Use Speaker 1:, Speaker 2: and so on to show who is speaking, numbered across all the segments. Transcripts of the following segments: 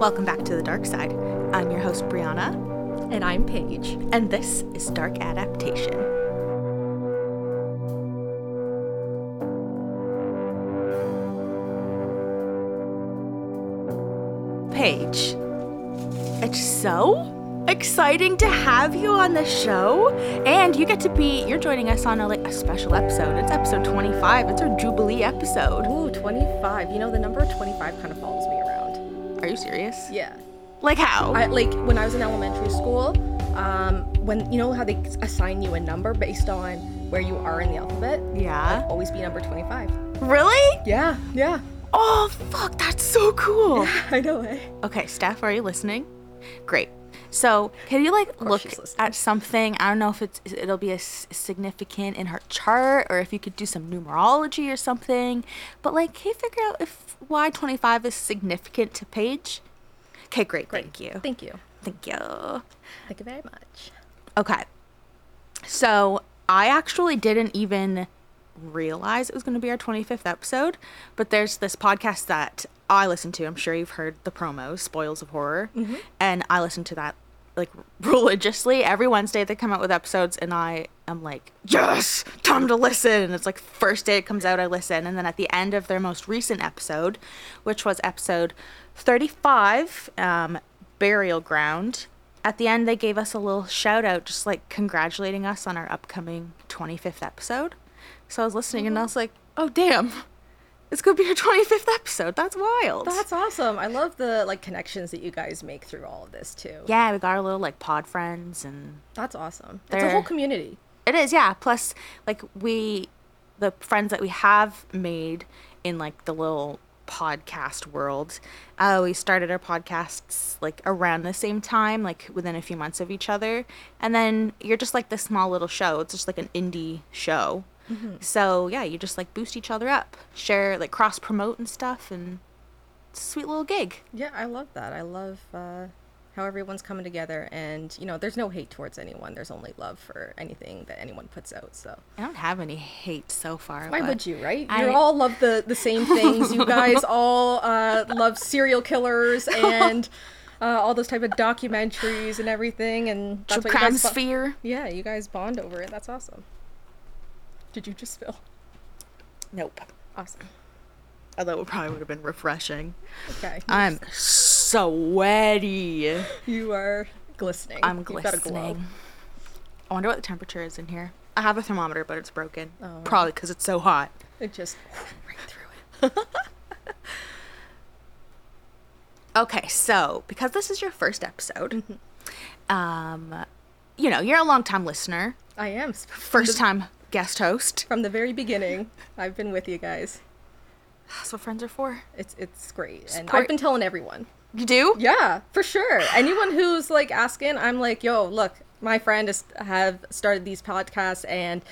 Speaker 1: Welcome back to the dark side. I'm your host, Brianna,
Speaker 2: And I'm Paige.
Speaker 1: and this is Dark Adaptation. Paige, it's so exciting to have you on the show. And you get to be, you're joining us on a, like, a special episode. It's episode 25, it's our Jubilee episode.
Speaker 2: Ooh, 25. You know, the number 25 kind of follows me around.
Speaker 1: Are you serious?
Speaker 2: Yeah.
Speaker 1: Like, how?
Speaker 2: I, like when I was in elementary school, um, when you know how they assign you a number based on where you are in the alphabet?
Speaker 1: Yeah.
Speaker 2: I'd always be number 25.
Speaker 1: really?
Speaker 2: Yeah, yeah.
Speaker 1: Oh, fuck, that's so cool.
Speaker 2: I know, eh?
Speaker 1: Okay, Steph, are you listening? Great. So, can you like look
Speaker 2: she's listening.
Speaker 1: at something? I don't know if it's it'll be as significant in her chart, or if you could do some numerology or something. But like, can you figure out if Y twenty five is significant to Paige? Okay, great. Thank you.
Speaker 2: Thank you.
Speaker 1: Thank you.
Speaker 2: Thank you very much.
Speaker 1: Okay. So I actually didn't even realize it was going to be our 25th episode, but there's this podcast that I listen to. I'm sure you've heard the promos, Spoils of Horror. And I listen to that like religiously every Wednesday they come out with episodes and I am like, "Yes, time to listen." And it's like first day it comes out I listen and then at the end of their most recent episode, which was episode 35, um Burial Ground, at the end they gave us a little shout out just like congratulating us on our upcoming 25th episode so i was listening and i was like oh damn it's gonna be our 25th episode that's wild
Speaker 2: That's awesome. I love the like connections that you guys make through all of this too.
Speaker 1: yeah we got our little like pod friends and
Speaker 2: That's awesome. It's
Speaker 1: They're-
Speaker 2: a whole community.
Speaker 1: it is yeah plus like we the friends that we have made in like the little podcast world uh, we started our podcasts like around the same time like within a few months of each other and then you're just like this small little show it's just like an indie show Mm-hmm. so yeah you just like boost each other up share like cross promote and stuff and it's a sweet little gig
Speaker 2: Yeah, I love that. I love uh, how everyone's coming together, and you know, there's no hate towards anyone. There's only love for anything that anyone puts out. So
Speaker 1: i don't have any hate so far
Speaker 2: why
Speaker 1: but-
Speaker 2: would you, right?
Speaker 1: I-
Speaker 2: You all love the the same things. You guys all uh, love serial killers and uh, all those type of documentaries and everything, and that's what you
Speaker 1: crime
Speaker 2: guys. bo-
Speaker 1: sphere
Speaker 2: yeah, you guys bond over it. That's awesome. Did you just spill?
Speaker 1: nope
Speaker 2: Awesome.
Speaker 1: although it probably would have been refreshing
Speaker 2: Okay.
Speaker 1: I'm sweaty.
Speaker 2: you are glistening.
Speaker 1: I'm
Speaker 2: You've got a glow.
Speaker 1: glistening. I wonder what the temperature is in here. I have a thermometer, but it's broken.
Speaker 2: Oh.
Speaker 1: Probably because it's so hot.
Speaker 2: It just right through it.
Speaker 1: Okay, so because this is your first episode,
Speaker 2: Mm-hmm.
Speaker 1: um, you know, you're a long time listener,
Speaker 2: I am. sp-
Speaker 1: first time guest host.
Speaker 2: from the very beginning i've been with you guys
Speaker 1: That's what friends are for.
Speaker 2: it's it's great and
Speaker 1: Support-
Speaker 2: i've been telling everyone
Speaker 1: You do?
Speaker 2: yeah for sure anyone who's like asking i'm like yo look my friend has have started these podcasts and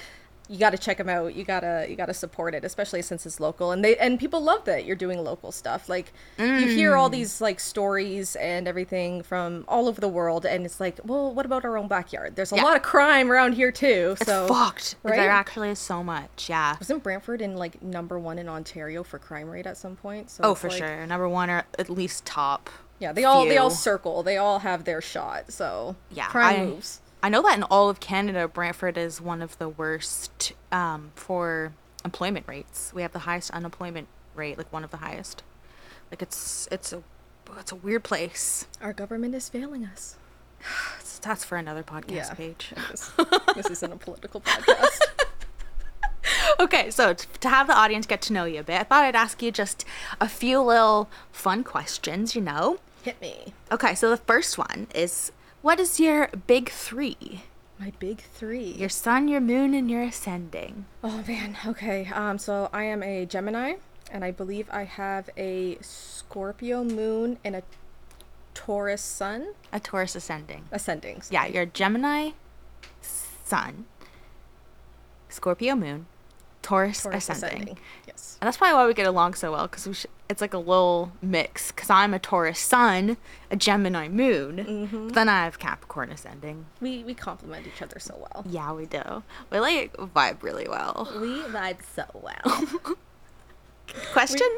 Speaker 2: you got to check them out you gotta you gotta support it especially since it's local and they and people love that you're doing local stuff like you hear all these like stories and everything from all over the world and it's like well what about our own backyard there's a
Speaker 1: Yeah.
Speaker 2: lot of crime around here too
Speaker 1: It's
Speaker 2: so
Speaker 1: fucked. Like, There
Speaker 2: right?
Speaker 1: actually is so much. Yeah.
Speaker 2: Wasn't Brantford in like number one in Ontario for crime rate at some point? So
Speaker 1: Oh,
Speaker 2: it's
Speaker 1: for
Speaker 2: like-
Speaker 1: sure. Number one or at least top.
Speaker 2: Yeah, they all they all
Speaker 1: few.
Speaker 2: circle. They all have their shot. So
Speaker 1: Yeah,
Speaker 2: crime
Speaker 1: I-
Speaker 2: moves.
Speaker 1: I know that in all of Canada, Brantford is one of the worst um, for employment rates. We have the highest unemployment rate, like one of the highest. Like it's it's a it's a weird place.
Speaker 2: Our government is failing us.
Speaker 1: That's- That's for another podcast
Speaker 2: Yeah.
Speaker 1: page.
Speaker 2: This, this isn't a political podcast.
Speaker 1: Okay, so t- to have the audience get to know you a bit, I thought I'd ask you just a few little fun questions. You know.
Speaker 2: Hit me.
Speaker 1: Okay, so the first one is what is your big three?
Speaker 2: My big three.
Speaker 1: Your sun, your moon, and your ascending.
Speaker 2: Oh man. Okay. Um. So I am a Gemini, and I believe I have a Scorpio moon and a Taurus sun
Speaker 1: A Taurus ascending.
Speaker 2: ascending. so-
Speaker 1: Yeah, you're Gemini, Sun, Scorpio Moon, Taurus,
Speaker 2: Taurus
Speaker 1: ascending.
Speaker 2: Yes.
Speaker 1: And that's probably why we get along so well because we sh- it's like a little mix. Because I'm a Taurus Sun, a Gemini Moon,
Speaker 2: Mm-hmm.
Speaker 1: but then I have Capricorn ascending.
Speaker 2: We we complement each other so well.
Speaker 1: Yeah, we do. We like vibe really well.
Speaker 2: We vibe so well.
Speaker 1: Question?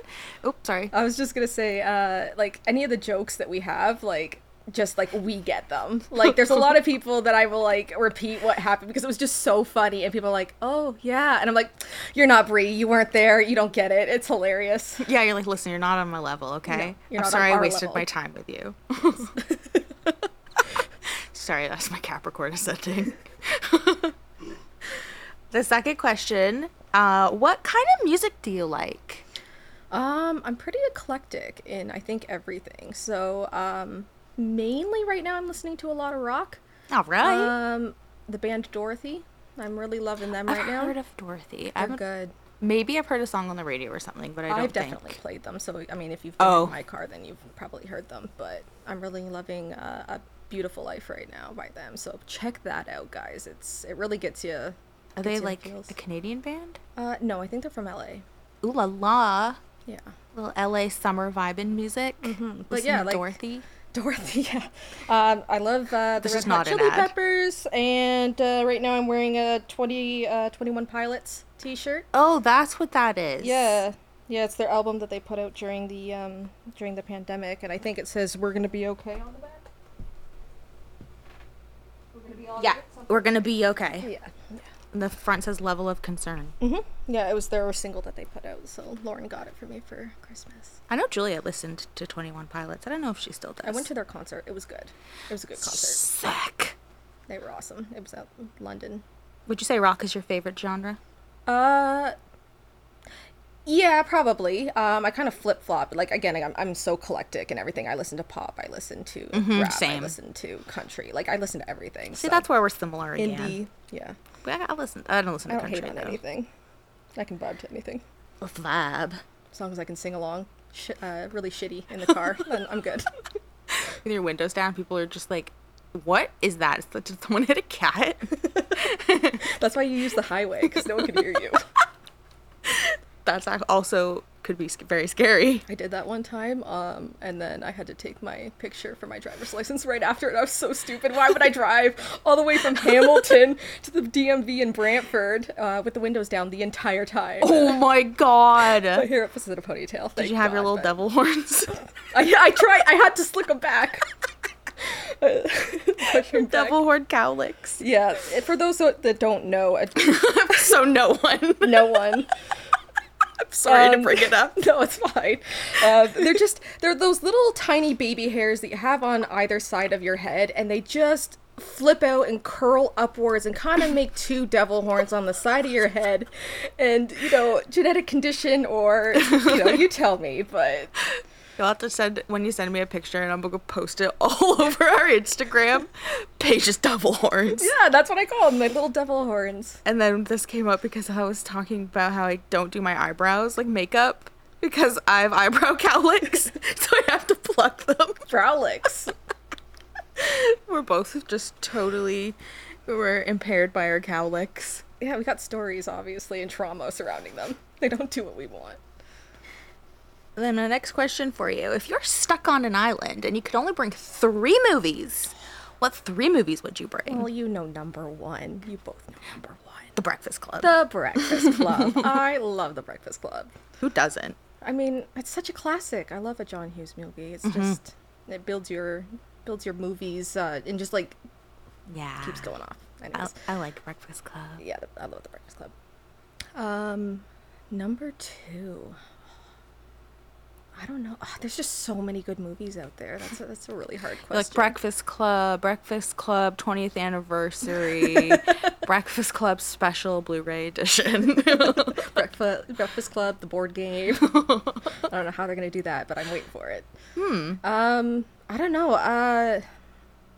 Speaker 1: Oops, sorry.
Speaker 2: I was just gonna say, uh, like any of the jokes that we have, like just like we get them. Like there's a lot of people that I will like repeat what happened because it was just so funny, and people are like, oh yeah, and I'm like, you're not Brie, you weren't there, you don't get it. It's hilarious.
Speaker 1: Yeah, you're like, listen, you're not on my level, okay?
Speaker 2: you're
Speaker 1: I'm
Speaker 2: not on
Speaker 1: sorry I
Speaker 2: our
Speaker 1: wasted
Speaker 2: level."
Speaker 1: my time with you. sorry, that's my Capricorn ascending. the second question uh, What kind of music do you like?
Speaker 2: Um, I'm pretty eclectic in I think everything. So um, mainly right now I'm listening to a lot of rock.
Speaker 1: All right.
Speaker 2: Um, the band Dorothy. I'm really loving them
Speaker 1: Uh, I've
Speaker 2: right now.
Speaker 1: heard of Dorothy. I
Speaker 2: They're
Speaker 1: haven't-
Speaker 2: good.
Speaker 1: maybe I've heard a song on the radio or something, but I don't
Speaker 2: I've
Speaker 1: think.
Speaker 2: definitely played them. So I mean, if you've been
Speaker 1: Oh.
Speaker 2: in my car, then you've probably heard them. But I'm really loving uh, a Beautiful Life right now by them. So check that out, guys. It's it really gets you.
Speaker 1: Are
Speaker 2: gets you
Speaker 1: they
Speaker 2: in the
Speaker 1: like
Speaker 2: feels.
Speaker 1: a Canadian band?
Speaker 2: Uh, no, I think they're from LA.
Speaker 1: Ooh la la.
Speaker 2: Yeah.
Speaker 1: Little LA summer vibing music.
Speaker 2: But
Speaker 1: Listen
Speaker 2: yeah,
Speaker 1: to
Speaker 2: like-
Speaker 1: Dorothy.
Speaker 2: Dorothy, yeah. Um, I love uh, the
Speaker 1: This
Speaker 2: Red
Speaker 1: is
Speaker 2: Hot
Speaker 1: not an
Speaker 2: Chili
Speaker 1: ad.
Speaker 2: Peppers, and uh, right now I'm wearing a 20, uh, 21 Pilots T-shirt.
Speaker 1: Oh, that's what that is.
Speaker 2: Yeah, yeah, it's their album that they put out during the um, during the pandemic, and I think it says "We're gonna be okay" on the back. We're gonna be all
Speaker 1: Yeah.
Speaker 2: good, something-
Speaker 1: We're gonna be okay.
Speaker 2: Yeah. yeah.
Speaker 1: And the front says level of concern.
Speaker 2: Mhm.
Speaker 1: Mm-hmm.
Speaker 2: Yeah, it was their single that they put out, so Lauren got it for me for Christmas.
Speaker 1: I know Julia listened to 21 Pilots. I don't know if she still does.
Speaker 2: I went to their concert. It was good. It was a good concert.
Speaker 1: Sick.
Speaker 2: They were awesome. It was out in London.
Speaker 1: Would you say rock is your favorite genre?
Speaker 2: Uh, yeah, probably. Um, I kind of flip flop. Like again, I'm I'm so eclectic and everything. I listen to pop. I listen to rap. I
Speaker 1: Mm-hmm, same.
Speaker 2: listen to country. Like I listen to everything.
Speaker 1: See,
Speaker 2: so.
Speaker 1: that's where we're similar again.
Speaker 2: indie. Yeah,
Speaker 1: But I, I listen. I don't listen
Speaker 2: I
Speaker 1: to
Speaker 2: don't
Speaker 1: country
Speaker 2: hate on
Speaker 1: though.
Speaker 2: anything. I can vibe to anything
Speaker 1: Vibe.
Speaker 2: as long as I can sing along. Sh- uh, really shitty in the car, then I'm good.
Speaker 1: With your windows down, people are just like, "What is that? Is that- Did someone hit a cat?"
Speaker 2: That's why you use the highway because no one can hear you.
Speaker 1: that's ac- also could be sc- very scary.
Speaker 2: I did that one time, um, and then I had to take my picture for my driver's license right after, and I was so stupid. Why would I drive all the way from Hamilton to the DMV in Brantford uh, with the windows down the entire time?
Speaker 1: Oh my
Speaker 2: My
Speaker 1: god!
Speaker 2: hair up was in a ponytail.
Speaker 1: Did you have your little devil horns?
Speaker 2: I, I tried. I had to slick them back. Push 'em back.
Speaker 1: devil horn cowlicks.
Speaker 2: Yeah. it- For those that that don't know, uh,
Speaker 1: so no one.
Speaker 2: no one.
Speaker 1: I'm sorry to
Speaker 2: Um,
Speaker 1: bring it up.
Speaker 2: No, it's fine. Uh, they're just they're those little tiny baby hairs that you have on either side of your head, and they just flip out and curl upwards and kind of make two devil horns on the side of your head. And you know, genetic condition or you know, you tell me, but
Speaker 1: You'll have to send when you send me a picture, and I'm gonna post it all over our Instagram. Paige's devil horns.
Speaker 2: yeah, that's what I call them, my little devil horns.
Speaker 1: And then this came up because I was talking about how I don't do my eyebrows like makeup because I have eyebrow cowlicks, so I have to pluck them.
Speaker 2: Browlix.
Speaker 1: We're both just totally we're impaired by our cowlicks.
Speaker 2: Yeah, we got stories obviously and trauma surrounding them. They don't do what we want.
Speaker 1: Then the next question for you: If you're stuck on an island and you could only bring three movies, what three movies would you bring?
Speaker 2: Well, you know number one. You both know number one.
Speaker 1: The Breakfast Club.
Speaker 2: The Breakfast Club. I love The Breakfast Club.
Speaker 1: Who doesn't?
Speaker 2: I mean, it's such a classic. I love a John Hughes movie. It's just it builds your builds your movies uh, and just like
Speaker 1: Yeah.
Speaker 2: keeps going off.
Speaker 1: I,
Speaker 2: Anyways,
Speaker 1: I like Breakfast Club.
Speaker 2: yeah, I love The Breakfast Club. Um, number two. I don't know. Ah, there's just so many good movies out there. That's a, that's a really hard question.
Speaker 1: Like Breakfast Club, Breakfast Club 20th anniversary, Breakfast Club special Blu-ray edition.
Speaker 2: Breakfast, Breakfast Club, the board game. I don't know how they're gonna do that, but I'm waiting for it. Hmm. Um, I don't know. Uh,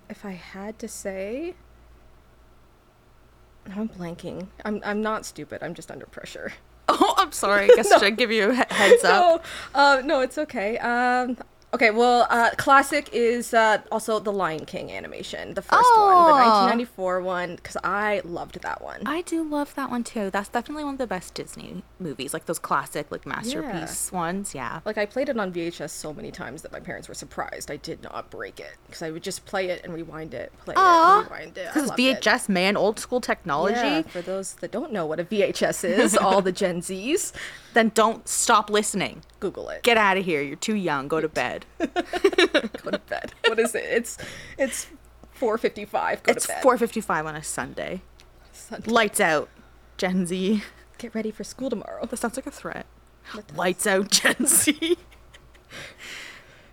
Speaker 2: if I had to say, I'm blanking. I'm I'm not stupid. I'm just under pressure.
Speaker 1: oh, I'm sorry. I guess I should give you a he- heads up.
Speaker 2: No, uh, no, it's okay. Um, Okay, well, uh, classic is uh, also the Lion King animation, the first one, the
Speaker 1: Oh.
Speaker 2: 1994 one, because I loved that one.
Speaker 1: I do love that one too. That's definitely one of the best Disney movies, like those classic, like masterpiece ones. Yeah.
Speaker 2: like I played it on VHS so many times that my parents were surprised I did not break it because I would just play it and rewind it, play it, and rewind it. I
Speaker 1: Because
Speaker 2: loved it.
Speaker 1: VHS, man, old school technology.
Speaker 2: Yeah, for those that don't know what a VHS is, all the Gen Zs,
Speaker 1: Then don't stop listening.
Speaker 2: Google it.
Speaker 1: Get out of here. You're too young. Go to bed.
Speaker 2: Go to bed. What is it? It's it's 4:55. Go
Speaker 1: it's
Speaker 2: to bed.
Speaker 1: 4:55 on a Sunday.
Speaker 2: Son,
Speaker 1: Lights out, Gen Z.
Speaker 2: Get ready for school tomorrow.
Speaker 1: Oh, That sounds like a threat. Lights out, Gen Z.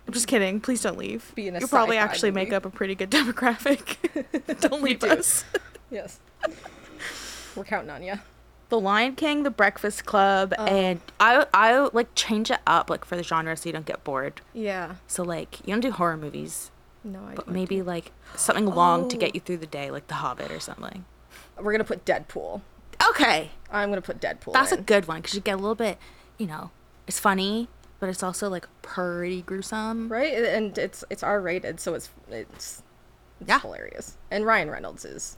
Speaker 1: I'm just kidding. Please don't leave.
Speaker 2: Be in a
Speaker 1: You'll probably
Speaker 2: sci-fi
Speaker 1: actually make
Speaker 2: movie.
Speaker 1: up a pretty good demographic. don't leave
Speaker 2: do.
Speaker 1: us.
Speaker 2: Yes. We're counting on you.
Speaker 1: The Lion King, The Breakfast Club, and I I like change it up like for the genre so you don't get bored.
Speaker 2: Yeah.
Speaker 1: So like you don't do horror movies,
Speaker 2: No, I
Speaker 1: but
Speaker 2: don't.
Speaker 1: maybe like something long to
Speaker 2: Oh.
Speaker 1: get you through the day, like The Hobbit or something.
Speaker 2: We're gonna put Deadpool.
Speaker 1: Okay,
Speaker 2: I'm gonna put Deadpool.
Speaker 1: that's a
Speaker 2: in.
Speaker 1: good one because you get a little bit, you know, it's funny, but it's also like pretty gruesome.
Speaker 2: right, and it's it's R rated, so it's it's, it's
Speaker 1: Yeah.
Speaker 2: hilarious. And Ryan Reynolds is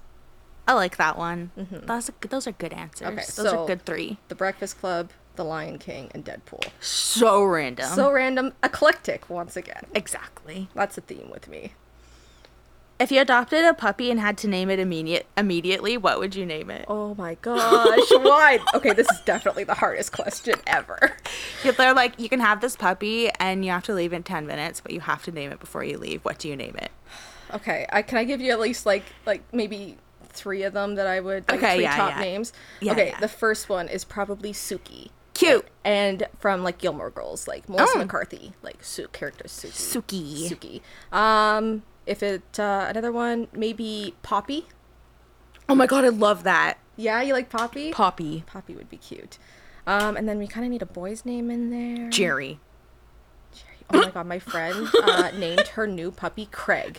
Speaker 1: I like that one. That's a, good- those are good answers.
Speaker 2: Okay,
Speaker 1: those
Speaker 2: so-
Speaker 1: are good three.
Speaker 2: The Breakfast Club, The Lion King, and Deadpool.
Speaker 1: So random.
Speaker 2: So random, eclectic once again.
Speaker 1: exactly.
Speaker 2: That's a theme with me.
Speaker 1: If you adopted a puppy and had to name it immediate immediately, what would you name it?
Speaker 2: Oh my gosh, why? Okay, this is definitely the hardest question ever.
Speaker 1: If they're like, you can have this puppy and you have to leave in 10 minutes, but you have to name it before you leave. What do you name it?
Speaker 2: Okay, I can I give you at least like like maybe three of them that I would like
Speaker 1: Okay,
Speaker 2: three
Speaker 1: yeah,
Speaker 2: top
Speaker 1: yeah.
Speaker 2: names.
Speaker 1: Yeah,
Speaker 2: okay,
Speaker 1: yeah.
Speaker 2: the first one is probably Suki.
Speaker 1: Cute.
Speaker 2: And from like Gilmore Girls, like Melissa
Speaker 1: Oh.
Speaker 2: McCarthy, like Su- character Suki.
Speaker 1: Suki.
Speaker 2: Suki. Um, if it uh, another one maybe Poppy.
Speaker 1: Oh my God, I love that.
Speaker 2: Yeah, you like Poppy?
Speaker 1: Poppy.
Speaker 2: Poppy would be cute. Um, and then we kind of need a boy's name in there.
Speaker 1: Jerry.
Speaker 2: Jerry. Oh my god, my friend uh, named her new puppy Craig.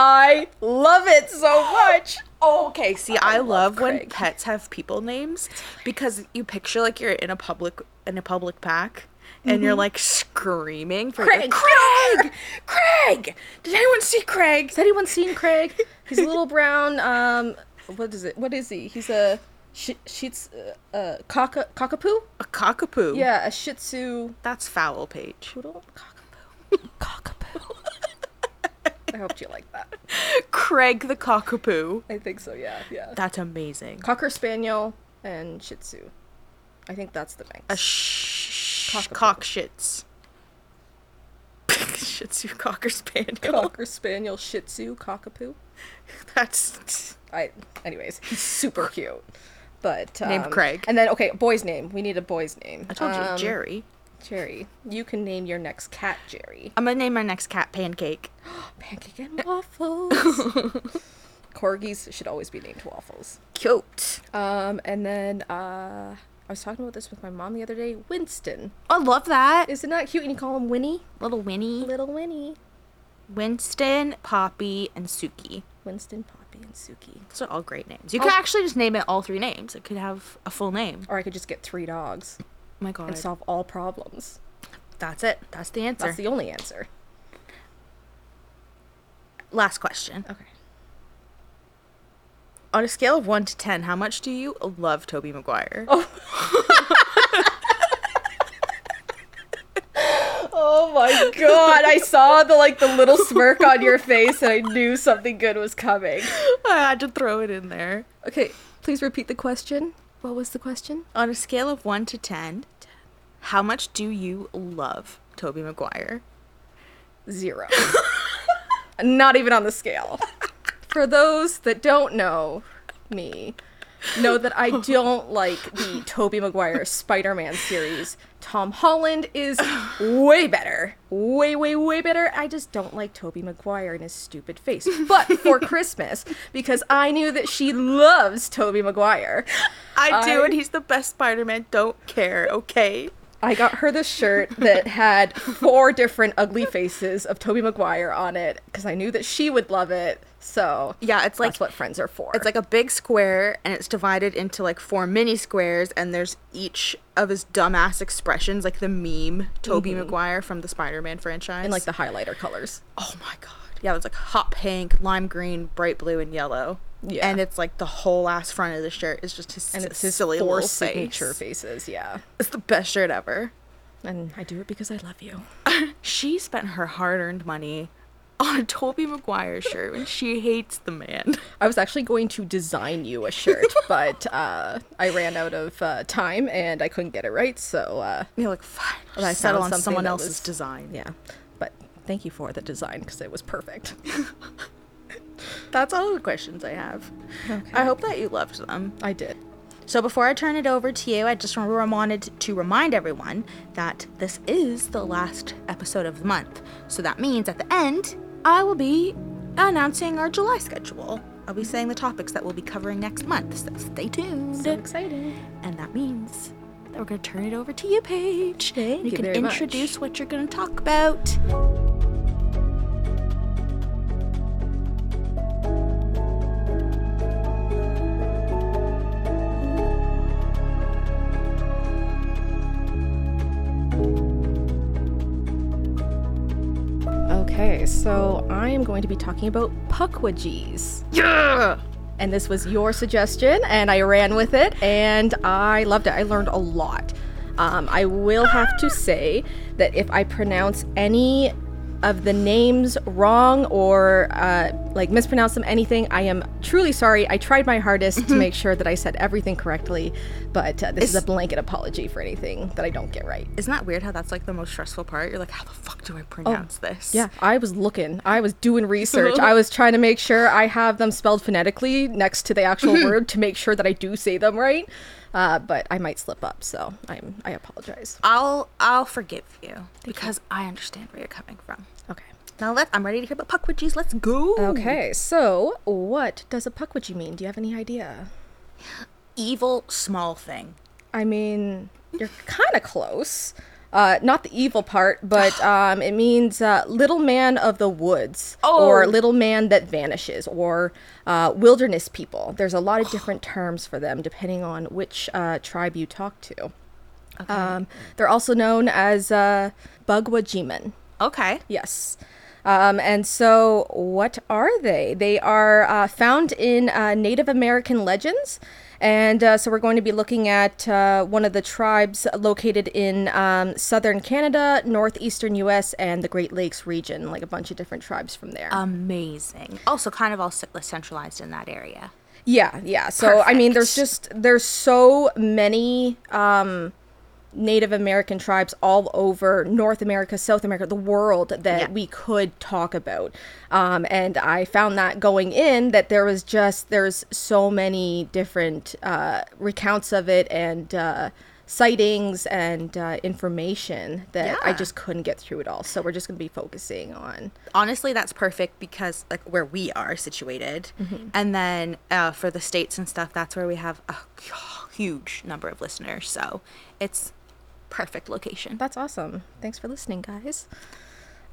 Speaker 2: I love it so much.
Speaker 1: Okay, see, Mm-hmm. I,
Speaker 2: love
Speaker 1: love, when
Speaker 2: Craig.
Speaker 1: pets have people names because you picture like you're in a public in a public pack and you're like screaming for
Speaker 2: Craig.
Speaker 1: Mm-hmm. Craig, Craig. Did anyone see Craig?
Speaker 2: Has anyone seen Craig? He's a little brown. Um, what is it? What is he? He's a sh- sheets uh, uh cocka cockapoo.
Speaker 1: A cockapoo.
Speaker 2: Yeah, a Shih Tzu
Speaker 1: that's foul, Paige.
Speaker 2: poodle. Cockapoo. Cockapoo. I hope you like that.
Speaker 1: Craig the cockapoo.
Speaker 2: I think so. Yeah, yeah.
Speaker 1: That's amazing.
Speaker 2: Cocker spaniel and Shih Tzu. I think that's the mix.
Speaker 1: A sh-
Speaker 2: Cockapoo.
Speaker 1: cock shits. Shih Tzu cocker spaniel.
Speaker 2: Cocker spaniel, Shih Tzu, cockapoo.
Speaker 1: That's
Speaker 2: I, anyways, he's super cute. But um,
Speaker 1: Named Craig.
Speaker 2: And then okay, boy's name. We need a boy's name.
Speaker 1: I told you,
Speaker 2: Um,
Speaker 1: Jerry.
Speaker 2: Jerry. You can name your next cat Jerry.
Speaker 1: I'm gonna name my next cat Pancake.
Speaker 2: Pancake and waffles. Corgis should always be named waffles.
Speaker 1: Cute.
Speaker 2: Um, and then uh, I was talking about this with my mom the other day. Winston.
Speaker 1: I love that.
Speaker 2: Isn't that cute? And you call him Winnie?
Speaker 1: Little Winnie.
Speaker 2: Little Winnie.
Speaker 1: Winston, Poppy, and Suki.
Speaker 2: Winston, Poppy, and Suki.
Speaker 1: Those are all great names. You could actually just name it all three names. It could have a full name.
Speaker 2: Or I could just get three dogs
Speaker 1: Oh my god.
Speaker 2: and solve all problems.
Speaker 1: That's it. That's the answer.
Speaker 2: That's the only answer.
Speaker 1: Last question.
Speaker 2: Okay.
Speaker 1: On a scale of 1 to 10, how much do you love Toby Maguire?
Speaker 2: Oh my god, I saw the like the little smirk on your face and I knew something good was coming.
Speaker 1: I had to throw it in there.
Speaker 2: Okay, please repeat the question. What was the question?
Speaker 1: On a scale of 1 to 10, how much do you love Toby Maguire?
Speaker 2: Zero. Not even on the scale. For those that don't know me, know that I don't like the Toby Maguire Spider-Man series. Tom Holland is way better. Way, way, way better. I just don't like Toby Maguire and his stupid face. But for Christmas, because I knew that she loves Toby Maguire,
Speaker 1: I do,
Speaker 2: I-
Speaker 1: and he's the best Spider Man. Don't care, okay?
Speaker 2: I got her this shirt that had four different ugly faces of Toby Maguire on it because I knew that she would love it. So
Speaker 1: Yeah, it's like
Speaker 2: that's what friends are for.
Speaker 1: it's like a big square and it's divided into like four mini squares and there's each of his dumbass expressions like the meme Toby Maguire from the Spider-Man franchise.
Speaker 2: in like the highlighter colors.
Speaker 1: oh my god. Yeah, there's like hot pink, lime green, bright blue and yellow.
Speaker 2: Yeah.
Speaker 1: And it's like the whole ass front of the shirt is just his,
Speaker 2: And it's his
Speaker 1: silly
Speaker 2: four
Speaker 1: little
Speaker 2: signature
Speaker 1: face.
Speaker 2: faces. Yeah.
Speaker 1: It's the best shirt ever.
Speaker 2: And I do it because I love you.
Speaker 1: She spent her hard-earned money on a Toby Maguire shirt and she hates the man.
Speaker 2: I was actually going to design you a shirt, but uh, I ran out of uh, time and I couldn't get it right. So uh,
Speaker 1: You're like, fine.
Speaker 2: Well,
Speaker 1: I
Speaker 2: that
Speaker 1: settle
Speaker 2: sounds
Speaker 1: on
Speaker 2: something
Speaker 1: someone
Speaker 2: that
Speaker 1: else's
Speaker 2: was-
Speaker 1: design.
Speaker 2: yeah. But thank you for the design because it was perfect.
Speaker 1: That's all the questions I have. I hope that you loved them.
Speaker 2: I did.
Speaker 1: So before I turn it over to you, I just wanted to remind everyone that this is the last episode of the month. So that means at the end, I will be announcing our July schedule. I'll be saying the topics that we'll be covering next month. So stay tuned.
Speaker 2: excited.
Speaker 1: and that means that we're going to turn it over to you, Paige.
Speaker 2: Thank
Speaker 1: you
Speaker 2: you
Speaker 1: can
Speaker 2: very much.
Speaker 1: introduce what you're going to talk about.
Speaker 2: Okay, so I am going to be talking about puckwudgies.
Speaker 1: Yeah.
Speaker 2: And this was your suggestion, and I ran with it, and I loved it. I learned a lot. Um, I will have to say that if I pronounce any of the names wrong or uh, like mispronounce them anything, I am truly sorry. I tried my hardest to make sure that I said everything correctly, but uh, this is a blanket apology for anything that I don't get right.
Speaker 1: Isn't that weird how that's like the most stressful part? You're like, how the fuck do I pronounce this?
Speaker 2: Yeah, I was looking. I was doing research. I was trying to make sure I have them spelled phonetically next to the actual word to make sure that I do say them right. Uh, but I might slip up, so I'm I apologize.
Speaker 1: I'll I'll forgive you because I understand where you're coming from.
Speaker 2: Okay.
Speaker 1: Now let I'm ready to hear about puckwidgies. Let's go.
Speaker 2: Okay. So, what does a puckwidgie mean? Do you have any idea?
Speaker 1: Evil small thing.
Speaker 2: I mean, you're kind of close. Uh, not the evil part, but um, it means uh, little man of the woods,
Speaker 1: Oh.
Speaker 2: or little man that vanishes, or uh, wilderness people. There's a lot of different terms for them depending on which uh, tribe you talk to. Um, they're also known as uh, Bugwajimen.
Speaker 1: Okay.
Speaker 2: Yes. Um, and so, what are they? They are uh, found in uh, Native American legends. And uh, so, we're going to be looking at uh, one of the tribes located in um, southern Canada, northeastern US, and the Great Lakes region, like a bunch of different tribes from there.
Speaker 1: Amazing. Also, kind of all c- centralized in that area.
Speaker 2: Yeah, yeah. So I mean, there's just there's so many um, Native American tribes all over North America, South America, the world that
Speaker 1: Yeah.
Speaker 2: we could talk about. Um, and I found that going in that there was just there's so many different uh, recounts of it and uh, sightings and uh, information that I
Speaker 1: Yeah.
Speaker 2: just couldn't get through it all. So we're just gonna be focusing on
Speaker 1: honestly that's perfect because like where we are situated and then uh, for the states and stuff that's where we have a huge number of listeners so it's perfect location
Speaker 2: That's awesome. Thanks for listening, guys.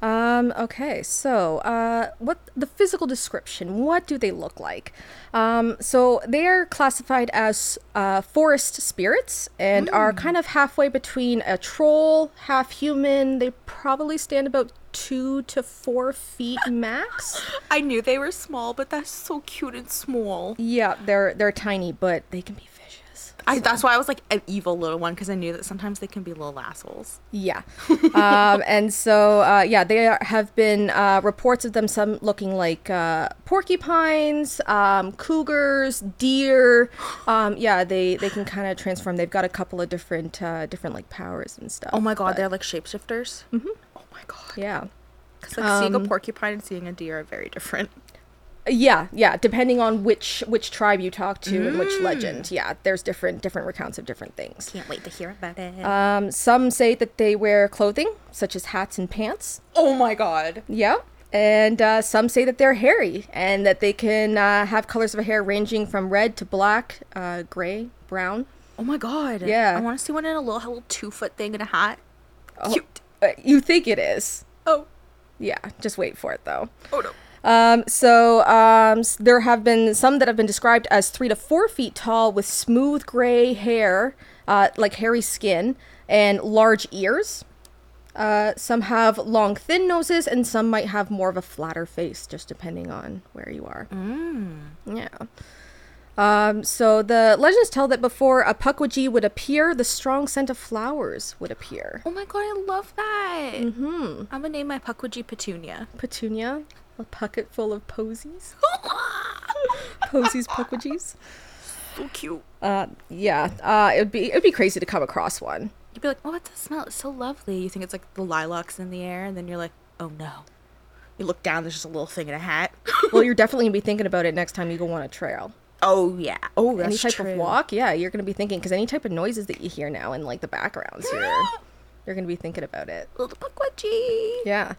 Speaker 2: Um, okay, so uh, what the physical description? What do they look like? Um, so they are classified as uh, forest spirits and are kind of halfway between a troll, half human. They probably stand about two to four feet max.
Speaker 1: i knew they were small but that's so cute and small
Speaker 2: yeah, they're they're tiny, but they can be vicious.
Speaker 1: I, that's why i was like an evil little one because i knew that sometimes they can be little assholes
Speaker 2: Yeah. um, and so, uh, yeah, there have been uh, reports of them, some looking like uh, porcupines, um, cougars, deer. Um, yeah, they, they can kind of transform. They've got a couple of different, uh, different like powers and stuff.
Speaker 1: oh my god they're like shapeshifters mm-hmm. oh my god
Speaker 2: Yeah.
Speaker 1: because like seeing a porcupine and seeing a deer are very different
Speaker 2: Yeah, yeah. Depending on which which tribe you talk to and
Speaker 1: Mm.
Speaker 2: which legend, yeah, there's different different recounts of different things.
Speaker 1: can't wait to hear about it
Speaker 2: Um, some say that they wear clothing such as hats and pants.
Speaker 1: oh my god
Speaker 2: Yeah. And uh, some say that they're hairy and that they can uh, have colors of hair ranging from red to black, uh, gray, brown.
Speaker 1: Oh my god.
Speaker 2: Yeah.
Speaker 1: I want to see one in a little, a little two foot thing and a hat.
Speaker 2: Oh,
Speaker 1: Cute.
Speaker 2: uh, you think it is.
Speaker 1: Oh.
Speaker 2: Yeah, just wait for it though.
Speaker 1: Oh no.
Speaker 2: Um, so um, s- there have been some that have been described as three to four feet tall with smooth gray hair, uh, like hairy skin, and large ears. Uh, some have long, thin noses, and some might have more of a flatter face, just depending on where you are.
Speaker 1: Mm.
Speaker 2: Yeah. Um, so the legends tell that before a pukwudgie would appear, the strong scent of flowers would appear.
Speaker 1: Oh my god, I love that. Mm-hmm. I'm gonna name my Pukwudgie Petunia.
Speaker 2: Petunia, a pocket full of posies. Posies, pukwudgies.
Speaker 1: so cute.
Speaker 2: Uh, yeah. Uh, it'd be it'd be crazy to come across one.
Speaker 1: You'd be like, oh, what's the smell? It's so lovely. You think it's like the lilacs in the air, and then you're like, oh no. You look down, there's just a little thing in a hat.
Speaker 2: Well, you're definitely gonna be thinking about it next time you go on a trail.
Speaker 1: oh yeah. Oh, that's
Speaker 2: any type
Speaker 1: true.
Speaker 2: of walk, yeah, you're gonna be thinking because any type of noises that you hear now in like the backgrounds, you're you're gonna be thinking about it.
Speaker 1: Little Pukwudgie.
Speaker 2: Yeah.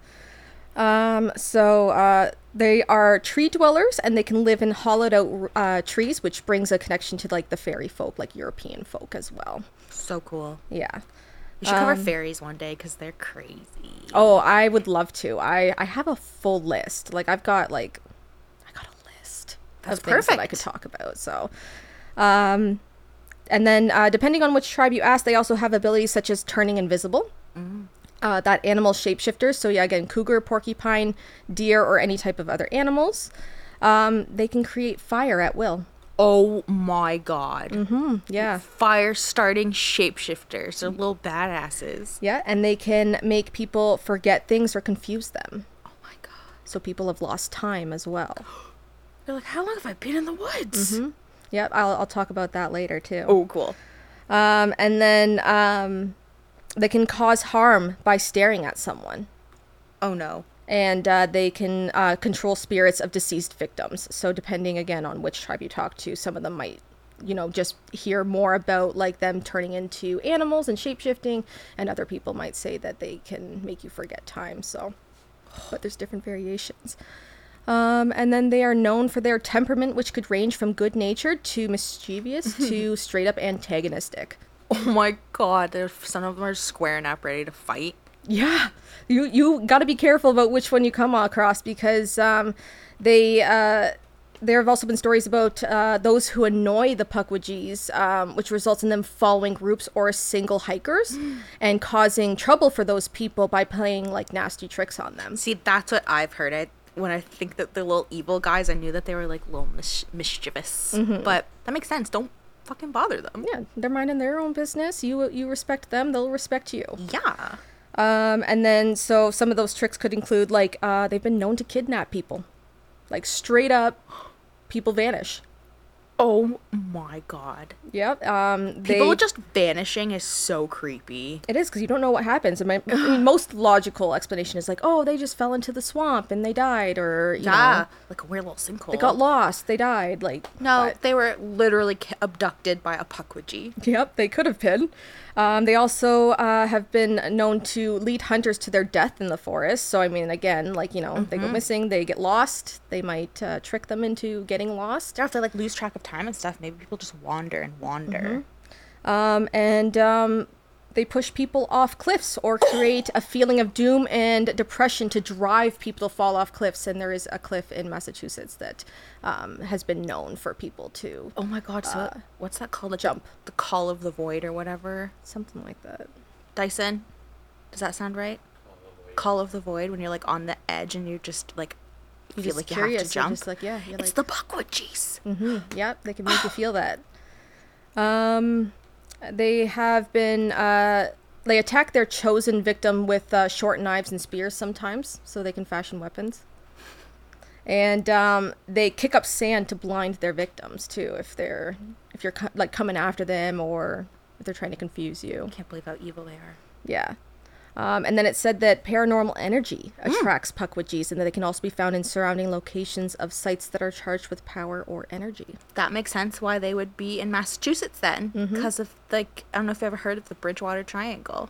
Speaker 2: Um, so uh, they are tree dwellers and they can live in hollowed out uh, trees, which brings a connection to like the fairy folk, like European folk as well.
Speaker 1: So cool.
Speaker 2: Yeah.
Speaker 1: We should cover fairies one day because they're crazy.
Speaker 2: Oh, I would love to. I I have a full list. Like I've got like I got a list
Speaker 1: That's
Speaker 2: of things that I
Speaker 1: perfect.
Speaker 2: could talk about. So, um, and then uh, depending on which tribe you ask, they also have abilities such as turning invisible.
Speaker 1: Mm.
Speaker 2: Uh, that animal shapeshifters. So yeah, again, cougar, porcupine, deer, or any type of other animals. Um, they can create fire at will. Hmm,
Speaker 1: Oh my god.
Speaker 2: Yeah.
Speaker 1: Fire starting shapeshifters. They're little badasses.
Speaker 2: Yeah, and they can make people forget things or confuse them.
Speaker 1: Oh my god.
Speaker 2: So people have lost time as well.
Speaker 1: You're like, how long have I been in the woods?
Speaker 2: Yep, I'll, I'll talk about that later too.
Speaker 1: Mm-hmm. Oh, cool.
Speaker 2: Um, and then um, they can cause harm by staring at someone.
Speaker 1: Oh no.
Speaker 2: And uh, they can uh, control spirits of deceased victims. So, depending again on which tribe you talk to, some of them might, you know, just hear more about like them turning into animals and shapeshifting, and other people might say that they can make you forget time. So, but there's different variations. Um, and then they are known for their temperament, which could range from good natured to mischievous to straight up antagonistic.
Speaker 1: Oh my god. There's some of them are squaring up ready to fight.
Speaker 2: Yeah, you you got to be careful about which one you come across because um, they uh, there have also been stories about uh, those who annoy the Pukwudgies, um, which results in them following groups or single hikers and causing trouble for those people by playing like nasty tricks on them.
Speaker 1: See, that's what I've heard. I when I think that the little evil guys, I knew that they were like little mis- mischievous. But that makes sense. Don't fucking bother them.
Speaker 2: Yeah, they're minding their own business. You you respect them, they'll respect you.
Speaker 1: Yeah.
Speaker 2: Um, and then so some of those tricks could include like uh, they've been known to kidnap people, like straight up, people vanish.
Speaker 1: Oh my god.
Speaker 2: Yep. Um, they,
Speaker 1: People just vanishing is so creepy.
Speaker 2: it is because you don't know what happens. I mean, I mean, most logical explanation is like, oh, they just fell into the swamp and they died, or you
Speaker 1: Yeah.
Speaker 2: know,
Speaker 1: Like a weird little sinkhole.
Speaker 2: they got lost, they died. Like
Speaker 1: No,
Speaker 2: but-
Speaker 1: they were literally ki- abducted by a pukwudgie.
Speaker 2: Yep, they could have been. Um, they also uh, have been known to lead hunters to their death in the forest. So, I mean, again, like, you know, they
Speaker 1: Mm-hmm.
Speaker 2: go missing, they get lost, they might uh, trick them into getting lost.
Speaker 1: Yeah, if they like lose track of time and stuff, maybe people just wander and wander.
Speaker 2: Um, and um, they push people off cliffs or create a feeling of doom and depression to drive people to fall off cliffs. And there is a cliff in Massachusetts that um, has been known for people to
Speaker 1: Oh my god, so what's that called? Like
Speaker 2: jump.
Speaker 1: The, the call of the void or whatever.
Speaker 2: something like that.
Speaker 1: Dyson, does that sound right? Call of the void when you're like on the edge and you just like feel
Speaker 2: You're just
Speaker 1: like you have
Speaker 2: curious,
Speaker 1: to
Speaker 2: you're
Speaker 1: jump.
Speaker 2: just like, yeah, you're
Speaker 1: it's
Speaker 2: like-
Speaker 1: the pukwudgies.
Speaker 2: Mm-hmm. Yep, they can make you feel that. Um, they have been. Uh, they attack their chosen victim with uh, short knives and spears sometimes, so they can fashion weapons. And um, they kick up sand to blind their victims too, if they're if you're co- like coming after them or if they're trying to confuse you.
Speaker 1: I can't believe how evil they are.
Speaker 2: Yeah. Um, and then it said that paranormal energy attracts puckwudgies, and that they can also be found in surrounding locations of sites that are charged with power or energy.
Speaker 1: That makes sense why they would be in Massachusetts then.
Speaker 2: Mm-hmm.
Speaker 1: Because of like I don't know if you ever heard of the Bridgewater Triangle.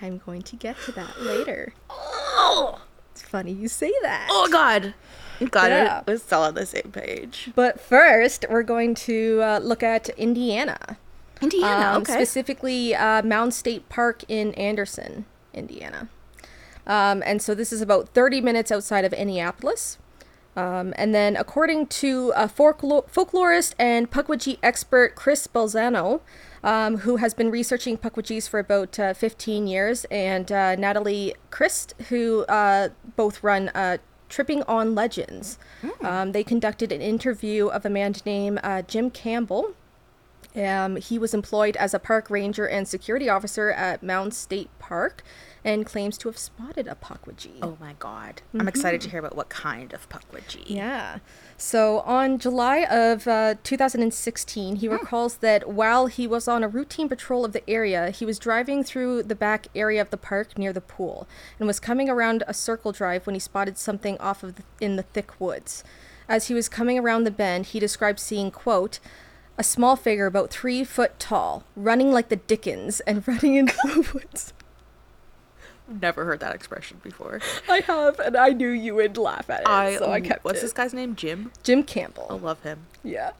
Speaker 2: I'm going to get to that later.
Speaker 1: Oh,
Speaker 2: It's funny you say that.
Speaker 1: oh god. I'm glad
Speaker 2: Yeah.
Speaker 1: we're still on the same page.
Speaker 2: But first, we're going to uh, look at Indiana.
Speaker 1: Indiana,
Speaker 2: um,
Speaker 1: okay.
Speaker 2: specifically uh, Mound State Park in Anderson, Indiana. Um, and so this is about 30 minutes outside of Indianapolis. Um, and then, according to uh, folklo- folklorist and Pukwudgie expert Chris Bolzano, um, who has been researching Pukwudgies for about uh, 15 years, and uh, Natalie Christ, who uh, both run uh, Tripping on Legends, um, they conducted an interview of a man named uh, Jim Campbell, um, he was employed as a park ranger and security officer at Mound State Park and claims to have spotted a Pukwudgie.
Speaker 1: Oh my god. I'm excited to hear about what kind of Pukwudgie.
Speaker 2: Mm-hmm. Yeah. So on July of uh, 2016, he recalls that while he was on a routine patrol of the area, he was driving through the back area of the park near the pool and was coming around a circle drive when he spotted something off of the, in the thick woods. As he was coming around the bend, he described seeing quote. A small figure about three foot tall, running like the Dickens and running into the woods.
Speaker 1: Never heard that expression before.
Speaker 2: I have, and I knew you would laugh at it,
Speaker 1: I,
Speaker 2: so I kept
Speaker 1: What's
Speaker 2: it.
Speaker 1: this guy's name? Jim?
Speaker 2: Jim Campbell.
Speaker 1: I love him.
Speaker 2: Yeah.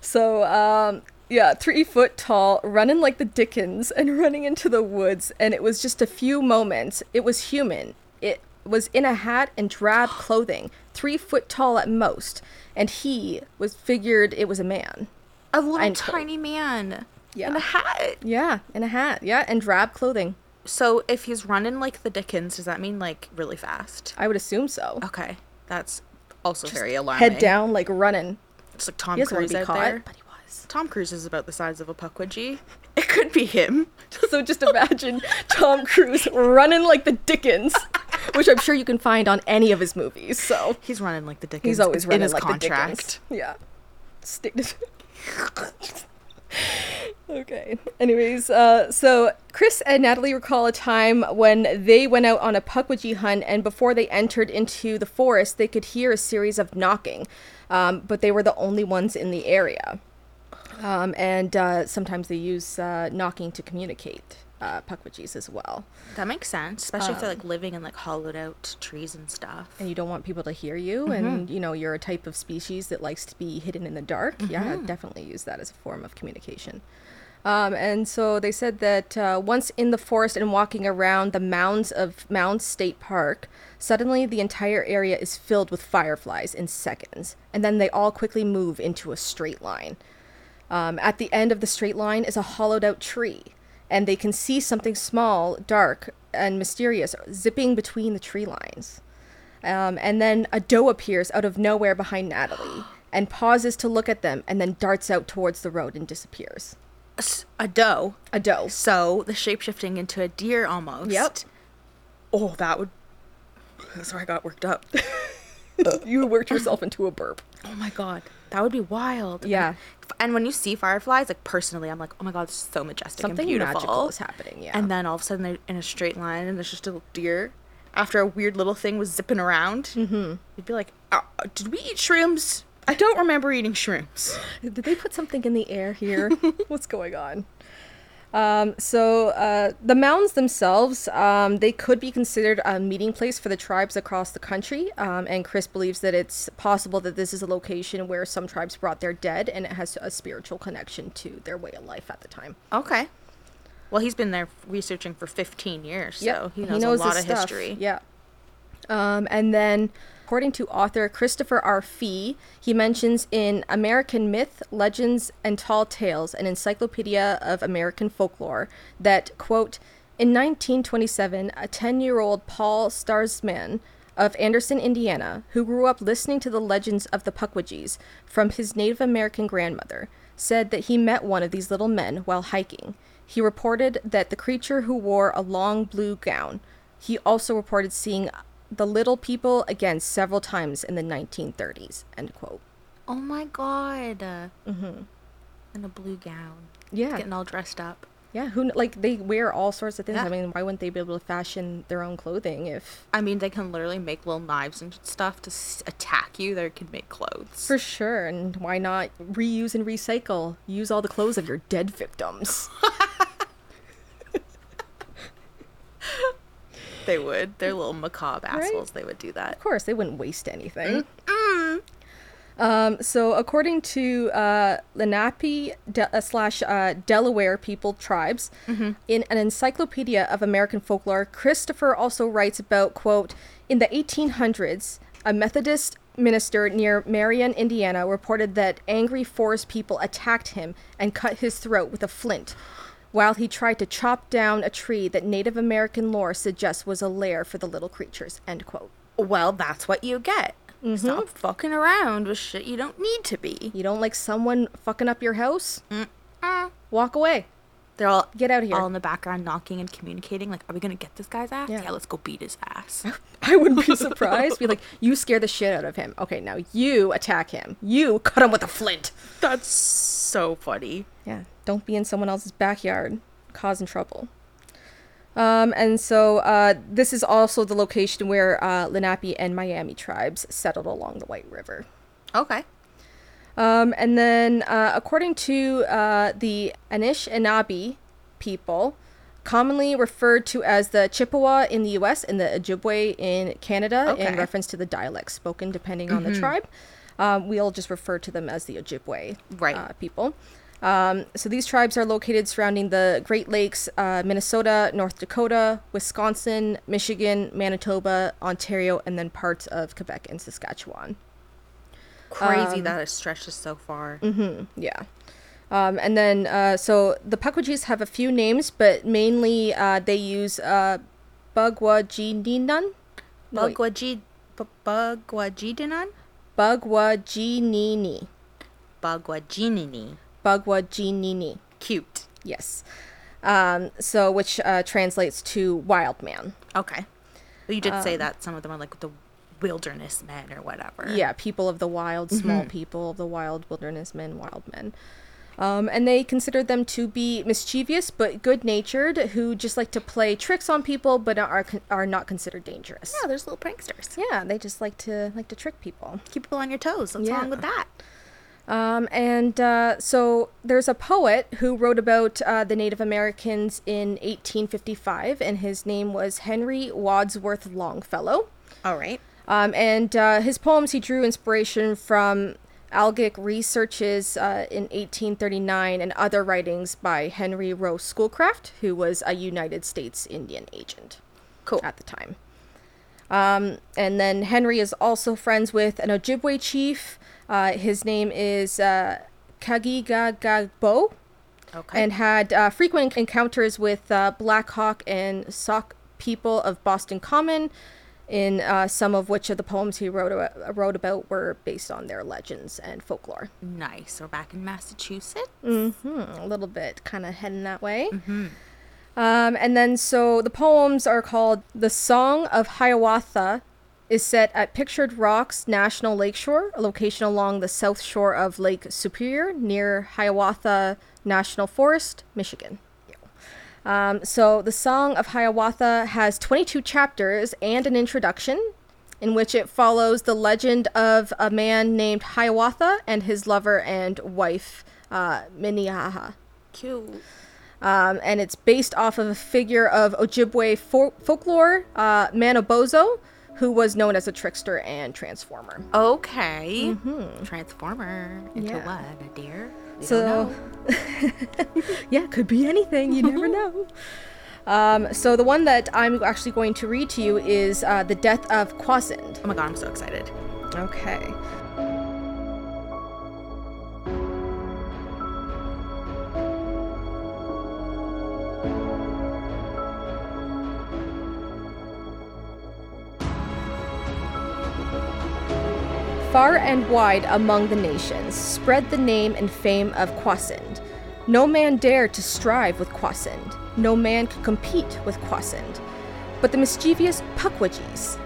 Speaker 2: So, um, yeah, three foot tall, running like the Dickens and running into the woods. And it was just a few moments. It was human. It was in a hat and drab clothing, three foot tall at most. And he was figured it was a man.
Speaker 1: A little
Speaker 2: I'm told.
Speaker 1: tiny man.
Speaker 2: Yeah.
Speaker 1: In a hat.
Speaker 2: Yeah, in a hat. Yeah, and drab clothing.
Speaker 1: So if he's running like the Dickens, does that mean like really fast?
Speaker 2: I would assume so.
Speaker 1: Okay. That's also very alarming.
Speaker 2: Head down, like running.
Speaker 1: It's like Tom
Speaker 2: He doesn't want
Speaker 1: eh? Cruise
Speaker 2: to be
Speaker 1: out
Speaker 2: caught,
Speaker 1: there.
Speaker 2: but he was.
Speaker 1: Tom Cruise is about the size of a Pukwudgie. It could be him.
Speaker 2: So just imagine Tom Cruise running like the Dickens, which I'm sure you can find on any of his movies. So.
Speaker 1: He's running like the Dickens.
Speaker 2: He's always
Speaker 1: It's
Speaker 2: running
Speaker 1: in his
Speaker 2: like
Speaker 1: contract.
Speaker 2: the Dickens. Yeah. Stick to- okay. Anyways, uh, so Chris and Natalie recall a time when they went out on a Pukwudgie hunt, and before they entered into the forest, they could hear a series of knocking, um, but they were the only ones in the area. Um, and uh, sometimes they use uh, knocking to communicate uh, Pukwudgies as well.
Speaker 1: That makes sense, especially if they're like living in like hollowed out trees and stuff.
Speaker 2: and you don't want people to hear you and you know you're a type of species that likes to be hidden in the dark yeah definitely use that as a form of communication um, and so they said that uh, once in the forest and walking around the mounds of mound state park suddenly the entire area is filled with fireflies in seconds and then they all quickly move into a straight line um, at the end of the straight line is a hollowed out tree, and they can see something small, dark, and mysterious zipping between the tree lines. Um, and then a doe appears out of nowhere behind Natalie and pauses to look at them and then darts out towards the road and disappears.
Speaker 1: A, s- a doe.
Speaker 2: A doe.
Speaker 1: So the shape shifting into a deer almost. Oh, that would. That's where I got worked up.
Speaker 2: you worked yourself into a burp.
Speaker 1: Oh my god, that would be wild. And-
Speaker 2: Yeah.
Speaker 1: And when you see fireflies, like personally, I'm like, oh my god, this is so majestic
Speaker 2: Something
Speaker 1: and beautiful.
Speaker 2: magical is happening, yeah.
Speaker 1: And then all of a sudden they're in a straight line, and there's just a deer. After a weird little thing was zipping around, mm-hmm. you'd be like, oh, did we eat shrooms? I don't remember eating shrooms.
Speaker 2: Did they put something in the air here? What's going on? Um, so uh, the mounds themselves, um, they could be considered a meeting place for the tribes across the country. Um, and Chris believes that it's possible that this is a location where some tribes brought their dead, and it has a spiritual connection to their way of life at the time.
Speaker 1: Okay. Well, he's been there researching for 15 years,
Speaker 2: Yep,
Speaker 1: so he knows, a lot of
Speaker 2: his stuff.
Speaker 1: history.
Speaker 2: Yeah. Um, and then, according to author Christopher R. Fee, he mentions in American Myth, Legends, and Tall Tales, an encyclopedia of American folklore, that, quote, in 1927, a 10 year old Paul Starzman of Anderson, Indiana, who grew up listening to the legends of the Pukwudgies from his Native American grandmother, said that he met one of these little men while hiking. He reported that the creature who wore a long blue gown. He also reported seeing the little people again several times in the 1930s. End quote.
Speaker 1: Oh my god. Mm-hmm. In a blue gown.
Speaker 2: Yeah.
Speaker 1: Getting all dressed up.
Speaker 2: Yeah, who kn- like they wear all sorts of things.
Speaker 1: Yeah.
Speaker 2: I mean, why wouldn't they be able to fashion their own clothing if?
Speaker 1: I mean, they can literally make little knives and stuff to s- attack you. They can make clothes.
Speaker 2: For sure, and why not reuse and recycle? Use all the clothes of your dead victims.
Speaker 1: They would. They're little macabre assholes. They would do that.
Speaker 2: Of course, they wouldn't waste anything. Um, so, according to uh, Lenape de- uh, slash uh, Delaware people tribes, in an encyclopedia of American folklore, Christopher also writes about quote in the 1800s, a Methodist minister near Marion, Indiana, reported that angry forest people attacked him and cut his throat with a flint. While he tried to chop down a tree that Native American lore suggests was a lair for the little creatures. End quote.
Speaker 1: Well, that's what you get. Stop fucking around with shit you don't need to be.
Speaker 2: You don't like someone fucking up your house? Walk away.
Speaker 1: They're all
Speaker 2: Get out of here.
Speaker 1: All in the background, knocking and communicating. Like, are we gonna get this guy's ass?
Speaker 2: Yeah.
Speaker 1: Yeah, let's go beat his ass.
Speaker 2: I wouldn't be surprised. Be like, you scare the shit out of him. Okay, now you attack him. You cut him with a flint.
Speaker 1: That's so funny.
Speaker 2: Yeah, don't be in someone else's backyard causing trouble. Um, and so uh, this is also the location where uh, Lenape and Miami tribes settled along the White River.
Speaker 1: Okay.
Speaker 2: Um, and then, uh, according to uh, the Anishinaabe people, commonly referred to as the Chippewa in the U.S. and the Ojibwe in Canada, in
Speaker 1: Okay. Mm-hmm.
Speaker 2: reference to the dialects spoken depending on the tribe, um, we'll just refer to them as the Ojibwe
Speaker 1: Right.
Speaker 2: uh, people. Um, so these tribes are located surrounding the Great Lakes, uh, Minnesota, North Dakota, Wisconsin, Michigan, Manitoba, Ontario, and then parts of Quebec and Saskatchewan.
Speaker 1: Crazy that it stretches so far.
Speaker 2: Hmm. Yeah. Um, and then, uh, so the Pakwajis have a few names, but mainly uh, they use uh, Bugwajininun. No, wait,
Speaker 1: Bugwajid, Bugwajidinan,
Speaker 2: Bugwajinini.
Speaker 1: Bugwajinini.
Speaker 2: Bugwajinini.
Speaker 1: Cute.
Speaker 2: Yes. Um, so, which uh, translates to wild man.
Speaker 1: Okay. Well, you did say that some of them are like the wilderness men or whatever.
Speaker 2: Yeah, people of the wild, small people of the wild, wilderness men, wild men. Um, and they considered them to be mischievous but good-natured, who just like to play tricks on people, but are con- are not considered dangerous.
Speaker 1: Yeah, there's little pranksters.
Speaker 2: Yeah, they just like to like to trick people.
Speaker 1: Keep people on your toes. What's
Speaker 2: Yeah.
Speaker 1: wrong with that?
Speaker 2: Um, and uh, so there's a poet who wrote about uh, the Native Americans in 1855, and his name was Henry Wadsworth Longfellow.
Speaker 1: All right.
Speaker 2: Um, and uh, his poems, he drew inspiration from Algic researches uh, in 1839 and other writings by Henry Rowe Schoolcraft, who was a United States Indian agent
Speaker 1: Cool.
Speaker 2: at the time. Um, and then Henry is also friends with an Ojibwe chief. Uh, his name is uh, Kagigagagbo
Speaker 1: Okay.
Speaker 2: and had uh, frequent encounters with uh, Black Hawk and Sauk people of Boston Common, in uh, some of which of the poems he wrote, a- wrote about were based on their legends and folklore. Hmm,
Speaker 1: nice. We're back in Massachusetts.
Speaker 2: a little bit kind of heading that way. Um, and then, so the poems are called The Song of Hiawatha is set at Pictured Rocks National Lakeshore, a location along the south shore of Lake Superior near Hiawatha National Forest, Michigan. Um, so, The Song of Hiawatha has 22 chapters and an introduction in which it follows the legend of a man named Hiawatha and his lover and wife, uh, Minnehaha.
Speaker 1: Cute.
Speaker 2: Um, and it's based off of a figure of Ojibwe fol- folklore, uh, Manobozo, who was known as a trickster and transformer.
Speaker 1: Okay. Transformer into
Speaker 2: Yeah.
Speaker 1: what? A deer? We don't
Speaker 2: So,
Speaker 1: know.
Speaker 2: yeah, could be anything. You never know. Um, so the one that I'm actually going to read to you is uh, the death of Kwasind.
Speaker 1: Oh my god, I'm so excited.
Speaker 2: Okay. Far and wide among the nations spread the name and fame of Kwasind. No man dared to strive with Kwasind. No man could compete with Kwasind. But the mischievous Pukwudgies,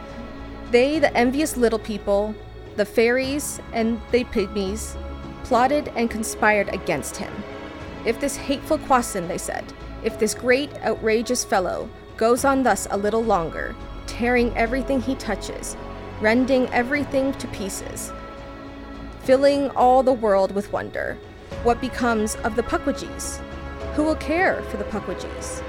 Speaker 2: they, the envious little people, the fairies, and the pygmies, plotted and conspired against him. If this hateful Kwasin, they said, if this great, outrageous fellow goes on thus a little longer, tearing everything he touches, rending everything to pieces, filling all the world with wonder, what becomes of the Pukwudgies? Who will care for the Pukwudgies?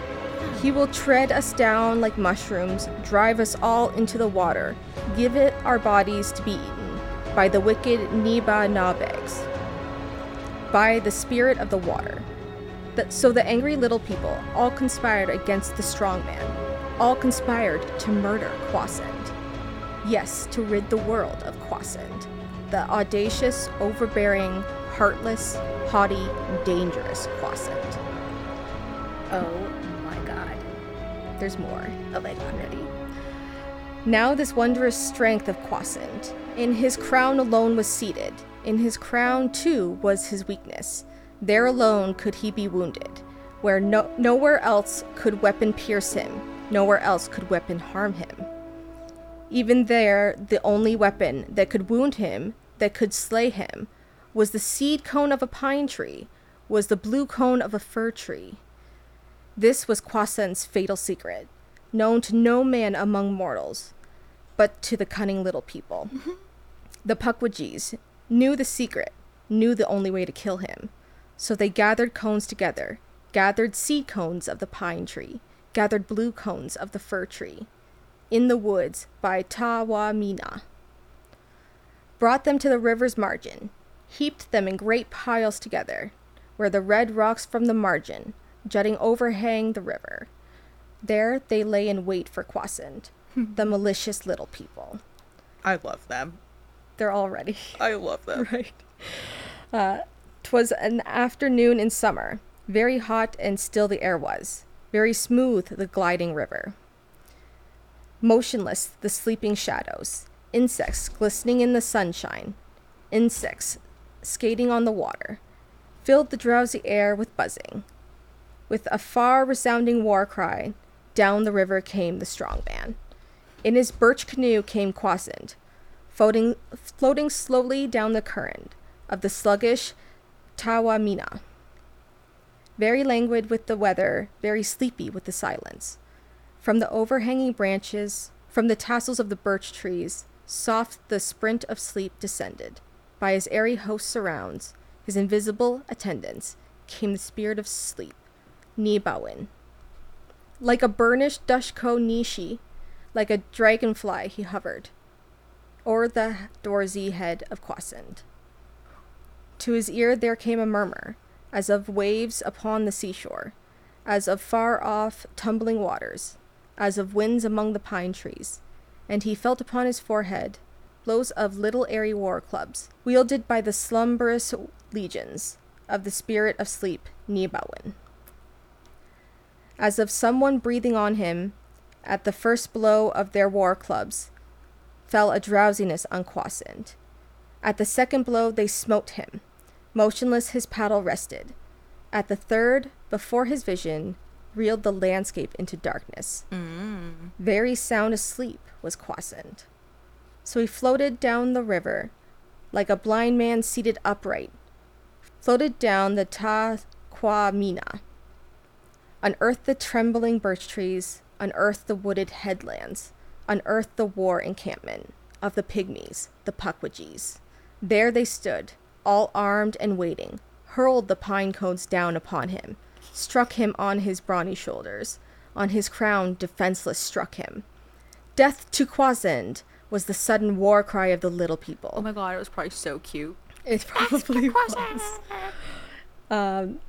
Speaker 2: He will tread us down like mushrooms, drive us all into the water, give it our bodies to be eaten, by the wicked Niba Nabegs, by the spirit of the water. That, so the angry little people all conspired against the strong man, all conspired to murder Quasend. Yes, to rid the world of Quasend, the audacious, overbearing, heartless, haughty, dangerous Quasend.
Speaker 3: Oh my god.
Speaker 2: There's more.
Speaker 3: Oh my god, ready?
Speaker 2: Now this wondrous strength of Quasend. In his crown alone was seated. In his crown too was his weakness. There alone could he be wounded, where no- nowhere else could weapon pierce him, nowhere else could weapon harm him. Even there, the only weapon that could wound him, that could slay him, was the seed cone of a pine tree, was the blue cone of a fir tree. This was Kwasen's fatal secret, known to no man among mortals, but to the cunning little people. The Pukwudgies knew the secret, knew the only way to kill him. So they gathered cones together, gathered seed cones of the pine tree, gathered blue cones of the fir tree, in the woods by Tawamina. Brought them to the river's margin, heaped them in great piles together, where the red rocks from the margin, jutting overhang the river. There they lay in wait for Kwasend, the malicious little people.
Speaker 1: I love them.
Speaker 2: They're all ready.
Speaker 1: I love them.
Speaker 2: Right. Uh, 'twas an afternoon in summer, very hot and still the air was, very smooth the gliding river. Motionless the sleeping shadows, insects glistening in the sunshine, insects skating on the water, filled the drowsy air with buzzing. With a far resounding war cry, down the river came the strong man. In his birch canoe came Kwasend, floating, floating slowly down the current of the sluggish Tawamina. Very languid with the weather, very sleepy with the silence. From the overhanging branches, from the tassels of the birch trees, soft the sprint of sleep descended. By his airy host surrounds, his invisible attendants, came the spirit of sleep, Nibawin. Like a burnished Dushko Nishi, like a dragonfly he hovered, o'er the Dorsey head of Kwasend. To his ear there came a murmur, as of waves upon the seashore, as of far off tumbling waters, as of winds among the pine trees, and he felt upon his forehead blows of little airy war clubs, wielded by the slumberous legions of the spirit of sleep, Nibawin. As of someone breathing on him, at the first blow of their war clubs, fell a drowsiness on Kwasind. At the second blow, they smote him. Motionless, his paddle rested. At the third, before his vision, reeled the landscape into darkness. Very sound asleep was Kwasind. So he floated down the river, like a blind man seated upright, floated down the Ta Kwa Mina. Unearth the trembling birch trees, unearth the wooded headlands, unearth the war encampment of the pygmies, the Pukwudgies. There they stood, all armed and waiting, hurled the pine cones down upon him, struck him on his brawny shoulders, on his crown defenseless struck him. Death to Quasend was the sudden war cry of the little
Speaker 1: Oh
Speaker 2: people.
Speaker 1: my god, it was probably so cute.
Speaker 2: It probably was. Um,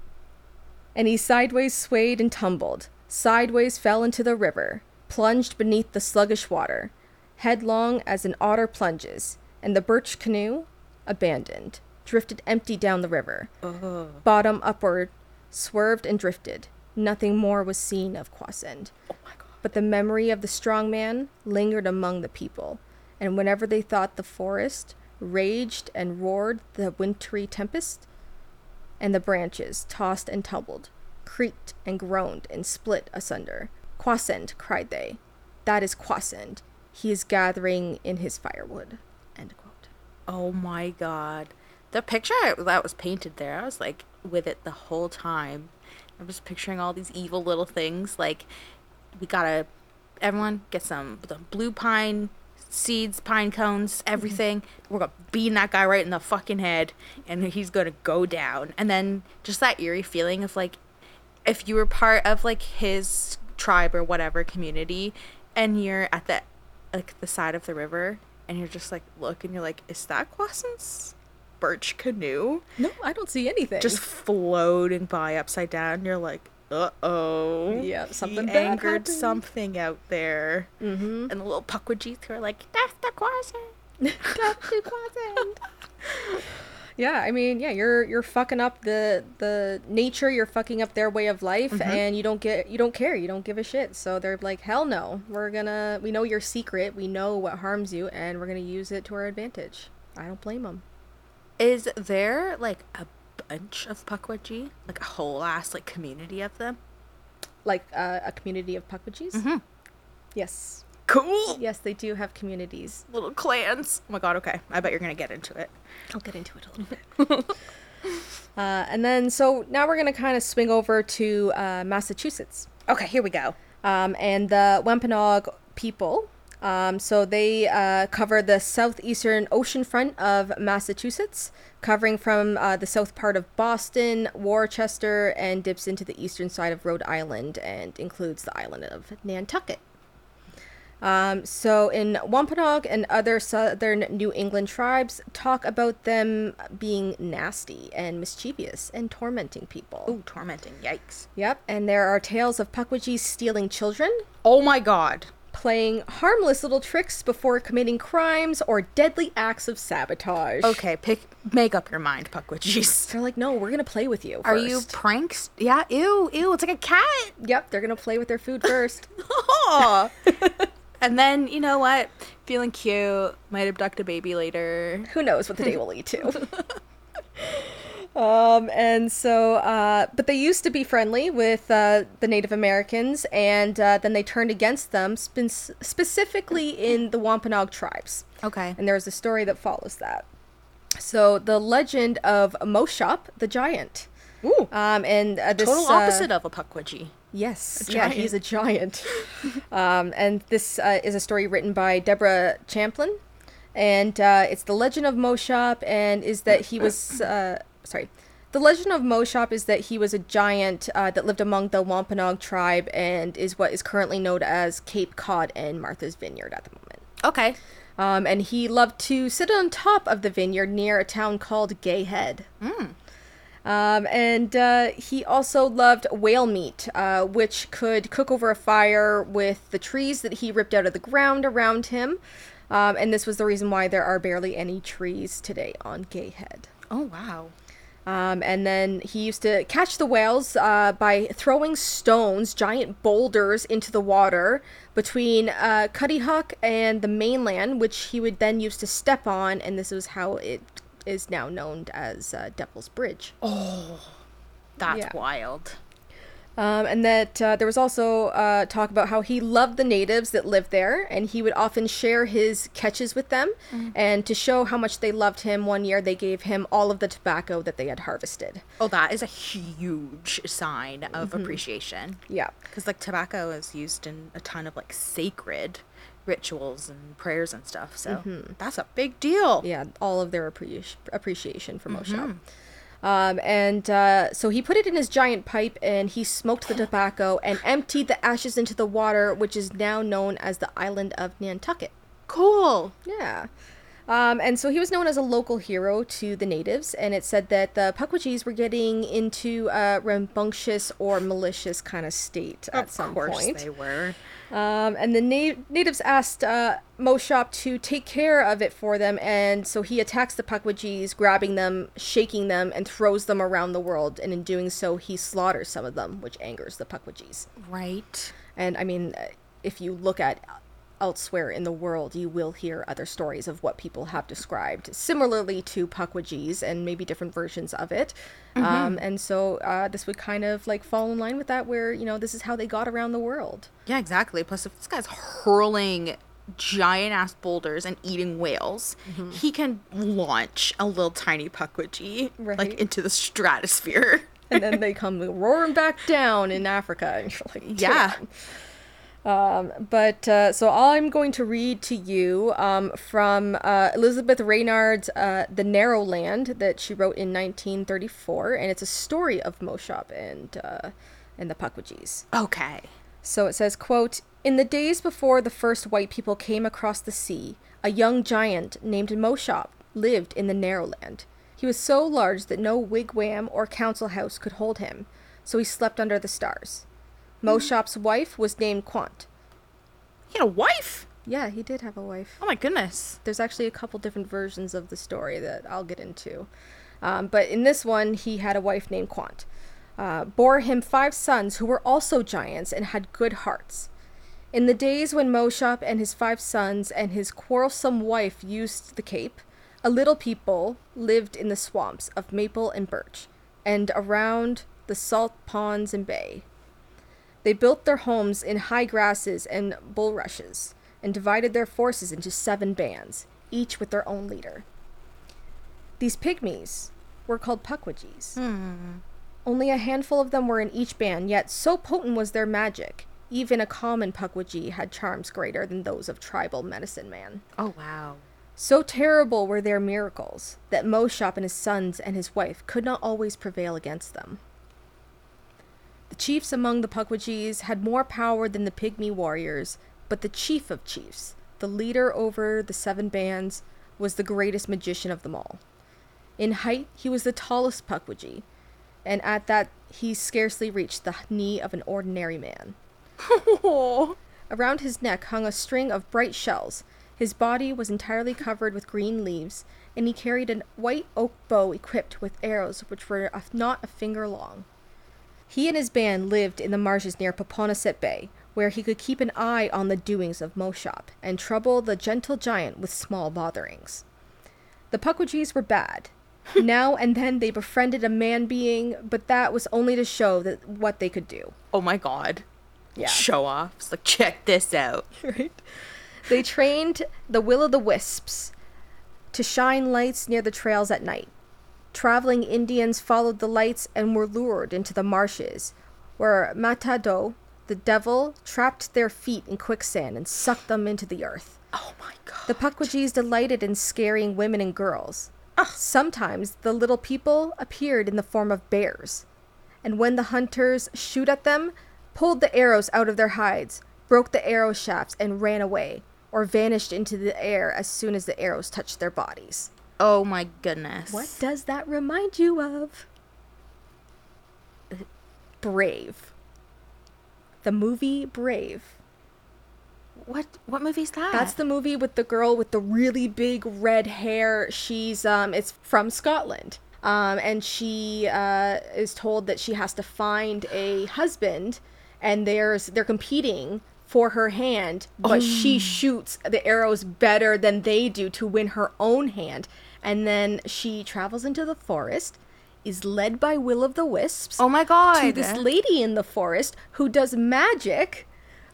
Speaker 2: and he sideways swayed and tumbled, sideways fell into the river, plunged beneath the sluggish water, headlong as an otter plunges, and the birch canoe, abandoned, drifted empty down the river, bottom upward, swerved and drifted. Nothing more was seen of Kwasend. But the memory of the strong man lingered among the people, and whenever they thought the forest raged and roared the wintry tempest, and the branches tossed and tumbled, creaked and groaned and split asunder. Quasend, cried they. That is Quasend. He is gathering in his firewood. End quote.
Speaker 1: Oh my god. The picture that was painted there, I was like with it the whole time. I'm just picturing all these evil little things. Like, we gotta, everyone get some the blue pine seeds, pine cones, everything. We're gonna bean that guy right in the fucking head, and he's gonna go down. And then just that eerie feeling of like, if you were part of like his tribe or whatever community and you're at the like the side of the river and you're just like look and you're like, is that Glossen's birch canoe
Speaker 2: No, I don't see anything.
Speaker 1: just floating by upside down? And you're like, uh oh,
Speaker 2: Yep, something
Speaker 1: he
Speaker 2: bad
Speaker 1: angered
Speaker 2: happened.
Speaker 1: something out there. Mm-hmm. And the little Puckwajeets are like, that's the Glossen. that's the Glossen.
Speaker 2: Yeah, I mean, yeah, you're you're fucking up the the nature, you're fucking up their way of life, and you don't get you don't care, you don't give a shit. So they're like, hell no, we're gonna we know your secret, we know what harms you, and we're gonna use it to our advantage. I don't blame them.
Speaker 1: Is there like a bunch of Puckwudgie? Like a whole ass like community of them?
Speaker 2: Like uh, a community of Puckwidgies. Yes,
Speaker 1: Cool.
Speaker 2: yes, they do have communities.
Speaker 1: Little clans. Oh my god, okay. I bet you're gonna get into it.
Speaker 2: I'll get into it a little bit. uh, and then so now we're gonna kind of swing over to uh, Massachusetts.
Speaker 1: Okay, here we go.
Speaker 2: um, and the Wampanoag people. Um, so they uh, cover the southeastern ocean front of Massachusetts, covering from uh, the south part of Boston, Worcester, and dips into the eastern side of Rhode Island and includes the island of Nantucket. Um, so in Wampanoag and other southern New England tribes, talk about them being nasty and mischievous and tormenting people.
Speaker 1: Ooh, tormenting. Yikes.
Speaker 2: Yep, and there are tales of Puckwidgees stealing children,
Speaker 1: Oh my god.
Speaker 2: playing harmless little tricks before committing crimes or deadly acts of sabotage.
Speaker 1: Okay, pick make up your mind, Puckwidgees.
Speaker 2: They're like, no, we're gonna play with you.
Speaker 1: Are you
Speaker 2: first."
Speaker 1: pranks? Yeah, ew, ew, it's like a cat.
Speaker 2: Yep, they're gonna play with their food first.
Speaker 1: Aw. and then you know what? Feeling cute, might abduct a baby later.
Speaker 2: Who knows what the day will lead to. Um, and so, uh, but they used to be friendly with uh, the Native Americans, and uh, then they turned against them, spen- specifically in the Wampanoag tribes.
Speaker 1: Okay.
Speaker 2: And there's a story that follows that. So the legend of Moshop the giant.
Speaker 1: Ooh.
Speaker 2: Um, and uh, this
Speaker 1: Total
Speaker 2: uh,
Speaker 1: opposite of a Puckwidgee.
Speaker 2: Yes,
Speaker 1: A
Speaker 2: yeah, he's a giant. um, and this uh, is a story written by Deborah Champlin, and uh, it's the legend of Moshop, and is that he was uh, sorry. The legend of Moshop is that he was a giant uh, that lived among the Wampanoag tribe and is what is currently known as Cape Cod and Martha's Vineyard at the moment.
Speaker 1: Okay.
Speaker 2: Um, and he loved to sit on top of the vineyard near a town called Gay Head. Um, and uh, he also loved whale meat, uh, which could cook over a fire with the trees that he ripped out of the ground around him. Um, and this was the reason why there are barely any trees today on Gay Head.
Speaker 1: Oh wow.
Speaker 2: Um, and then he used to catch the whales uh, by throwing stones, giant boulders, into the water between uh, Cuddy Hook and the mainland, which he would then use to step on, and this is how it is now known as uh, Devil's Bridge.
Speaker 1: That's
Speaker 2: Yeah.
Speaker 1: wild.
Speaker 2: Um, and that uh, there was also uh, talk about how he loved the natives that lived there, and he would often share his catches with them. And to show how much they loved him, one year they gave him all of the tobacco that they had harvested.
Speaker 1: Oh, that is a huge sign of appreciation.
Speaker 2: Yeah.
Speaker 1: Because, like, tobacco is used in a ton of, like, sacred rituals and prayers and stuff. So that's a big deal.
Speaker 2: Mm-hmm. yeah, all of their appreci- appreciation for Moshe.
Speaker 1: Mm-hmm.
Speaker 2: Um, and uh, so he put it in his giant pipe and he smoked the tobacco and emptied the ashes into the water, which is now known as the island of Nantucket.
Speaker 1: Cool.
Speaker 2: Yeah. Um, and so he was known as a local hero to the natives, and it said that the Puckwidgees were getting into a rambunctious or malicious kind of state at some
Speaker 1: of course
Speaker 2: point.
Speaker 1: they were.
Speaker 2: Um, and the na- natives asked uh, Moshop to take care of it for them, and so he attacks the Puckwidgees, grabbing them, shaking them, and throws them around the world. And in doing so, he slaughters some of them, which angers the Puckwidgees.
Speaker 1: Right.
Speaker 2: And I mean, uh, if you look at uh, elsewhere in the world, you will hear other stories of what people have described similarly to Puckwidgees and maybe different versions of it. Um, and so uh, this would kind of like fall in line with that, where you know this is how they got around the world.
Speaker 1: Yeah, exactly. Plus, if this guy's hurling giant ass boulders and eating whales,
Speaker 2: Mm-hmm.
Speaker 1: he can launch a little tiny puckwidgee,
Speaker 2: Right.
Speaker 1: like, into the stratosphere.
Speaker 2: and then they come roaring back down in Africa. And you're like,
Speaker 1: Yeah.
Speaker 2: "Damn." Um, but uh, so I'm going to read to you um, from uh, Elizabeth Reynard's uh, The Narrow Land that she wrote in 1934, and it's a story of Moshop and uh, and the Puckwidgees.
Speaker 1: Okay.
Speaker 2: So it says, quote, In the days before the first white people came across the sea, a young giant named Moshop lived in the narrow land. He was so large that no wigwam or council house could hold him, so he slept under the stars. Moshop's wife was named Quant.
Speaker 1: He had a wife.
Speaker 2: Yeah, he did have a wife.
Speaker 1: Oh my goodness.
Speaker 2: There's actually a couple different versions of the story that I'll get into. Um, but in this one, he had a wife named Quant. Uh, bore him five sons who were also giants and had good hearts. In the days when Moshop and his five sons and his quarrelsome wife used the cape, a little people lived in the swamps of maple and birch and around the salt ponds and bay. They built their homes in high grasses and bulrushes, and divided their forces into seven bands, each with their own leader. These pygmies were called Pukwudgies. Only a handful of them were in each band, yet so potent was their magic, even a common Pukwudgie had charms greater than those of tribal medicine man.
Speaker 1: Oh wow.
Speaker 2: So terrible were their miracles that Moshop and his sons and his wife could not always prevail against them. The chiefs among the Pukwudgies had more power than the Pygmy warriors, but the chief of chiefs, the leader over the seven bands, was the greatest magician of them all. In height, he was the tallest Pukwudgie, and at that, he scarcely reached the knee of an ordinary man.
Speaker 1: Oh
Speaker 2: Around his neck hung a string of bright shells. His body was entirely covered with green leaves, and he carried a white oak bow equipped with arrows which were a- not a finger long. He and his band lived in the marshes near Poponaset Bay, where he could keep an eye on the doings of Moshop and trouble the gentle giant with small botherings. The Pukwudgies were bad. now and then they befriended a man being, but that was only to show that what they could do.
Speaker 1: Oh my god.
Speaker 2: Yeah.
Speaker 1: Show offs. Like check this out.
Speaker 2: They trained the will o' the wisps to shine lights near the trails at night. Traveling Indians followed the lights and were lured into the marshes, where Matado, the devil, trapped their feet in quicksand and sucked them into the earth.
Speaker 1: Oh my god.
Speaker 2: The Pukwudgies delighted in scaring women and girls. Sometimes the little people appeared in the form of bears, and when the hunters shoot at them, pulled the arrows out of their hides, broke the arrow shafts, and ran away, or vanished into the air as soon as the arrows touched their bodies.
Speaker 1: Oh my goodness.
Speaker 2: What does that remind you of? Brave. The movie Brave.
Speaker 1: What what movie is that?
Speaker 2: That's the movie with the girl with the really big red hair. She's um, it's from Scotland. Um, and she uh, is told that she has to find a husband, and there's they're competing for her hand, but she shoots the arrows better than they do to win her own hand. And then she travels into the forest, is led by Will of the Wisps
Speaker 1: Oh my god.
Speaker 2: to this lady in the forest who does magic,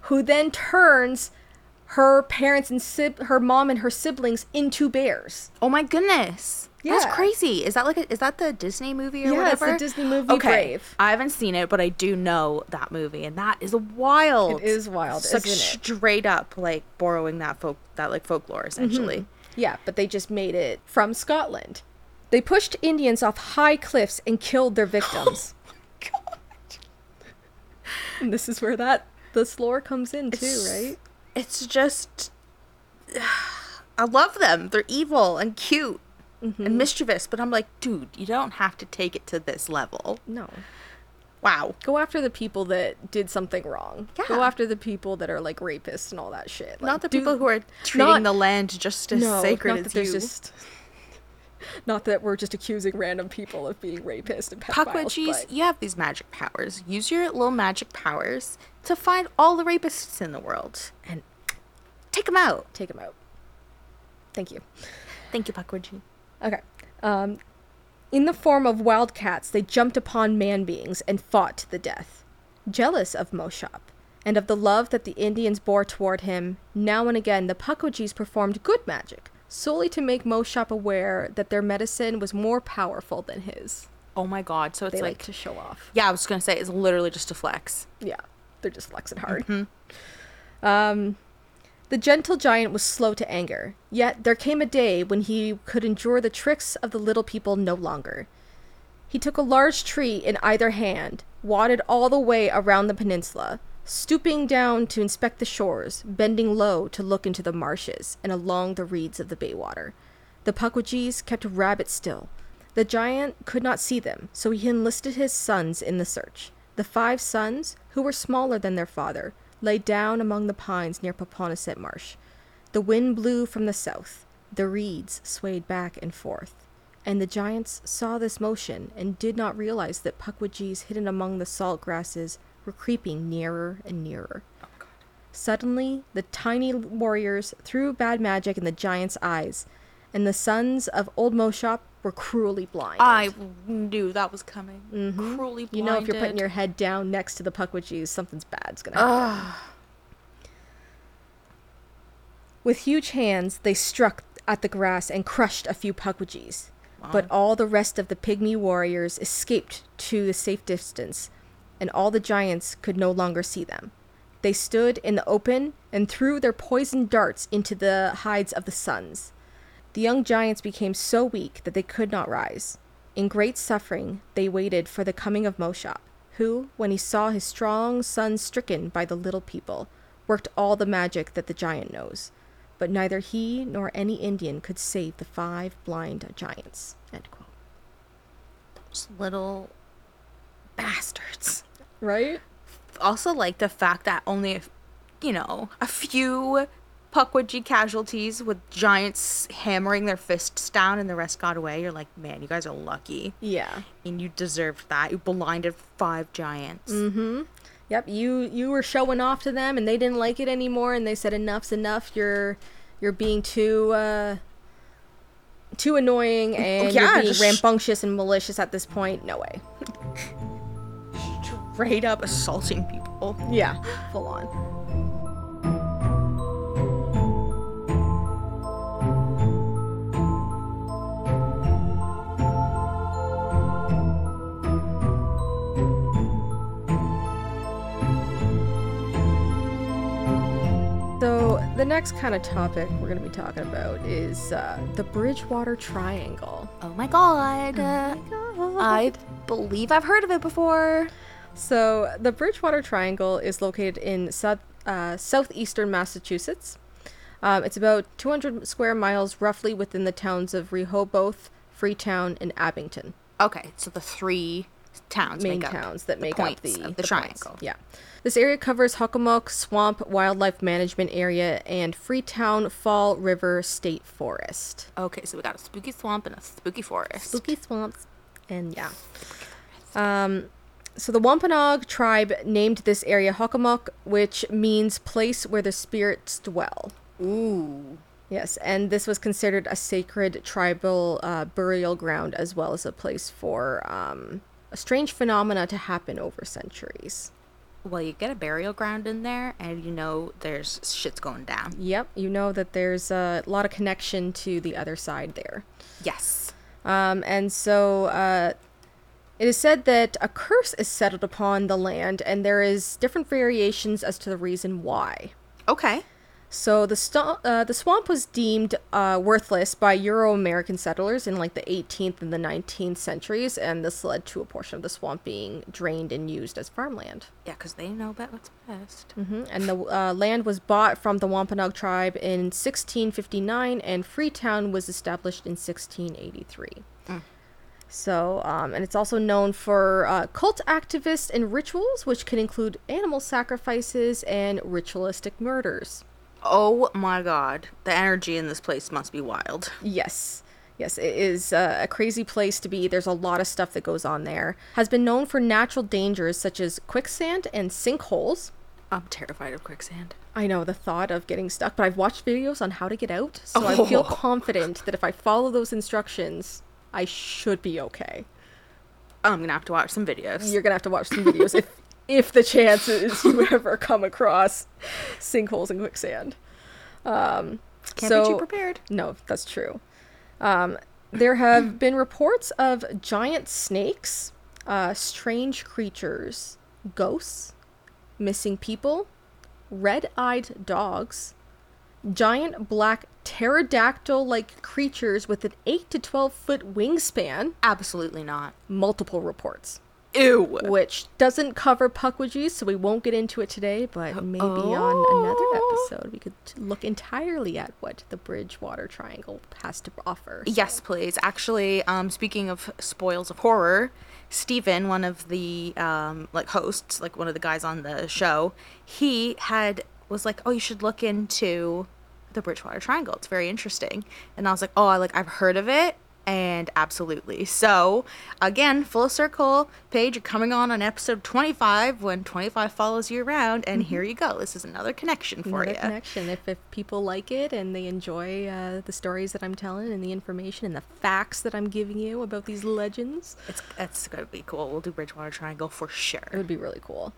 Speaker 2: who then turns her parents and sib- her mom and her siblings into bears.
Speaker 1: Oh my goodness.
Speaker 2: Yeah.
Speaker 1: That's crazy. Is that like a, is that the Disney movie or
Speaker 2: Yeah, it's the
Speaker 1: whatever?
Speaker 2: Disney movie Brave.
Speaker 1: I haven't seen it, but I do know that movie and that is wild.
Speaker 2: It is wild,
Speaker 1: Such
Speaker 2: isn't it?
Speaker 1: straight up like borrowing that folk that like folklore essentially.
Speaker 2: Yeah, but they just made it from Scotland. They pushed Indians off high cliffs and killed their victims. Mm-hmm. and this is where that this lore comes in too, right?
Speaker 1: It's just I love them. They're evil and cute
Speaker 2: Mm-hmm.
Speaker 1: and mischievous, but I'm like, dude, you don't have to take it to this level.
Speaker 2: No.
Speaker 1: Wow.
Speaker 2: Go after the people that did something wrong. Go
Speaker 1: Yeah.
Speaker 2: after the people that are like rapists and all that shit. Like,
Speaker 1: Not the
Speaker 2: do-
Speaker 1: people who are treating
Speaker 2: not-
Speaker 1: the land just as sacred
Speaker 2: not
Speaker 1: as
Speaker 2: that there's
Speaker 1: you.
Speaker 2: Just, not that we're just accusing random people of being rapists and pedophiles.
Speaker 1: Pukwudgies,
Speaker 2: but-
Speaker 1: you have these magic powers. Use your little magic powers to find all the rapists in the world and take them out.
Speaker 2: Take him out. Thank you.
Speaker 1: Thank you, Pukwudgie.
Speaker 2: Okay. Um, in the form of wildcats, they jumped upon man beings and fought to the death. Jealous of Moshop and of the love that the Indians bore toward him, now and again the Pukwudgies performed good magic, solely to make Moshop aware that their medicine was more powerful than his.
Speaker 1: Oh my god. So it's
Speaker 2: They
Speaker 1: like,
Speaker 2: like to show off.
Speaker 1: yeah, I was going to say, it's literally just a flex.
Speaker 2: Yeah, they're just flexing hard. Um, the gentle giant was slow to anger, yet there came a day when he could endure the tricks of the little people no longer. He took a large tree in either hand, wadded all the way around the peninsula, stooping down to inspect the shores, bending low to look into the marshes and along the reeds of the baywater. The Puckwidgees kept rabbit still. The giant could not see them, so he enlisted his sons in the search. The five sons, who were smaller than their father, lay down among the pines near Poponisset Marsh. The wind blew from the south. The reeds swayed back and forth. And the giants saw this motion and did not realize that Puckwidgees hidden among the salt grasses were creeping nearer and nearer. Suddenly, the tiny warriors threw bad magic in the giants' eyes, and the sons of Old Moshop were cruelly blind.
Speaker 1: I knew that was coming. Cruelly blinded.
Speaker 2: You know, if you're putting your head down next to the Puckwidgees, something's bad's gonna happen. With huge hands, they struck at the grass and crushed a few Puckwidgees. But all the rest of the pygmy warriors escaped to a safe distance, and all the giants could no longer see them. They stood in the open and threw their poisoned darts into the hides of the sons. The young giants became so weak that they could not rise. In great suffering, they waited for the coming of Moshop, who, when he saw his strong son stricken by the little people, worked all the magic that the giant knows. But neither he nor any Indian could save the five blind giants. End quote.
Speaker 1: little bastards.
Speaker 2: Right?
Speaker 1: Also, like the fact that only, a f- you know, a few Puckwidgee casualties with giants hammering their fists down and the rest got away. You're like, man, you guys are lucky.
Speaker 2: Yeah.
Speaker 1: And you deserved that. You blinded five giants.
Speaker 2: Yep, you you were showing off to them and they didn't like it anymore and they said enough's enough. You're you're being too uh too annoying and
Speaker 1: Mm, yeah,
Speaker 2: you're being
Speaker 1: just-
Speaker 2: rambunctious and malicious at this point. No way.
Speaker 1: Straight up assaulting people.
Speaker 2: Yeah, full on. So, the next kind of topic we're going to be talking about is uh, the Bridgewater Triangle.
Speaker 1: Oh my Oh god. I believe I've heard of it before.
Speaker 2: So the Bridgewater Triangle is located in south, uh, southeastern Massachusetts. Um, it's about 200 square miles, roughly within the towns of Rehoboth, Freetown, and Abington,
Speaker 1: Okay, so the three towns
Speaker 2: main
Speaker 1: make up
Speaker 2: towns that
Speaker 1: the
Speaker 2: make up
Speaker 1: points
Speaker 2: the,
Speaker 1: of the,
Speaker 2: the points.
Speaker 1: triangle.
Speaker 2: Yeah, this area covers Hockomock Swamp Wildlife Management Area and Freetown Fall River State Forest.
Speaker 1: Okay, so we got a spooky swamp and a spooky forest.
Speaker 2: spooky swamps and yeah um so the wampanoag tribe named this area hockomock which means place where the spirits dwell
Speaker 1: Ooh.
Speaker 2: yes and this was considered a sacred tribal uh, burial ground as well as a place for um a strange phenomena to happen over centuries
Speaker 1: Well, you get a burial ground in there, and you know there's shit's going down.
Speaker 2: yep you know that there's a lot of connection to the other side there
Speaker 1: Yes.
Speaker 2: Um, and so uh, it is said that a curse is settled upon the land, and there is different variations as to the reason why.
Speaker 1: Okay.
Speaker 2: So the sto- uh, the swamp was deemed uh, worthless by Euro-American settlers in like the 18th and the 19th centuries, and this led to a portion of the swamp being drained and used as farmland.
Speaker 1: Yeah, because they know about what's best.
Speaker 2: Mhm, And the uh, land was bought from the Wampanoag tribe in 1659, and Freetown was established in 1683. So, um, and it's also known for uh, cult activists and rituals, which can include animal sacrifices and ritualistic murders.
Speaker 1: Oh my god. The energy in this place must be wild.
Speaker 2: Yes. Yes, it is uh, a crazy place to be. There's a lot of stuff that goes on there. Has been known for natural dangers such as quicksand and sinkholes.
Speaker 1: I'm terrified of quicksand.
Speaker 2: I know the thought of getting stuck, but I've watched videos on how to get out, so I feel
Speaker 1: Oh.
Speaker 2: confident that if I follow those instructions, I should be okay.
Speaker 1: I'm gonna have to watch some videos.
Speaker 2: You're gonna have to watch some videos if if the chance is you ever come across sinkholes and quicksand. Um,
Speaker 1: Can't be
Speaker 2: so-
Speaker 1: too prepared.
Speaker 2: No, that's true. Um, there have been reports of giant snakes, uh, strange creatures, ghosts, missing people, red eyed dogs, giant black pterodactyl like creatures with an 8 to 12 foot wingspan,
Speaker 1: Absolutely not.
Speaker 2: multiple reports.
Speaker 1: Ew.
Speaker 2: which doesn't cover puckwidgees, so we won't get into it today, but maybe
Speaker 1: Oh.
Speaker 2: on another episode we could look entirely at what the Bridgewater Triangle has to offer.
Speaker 1: Yes, please. Actually, um, speaking of spoils of horror, Stephen, one of the um, like hosts, like one of the guys on the show, he had was like, "Oh, you should look into the Bridgewater Triangle. It's very interesting." And I was like, "Oh, I like I've heard of it." And absolutely. So, again, full circle, Paige, you're coming on on episode 25 when 25 follows you around, and here you go. This is another connection for
Speaker 2: Another
Speaker 1: you.
Speaker 2: connection. If, if people like it and they enjoy uh, the stories that I'm telling and the information and the facts that I'm giving you about these legends,
Speaker 1: It's, it's going to be cool. We'll do Bridgewater Triangle for
Speaker 2: it
Speaker 1: sure.
Speaker 2: would be really cool.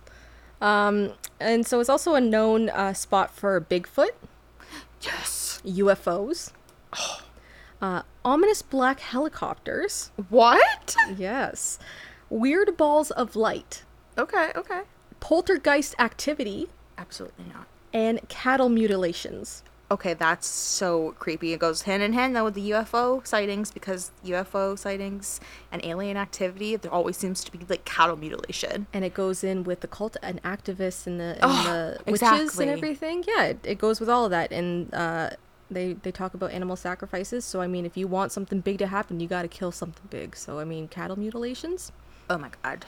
Speaker 2: Um, and so it's also a known uh, spot for Bigfoot,
Speaker 1: Yes.
Speaker 2: UFOs, uh, ominous black helicopters.
Speaker 1: What?
Speaker 2: Yes. Weird balls of light,
Speaker 1: Okay, okay.
Speaker 2: poltergeist activity,
Speaker 1: Absolutely not.
Speaker 2: and cattle mutilations.
Speaker 1: Okay, that's so creepy. It goes hand in hand though with the UFO sightings because UFO sightings and alien activity there always seems to be like cattle mutilation.
Speaker 2: And it goes in with the cult and activists and the, and
Speaker 1: Oh,
Speaker 2: the witches
Speaker 1: exactly.
Speaker 2: and everything. Yeah, it, it goes with all of that. And uh, they, they talk about animal sacrifices. So, I mean, if you want something big to happen, you got to kill something big. So, I mean, cattle mutilations,
Speaker 1: Oh my god.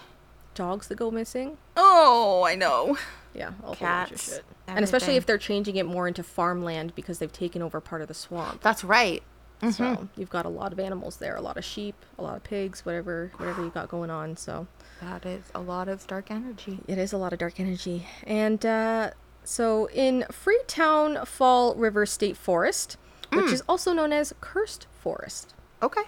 Speaker 2: dogs that go missing.
Speaker 1: Oh, I know.
Speaker 2: Yeah, all Cats,
Speaker 1: Cats,
Speaker 2: shit. And especially
Speaker 1: everything.
Speaker 2: if they're changing it more into farmland because they've taken over part of the swamp.
Speaker 1: That's right.
Speaker 2: So you've got a lot of animals there, a lot of sheep, a lot of pigs, whatever whatever you got going on. So
Speaker 1: That is a lot of dark energy.
Speaker 2: it is a lot of dark energy. And uh, so in Freetown Fall River State Forest, which is also known as Cursed Forest.
Speaker 1: Okay.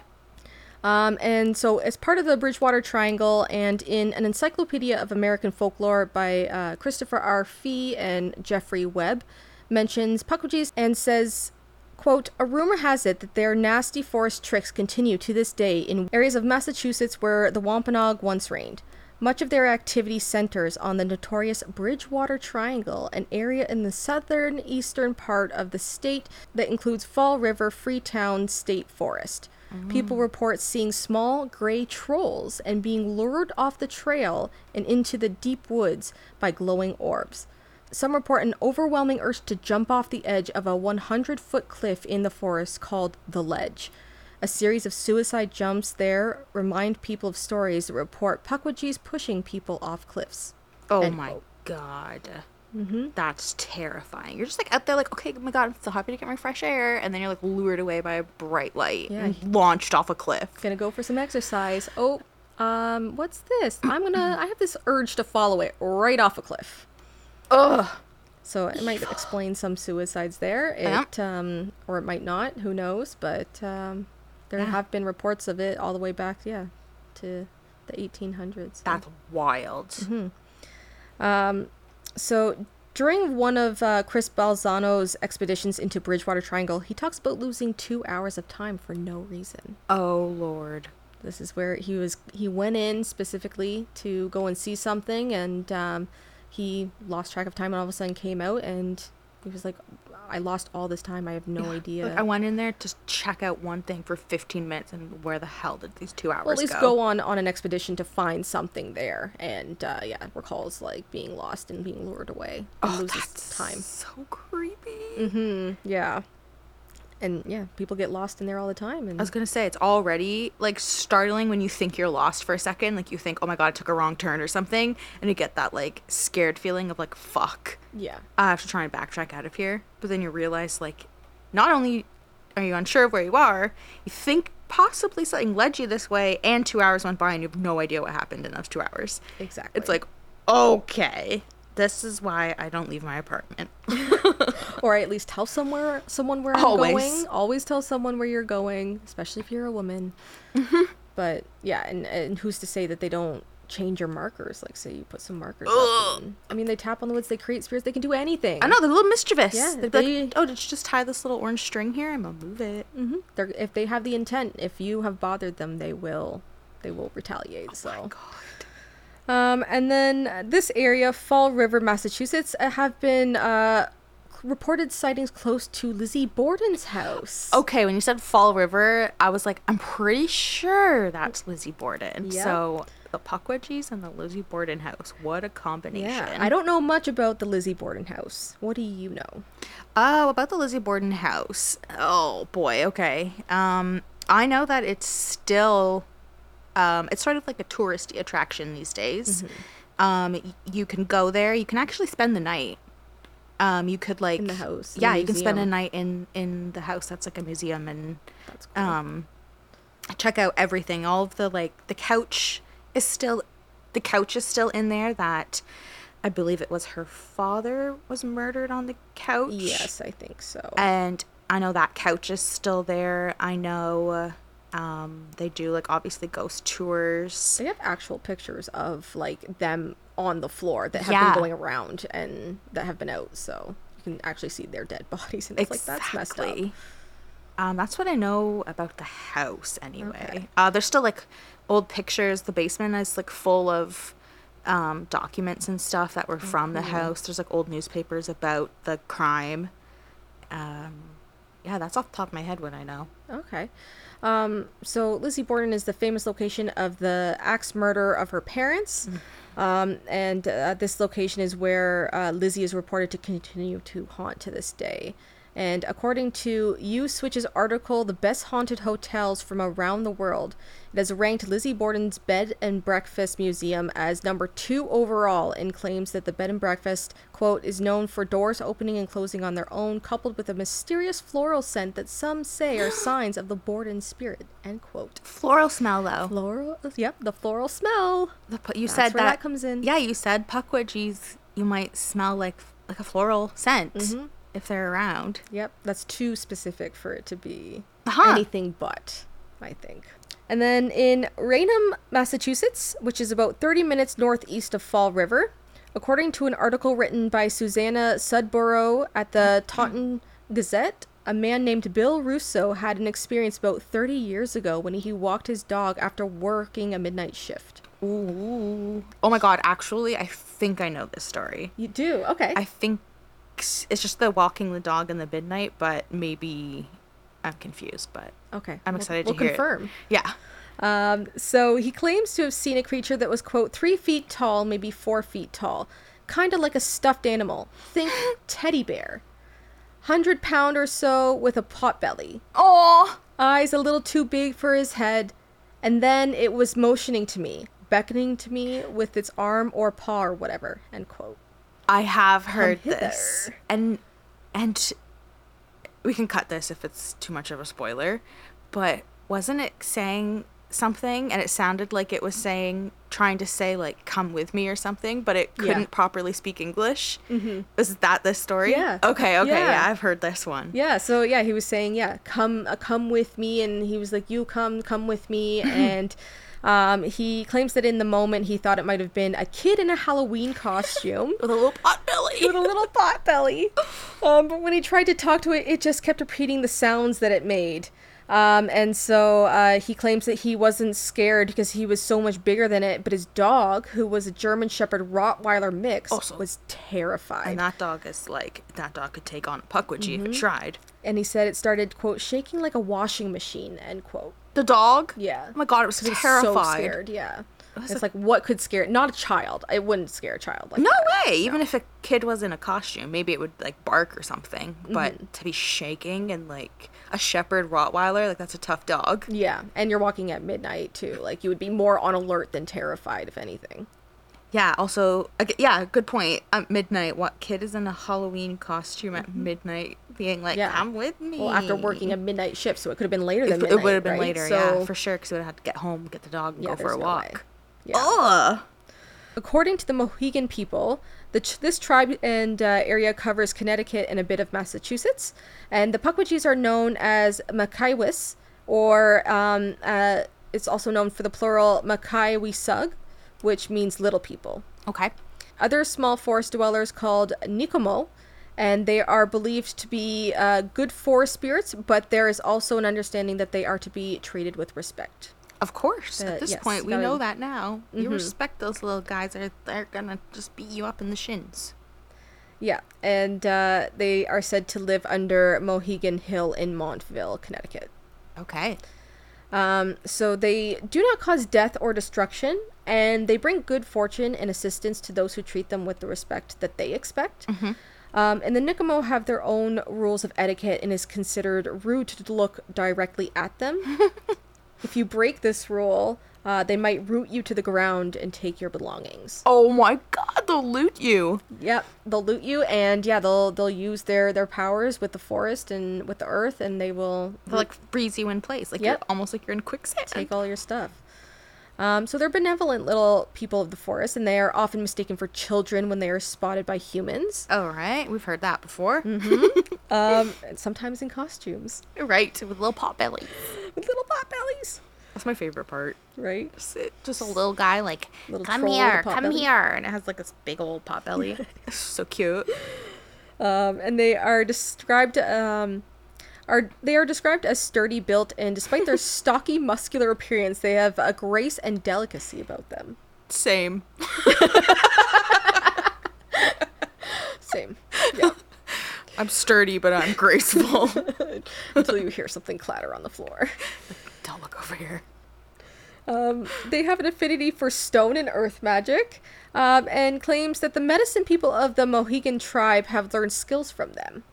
Speaker 2: Um, and so, as part of the Bridgewater Triangle, and in an Encyclopedia of American Folklore by uh, Christopher R. Fee and Jeffrey Webb, mentions Puckwidgees and says, "Quote: A rumor has it that their nasty forest tricks continue to this day in areas of Massachusetts where the Wampanoag once reigned. Much of their activity centers on the notorious Bridgewater Triangle, an area in the southern eastern part of the state that includes Fall River Freetown State Forest. People report seeing small gray trolls and being lured off the trail and into the deep woods by glowing orbs. Some report an overwhelming urge to jump off the edge of a 100 foot cliff in the forest called the Ledge. A series of suicide jumps there remind people of stories that report Puckwidgees pushing people off cliffs.
Speaker 1: Oh
Speaker 2: End
Speaker 1: my
Speaker 2: quote.
Speaker 1: god. Mm-hmm. That's terrifying. You're just like out there, like, okay, oh my god, I'm so happy to get my fresh air. And then you're like lured away by a bright light
Speaker 2: Yeah.
Speaker 1: and launched off a cliff.
Speaker 2: Gonna go for some exercise. Oh, um, what's this? I'm gonna. I have this urge to follow it right off a cliff.
Speaker 1: Ugh.
Speaker 2: So it might explain some suicides there.
Speaker 1: Yeah.
Speaker 2: It um, or it might not. Who knows? But um, there have been reports of it all the way back, yeah, to the 1800s.
Speaker 1: That's wild.
Speaker 2: So during one of uh, Chris Balzano's expeditions into Bridgewater Triangle, he talks about losing two hours of time for no reason.
Speaker 1: Oh lord.
Speaker 2: This is where he was. He went in specifically to go and see something, and um, he lost track of time, and all of a sudden came out, and he was like, "I lost all this time. I have no idea."
Speaker 1: Like, I went in there to check out one thing for 15 minutes, and where the hell did these two hours
Speaker 2: well, at least
Speaker 1: go?
Speaker 2: go. on on an expedition to find something there, and uh, yeah, recalls like being lost and being lured away. and
Speaker 1: oh,
Speaker 2: loses
Speaker 1: that's
Speaker 2: time. Mm-hmm.
Speaker 1: so creepy.
Speaker 2: Yeah, and yeah, people get lost in there all the time, and
Speaker 1: I was gonna say it's already like startling when you think you're lost for a second. Like you think, oh my god, I took a wrong turn or something, and you get that like scared feeling of like, fuck,
Speaker 2: yeah,
Speaker 1: I have to try and backtrack out of here. But then you realize like, not only are you unsure of where you are, you think possibly something led you this way, and two hours went by, and you have no idea what happened in those two hours.
Speaker 2: exactly.
Speaker 1: It's like, okay, this is why I don't leave my apartment.
Speaker 2: or at least tell somewhere someone where
Speaker 1: Always.
Speaker 2: I'm going. Always tell someone where you're going, especially if you're a woman. But yeah, and, and who's to say that they don't change your markers? Like, say you put some markers. Up and, I mean, they tap on the woods. They create spirits. They can do anything.
Speaker 1: I know they're a little mischievous.
Speaker 2: Yeah,
Speaker 1: They'd be
Speaker 2: they-
Speaker 1: like, oh, did you just tie this little orange string here? I'm gonna move it.
Speaker 2: They're, if they have the intent, if you have bothered them, they will. They will
Speaker 1: Oh
Speaker 2: retaliate. so. Um, and then uh, this area, Fall River, Massachusetts, uh, have been uh, c- reported sightings close to Lizzie Borden's house.
Speaker 1: Okay, when you said Fall River, I was like, I'm pretty sure that's Lizzie Borden.
Speaker 2: Yep.
Speaker 1: So the Puckwedgies and the Lizzie Borden house. What a combination.
Speaker 2: Yeah, I don't know much about the Lizzie Borden house. What do you know?
Speaker 1: Oh, about the Lizzie Borden house. Oh boy, okay. Um, I know that it's still, um, it's sort of like a touristy attraction these days.
Speaker 2: Mm-hmm.
Speaker 1: Um, y- you can go there. You can actually spend the night. Um, you could like
Speaker 2: the house, in the
Speaker 1: Yeah, you can spend a
Speaker 2: museum.
Speaker 1: night in in the house. That's like a museum, and
Speaker 2: That's cool.
Speaker 1: um, check out everything. All of the like the couch is still, the couch is still in there. That I believe it was her father was murdered on the couch.
Speaker 2: yes, I think so.
Speaker 1: And I know that couch is still there. I know um, they do like obviously ghost tours.
Speaker 2: they have actual pictures of like them on the floor that have
Speaker 1: Yeah.
Speaker 2: been going around and that have been out, so you can actually see their dead bodies. And it's like that's messed up.
Speaker 1: Exactly. Um, that's what I know about the house anyway. Uh, there's still like old pictures. The basement is like full of um, documents and stuff that were from the house. There's like old newspapers about the crime. Um, yeah, that's off the top of my head what I know.
Speaker 2: Okay. Um, so Lizzie Borden is the famous location of the axe murder of her parents.
Speaker 1: Mm.
Speaker 2: Um, and uh, this location is where uh, Lizzie is reported to continue to haunt to this day. And according to U Switch's article, The Best Haunted Hotels from Around the World, it has ranked Lizzie Borden's Bed and Breakfast Museum as number two overall and claims that the bed and breakfast, quote, is known for doors opening and closing on their own, coupled with a mysterious floral scent that some say are signs of the Borden spirit, end quote.
Speaker 1: Floral smell though.
Speaker 2: Floral, yep, the floral smell.
Speaker 1: The pu- you
Speaker 2: That's
Speaker 1: said
Speaker 2: where
Speaker 1: that,
Speaker 2: that comes in.
Speaker 1: Yeah, you said puckwidgies. You might smell like like a floral scent
Speaker 2: Mm-hmm.
Speaker 1: if they're around.
Speaker 2: Yep, that's too specific for it to be
Speaker 1: Uh-huh.
Speaker 2: anything but, I think. And then in Raynham, Massachusetts, which is about 30 minutes northeast of Fall River, according to an article written by Susanna Sudborough at
Speaker 1: Mm-hmm.
Speaker 2: the Taunton Gazette, a man named Bill Russo had an experience about 30 years ago when he walked his dog after working a midnight shift.
Speaker 1: Ooh. Oh my god! Actually, I think I know this story.
Speaker 2: You do? Okay.
Speaker 1: I think s- it's just the walking the dog in the midnight, but maybe I'm confused. But
Speaker 2: okay.
Speaker 1: I'm
Speaker 2: We'll-
Speaker 1: excited
Speaker 2: we'll
Speaker 1: to hear. it.
Speaker 2: confirm.
Speaker 1: Yeah.
Speaker 2: Um, so he claims to have seen a creature that was, quote, three feet tall, maybe four feet tall, kind of like a stuffed animal. Think teddy bear. 100 pound or so with a pot belly,
Speaker 1: Oh.
Speaker 2: eyes a little too big for his head, and then it was motioning to me, beckoning to me with its arm or paw or whatever, end quote.
Speaker 1: I have heard
Speaker 2: hither.
Speaker 1: this, and and we can cut this if it's too much of a spoiler. But wasn't it saying something, and it sounded like it was saying trying to say like "come with me" or something, but it
Speaker 2: Yeah.
Speaker 1: couldn't properly speak English. Mm-hmm. Is that this story?
Speaker 2: Yeah.
Speaker 1: Okay. Okay.
Speaker 2: Yeah.
Speaker 1: Yeah, I've heard this one.
Speaker 2: Yeah, so yeah, he was saying, yeah, come, uh, come with me, and he was like, you come, come with me, and um, he claims that in the moment he thought it might have been a kid in a Halloween costume
Speaker 1: With a little pot belly.
Speaker 2: with a little pot belly, um, but when he tried to talk to it, it just kept repeating the sounds that it made. Um, and so uh, he claims that he wasn't scared because he was so much bigger than it, but his dog, who was a German Shepherd Rottweiler mix,
Speaker 1: Also-
Speaker 2: was terrified.
Speaker 1: and that dog is like that dog could take on a puckwidgie
Speaker 2: Mm-hmm.
Speaker 1: if it tried.
Speaker 2: and he said it started quote shaking like a washing machine end quote
Speaker 1: The dog.
Speaker 2: yeah
Speaker 1: Oh my god, it was
Speaker 2: He was
Speaker 1: terrified.
Speaker 2: so scared yeah
Speaker 1: was
Speaker 2: it's
Speaker 1: a-
Speaker 2: like what could scare not a child it wouldn't scare a child like
Speaker 1: No
Speaker 2: that.
Speaker 1: way. Even if a kid was in a costume, maybe it would like bark or something.
Speaker 2: Mm-hmm.
Speaker 1: But to be shaking and like a shepherd Rottweiler, like that's a tough dog.
Speaker 2: yeah and you're walking at midnight too like you would be more on alert than terrified if anything
Speaker 1: Yeah. Also, ag- yeah. Good point. At midnight, what kid is in a Halloween costume at midnight, being like,
Speaker 2: Mm-hmm. Yeah.
Speaker 1: "Come with me."
Speaker 2: well after working a midnight shift so it could have been later
Speaker 1: it,
Speaker 2: than
Speaker 1: it
Speaker 2: midnight
Speaker 1: would have been
Speaker 2: right?
Speaker 1: later.
Speaker 2: so,
Speaker 1: yeah, for sure. Because we would have had to get home, get the dog, and
Speaker 2: yeah,
Speaker 1: go for
Speaker 2: there's
Speaker 1: a
Speaker 2: no way.
Speaker 1: walk.
Speaker 2: yeah
Speaker 1: Ugh.
Speaker 2: According to the Mohegan people, the ch- this tribe and uh, area covers Connecticut and a bit of Massachusetts, and the Puckwidgees are known as Makaiwis, or um, uh, it's also known for the plural Makaiwisug, which means little people.
Speaker 1: Okay.
Speaker 2: Other small forest dwellers called Nikomo, and they are believed to be uh, good forest spirits, but there is also an understanding that they are to be treated with respect.
Speaker 1: Of course.
Speaker 2: Uh,
Speaker 1: At this
Speaker 2: yes, Mm-hmm.
Speaker 1: point, we
Speaker 2: gotta-
Speaker 1: know that now. You respect those little guys, or they're gonna just beat you up in the shins.
Speaker 2: Yeah, and uh, they are said to live under Mohegan Hill in Montville, Connecticut.
Speaker 1: Okay.
Speaker 2: Um, so they do not cause death or destruction, and they bring good fortune and assistance to those who treat them with the respect that they expect. Um, and the Nikomo have their own rules of etiquette and is considered rude to look directly at them. if you break this rule, uh, they might root you to the ground and take your belongings.
Speaker 1: Oh my god, they'll loot you.
Speaker 2: Yep, they'll loot you, and yeah, they'll they'll use their their powers with the forest and with the earth, and they will
Speaker 1: They'll like freeze you in place. Like
Speaker 2: Yep.
Speaker 1: you're almost like you're in quicksand.
Speaker 2: take all your stuff. Um, so they're benevolent little people of the forest, and they are often mistaken for children when they are spotted by humans,
Speaker 1: all right, we've heard that before.
Speaker 2: um, and sometimes in costumes
Speaker 1: Right, with little pot bellies.
Speaker 2: with little pot bellies,
Speaker 1: That's my favorite part.
Speaker 2: right?
Speaker 1: Just, it- just a little guy like
Speaker 2: Little
Speaker 1: come
Speaker 2: troll with a
Speaker 1: here,
Speaker 2: pot
Speaker 1: come
Speaker 2: belly.
Speaker 1: here, and it has like this big old pot belly. so cute.
Speaker 2: Um, and they are described um, are they are described as sturdy built, and despite their stocky, muscular appearance, they have a grace and delicacy about them.
Speaker 1: Same.
Speaker 2: Same. Yeah.
Speaker 1: I'm sturdy, but I'm graceful.
Speaker 2: Until you hear something clatter on the floor.
Speaker 1: Don't look over here.
Speaker 2: Um, they have an affinity for stone and earth magic, um, and claims that the medicine people of the Mohegan tribe have learned skills from them.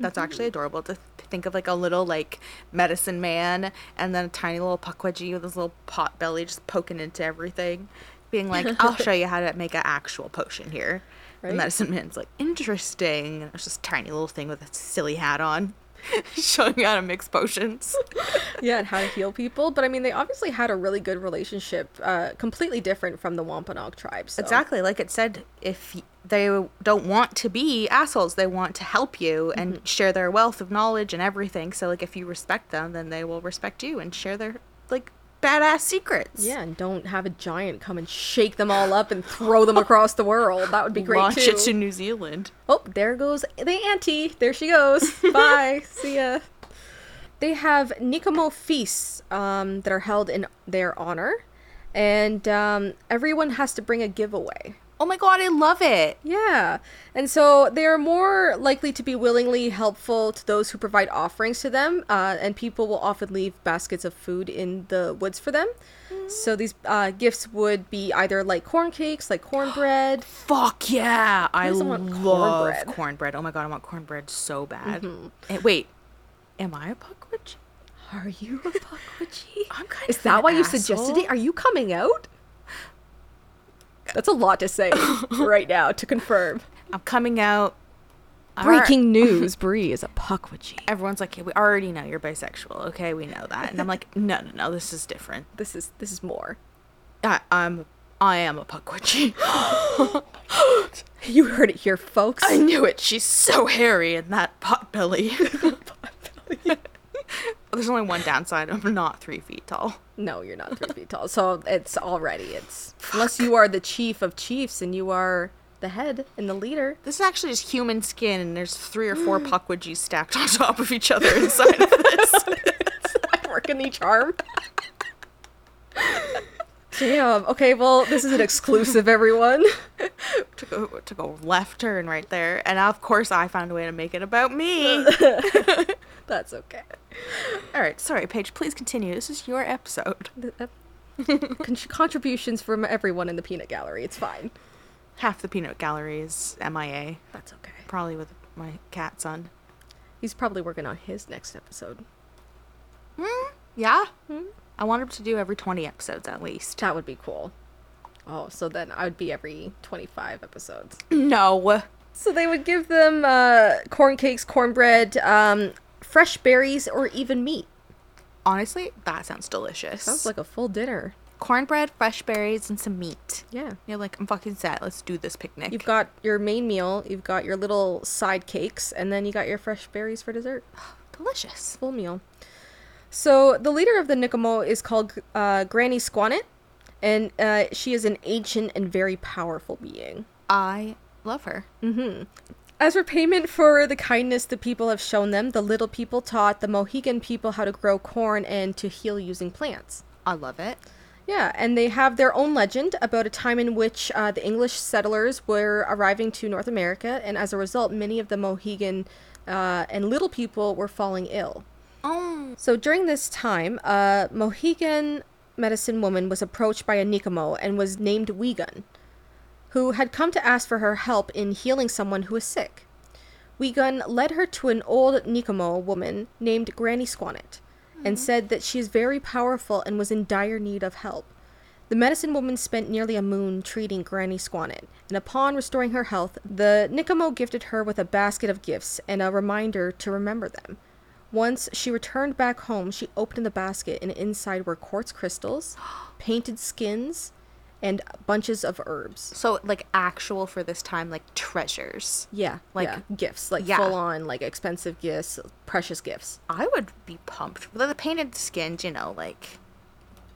Speaker 1: That's actually adorable to th- think of like a little like medicine man and then a tiny little puckwudgie with his little pot belly just poking into everything, being like, I'll show you how to make an actual potion here.
Speaker 2: Right?
Speaker 1: The medicine man's like, interesting. And it's just a tiny little thing with a silly hat on, showing you how to mix potions.
Speaker 2: Yeah, and how to heal people. But I mean, they obviously had a really good relationship, uh, completely different from the Wampanoag tribe. So.
Speaker 1: Exactly. Like it said, if y- they don't want to be assholes, they want to help you and
Speaker 2: Mm-hmm.
Speaker 1: share their wealth of knowledge and everything. So, like, if you respect them, then they will respect you and share their, like, badass secrets.
Speaker 2: Yeah, and don't have a giant come and shake them all up and throw them across the world. That would be great
Speaker 1: Launch
Speaker 2: too.
Speaker 1: it to New Zealand.
Speaker 2: Oh, there goes the auntie. There she goes. Bye. See ya. They have Nikomo feasts um, that are held in their honor, and um, everyone has to bring a giveaway.
Speaker 1: Oh my god, I love it.
Speaker 2: Yeah, and so they are more likely to be willingly helpful to those who provide offerings to them, uh, and people will often leave baskets of food in the woods for them. So these uh, gifts would be either like corn cakes, like cornbread,
Speaker 1: Fuck yeah. I
Speaker 2: doesn't want
Speaker 1: love cornbread?
Speaker 2: cornbread? Mm-hmm.
Speaker 1: Oh my god, I want cornbread so bad. Eh, wait, am I a puckwitch?
Speaker 2: Are you a Puckwitchie?
Speaker 1: I'm kind
Speaker 2: Is
Speaker 1: of
Speaker 2: that
Speaker 1: an
Speaker 2: why you suggested
Speaker 1: asshole.
Speaker 2: it? Are you coming out? That's a lot to say right now to confirm.
Speaker 1: I'm coming out. All right.
Speaker 2: Breaking news: Bree is a Puckwitchie.
Speaker 1: everyone's like, okay, we already know you're bisexual. Okay, we know that. And I'm like, no, no, no, this is different.
Speaker 2: This is this is more.
Speaker 1: I, I'm, I am a puckwitchie.
Speaker 2: You heard it here, folks.
Speaker 1: I knew it. She's so hairy in that pot belly. There's only one downside. I'm not three feet tall.
Speaker 2: No, you're not three feet tall. So it's already it's unless you are the chief of chiefs and you are the head and the leader.
Speaker 1: This is actually just human skin, and there's three or four puckwidgies stacked on top of each other inside of this.
Speaker 2: I work in each arm. Damn. Okay. Well, this is an exclusive, everyone.
Speaker 1: took, a, took a left turn right there, and of course I found a way to make it about me.
Speaker 2: That's okay.
Speaker 1: All right, sorry, Paige. Please continue. This is your episode.
Speaker 2: The- uh, con- contributions from everyone in the peanut gallery. It's fine.
Speaker 1: half the peanut gallery is MIA,
Speaker 2: That's okay.
Speaker 1: probably with my cat son.
Speaker 2: He's probably working on his next episode.
Speaker 1: Yeah? Hmm? I want him to do every 20 episodes at least.
Speaker 2: That would be cool. Oh, so then I would be every 25 episodes.
Speaker 1: No.
Speaker 2: So they would give them uh, corn cakes, cornbread, um, fresh berries, or even meat.
Speaker 1: Honestly, that sounds delicious.
Speaker 2: Sounds like a full dinner.
Speaker 1: cornbread, fresh berries, and some meat.
Speaker 2: Yeah.
Speaker 1: You're like, I'm fucking set. Let's do this picnic.
Speaker 2: You've got your main meal, you've got your little side cakes, and then you got your fresh berries for dessert.
Speaker 1: delicious.
Speaker 2: Full meal. So the leader of the Nikomo is called uh, Granny Squanet, and uh, she is an ancient and very powerful being.
Speaker 1: I love her.
Speaker 2: As repayment for the kindness the people have shown them, the little people taught the Mohegan people how to grow corn and to heal using plants.
Speaker 1: I love it.
Speaker 2: Yeah, and they have their own legend about a time in which uh, the English settlers were arriving to North America, and as a result, many of the Mohegan uh, and little people were falling ill.
Speaker 1: Oh.
Speaker 2: So during this time, uh, Mohegan medicine woman was approached by a Nikomo and was named Weegun, who had come to ask for her help in healing someone who was sick. Weegun led her to an old Nikomo woman named Granny Squanet and said that she is very powerful and was in dire need of help. The medicine woman spent nearly a moon treating Granny Squanet, and upon restoring her health, the Nikomo gifted her with a basket of gifts and a reminder to remember them. Once she returned back home, she opened the basket, and inside were quartz crystals, painted skins, and bunches of herbs.
Speaker 1: So like actual for this time like treasures.
Speaker 2: Yeah,
Speaker 1: Like-
Speaker 2: like gifts, like
Speaker 1: Yeah.
Speaker 2: full on, like expensive gifts, precious gifts.
Speaker 1: I would be pumped. The, the painted skins, you know, like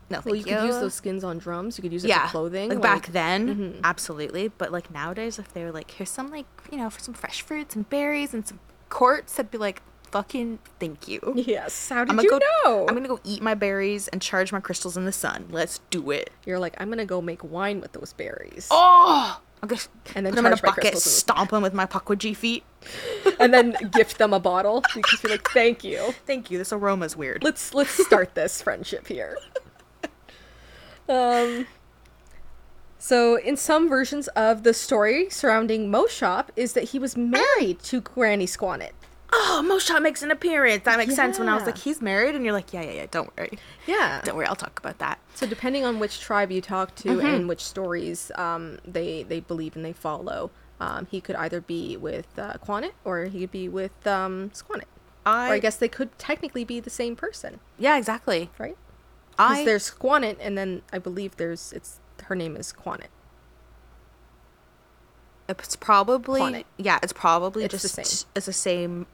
Speaker 1: no,
Speaker 2: Well, you
Speaker 1: thank
Speaker 2: could use those skins on drums. You could use it
Speaker 1: yeah,
Speaker 2: for clothing.
Speaker 1: Like, mm-hmm. back then, absolutely. But like nowadays, if they were like, here's some like you know for some fresh fruits and berries and some quartz, I'd be like, fucking thank you.
Speaker 2: Yes. How did
Speaker 1: I'm gonna
Speaker 2: you
Speaker 1: go.
Speaker 2: know?
Speaker 1: I'm gonna go eat my berries and charge my crystals in the sun. Let's do it.
Speaker 2: You're like, I'm gonna go make wine with those berries.
Speaker 1: Oh, I'm gonna
Speaker 2: And then
Speaker 1: put them in a
Speaker 2: charge my
Speaker 1: bucket,
Speaker 2: crystals in the-
Speaker 1: stomp them with my pakwaji feet.
Speaker 2: and then gift them a bottle because you're like, thank you.
Speaker 1: Thank you. This aroma's weird.
Speaker 2: Let's let's start this friendship here. Um so in some versions of the story surrounding Mo Shop is that he was married to Granny Squanet.
Speaker 1: oh, Moshot makes an appearance. That makes sense. When I was
Speaker 2: Yeah.
Speaker 1: like, he's married, and you're like, yeah, yeah, yeah. Don't worry,
Speaker 2: Yeah.
Speaker 1: don't worry. I'll talk about that.
Speaker 2: So depending on which tribe you talk to and which stories um, they they believe and they follow, um, he could either be with uh, Quanet or he could be with um, Squanet.
Speaker 1: I,
Speaker 2: or I guess they could technically be the same person,
Speaker 1: yeah, exactly.
Speaker 2: right? Because
Speaker 1: I
Speaker 2: there's Quanet, and then I believe there's it's her name is Quanet.
Speaker 1: it's probably
Speaker 2: Quanit.
Speaker 1: yeah, it's probably
Speaker 2: It's the
Speaker 1: just
Speaker 2: same.
Speaker 1: it's the same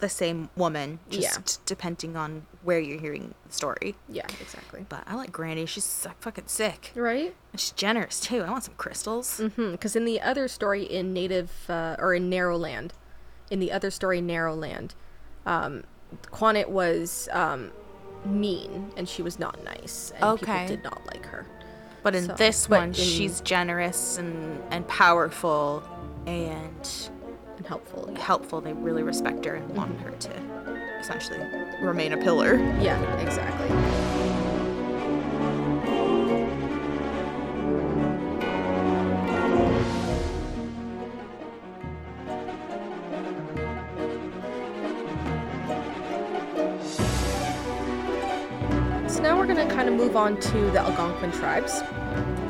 Speaker 1: the same woman, just
Speaker 2: Yeah.
Speaker 1: depending on where you're hearing the story.
Speaker 2: Yeah, exactly.
Speaker 1: But I like Granny. She's so fucking sick.
Speaker 2: Right?
Speaker 1: And she's generous too. I want some crystals.
Speaker 2: Mm-hmm. Because Hmm, in the other story in Native uh, or in Narrowland, in the other story in Narrowland, um, Quanet was um, mean and she was not nice, and
Speaker 1: Okay.
Speaker 2: people did not like her.
Speaker 1: But in
Speaker 2: So-
Speaker 1: this
Speaker 2: but
Speaker 1: one,
Speaker 2: in-
Speaker 1: she's generous and and powerful and
Speaker 2: and helpful. Yeah,
Speaker 1: helpful. They really respect her and want her to essentially remain a pillar.
Speaker 2: yeah exactly. So now we're going to kind of move on to the Algonquin tribes.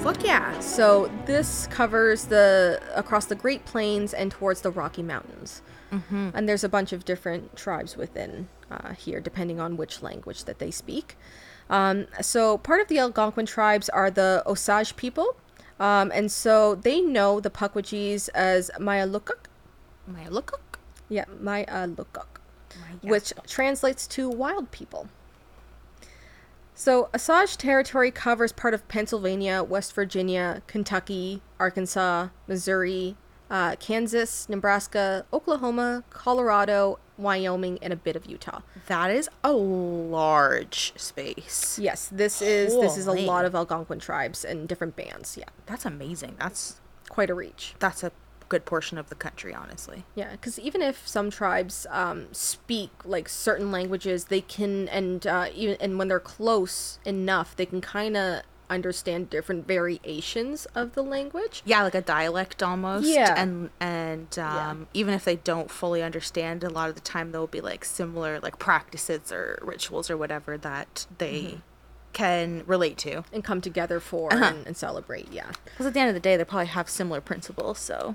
Speaker 1: Fuck yeah.
Speaker 2: So this covers the across the Great Plains and towards the Rocky Mountains, mm-hmm. and there's a bunch of different tribes within uh, here, depending on which language that they speak. Um, so part of the Algonquin tribes are the Osage people, um, and so they know the Pukwudgies as Mayalukuk.
Speaker 1: My look.
Speaker 2: Yeah, Mayalukuk which translates to wild people. So, Osage territory covers part of Pennsylvania, West Virginia, Kentucky, Arkansas, Missouri, uh, Kansas, Nebraska, Oklahoma, Colorado, Wyoming, and a bit of Utah.
Speaker 1: That is a large space.
Speaker 2: Yes, this is this is a
Speaker 1: Holy.
Speaker 2: lot of Algonquin tribes and different bands. Yeah,
Speaker 1: That's amazing. That's
Speaker 2: quite a reach.
Speaker 1: that's a good portion of the country, honestly.
Speaker 2: Yeah, because even if some tribes um, speak like certain languages, they can and uh, even and when they're close enough, they can kind of understand different variations of the language.
Speaker 1: Yeah, like a dialect almost.
Speaker 2: Yeah.
Speaker 1: And and um, even if they don't fully understand, a lot of the time there will be like similar like practices or rituals or whatever that they can relate to.
Speaker 2: And come together for and, and celebrate, yeah.
Speaker 1: Because at the end of the day, they probably have similar principles. So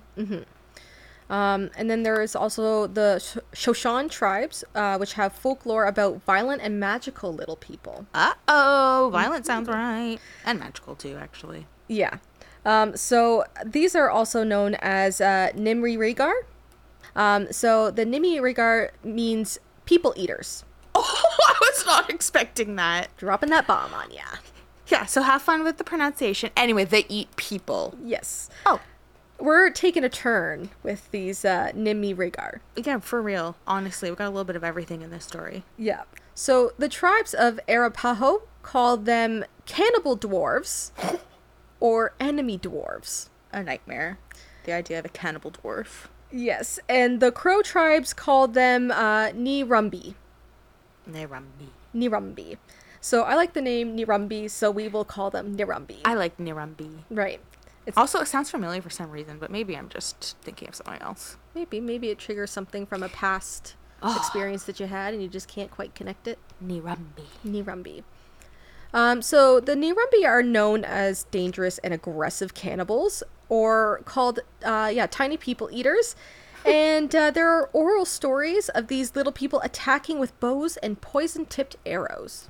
Speaker 2: Um, and then there is also the Sh- Shoshan tribes, uh, which have folklore about violent and magical little people.
Speaker 1: Uh oh, violent sounds right. And magical too, actually.
Speaker 2: Yeah. Um, so these are also known as uh, Nimri Rigar. Um, so the Nimri Rigar means people eaters.
Speaker 1: Oh, I was not expecting that.
Speaker 2: Dropping that bomb on ya.
Speaker 1: Yeah, so have fun with the pronunciation. Anyway, they eat people.
Speaker 2: Yes.
Speaker 1: Oh,
Speaker 2: We're taking a turn with these uh, Nimri Rigar.
Speaker 1: yeah, for real. Honestly, we got a little bit of everything in this story.
Speaker 2: Yeah. So the tribes of Arapaho call them cannibal dwarves or enemy dwarves.
Speaker 1: A nightmare. The idea of a cannibal dwarf.
Speaker 2: Yes. And the Crow tribes call them uh, Nirumbi.
Speaker 1: Nerumbi.
Speaker 2: Nirumbi. So I like the name Nirumbi, so we will call them Nirumbi.
Speaker 1: I like Nirumbi.
Speaker 2: right. It's
Speaker 1: Also, it sounds familiar for some reason, but maybe I'm just thinking of something else.
Speaker 2: maybe maybe it triggers something from a past experience that you had and you just can't quite connect it.
Speaker 1: Nirumbi.
Speaker 2: Nirumbi. Um, so the Nirumbi are known as dangerous and aggressive cannibals, or called, uh, yeah, tiny people eaters. And uh, there are oral stories of these little people attacking with bows and poison-tipped arrows,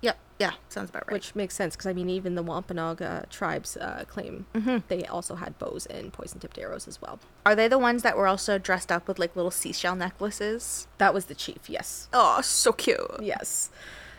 Speaker 1: Yep. Yeah. Sounds about right.
Speaker 2: which makes sense because I mean, even the Wampanoag uh, tribes uh, claim
Speaker 1: Mm-hmm.
Speaker 2: they also had bows and poison-tipped arrows as well.
Speaker 1: Are they the ones that were also dressed up with like little seashell necklaces?
Speaker 2: That was the chief, yes,
Speaker 1: Oh, so cute.
Speaker 2: yes,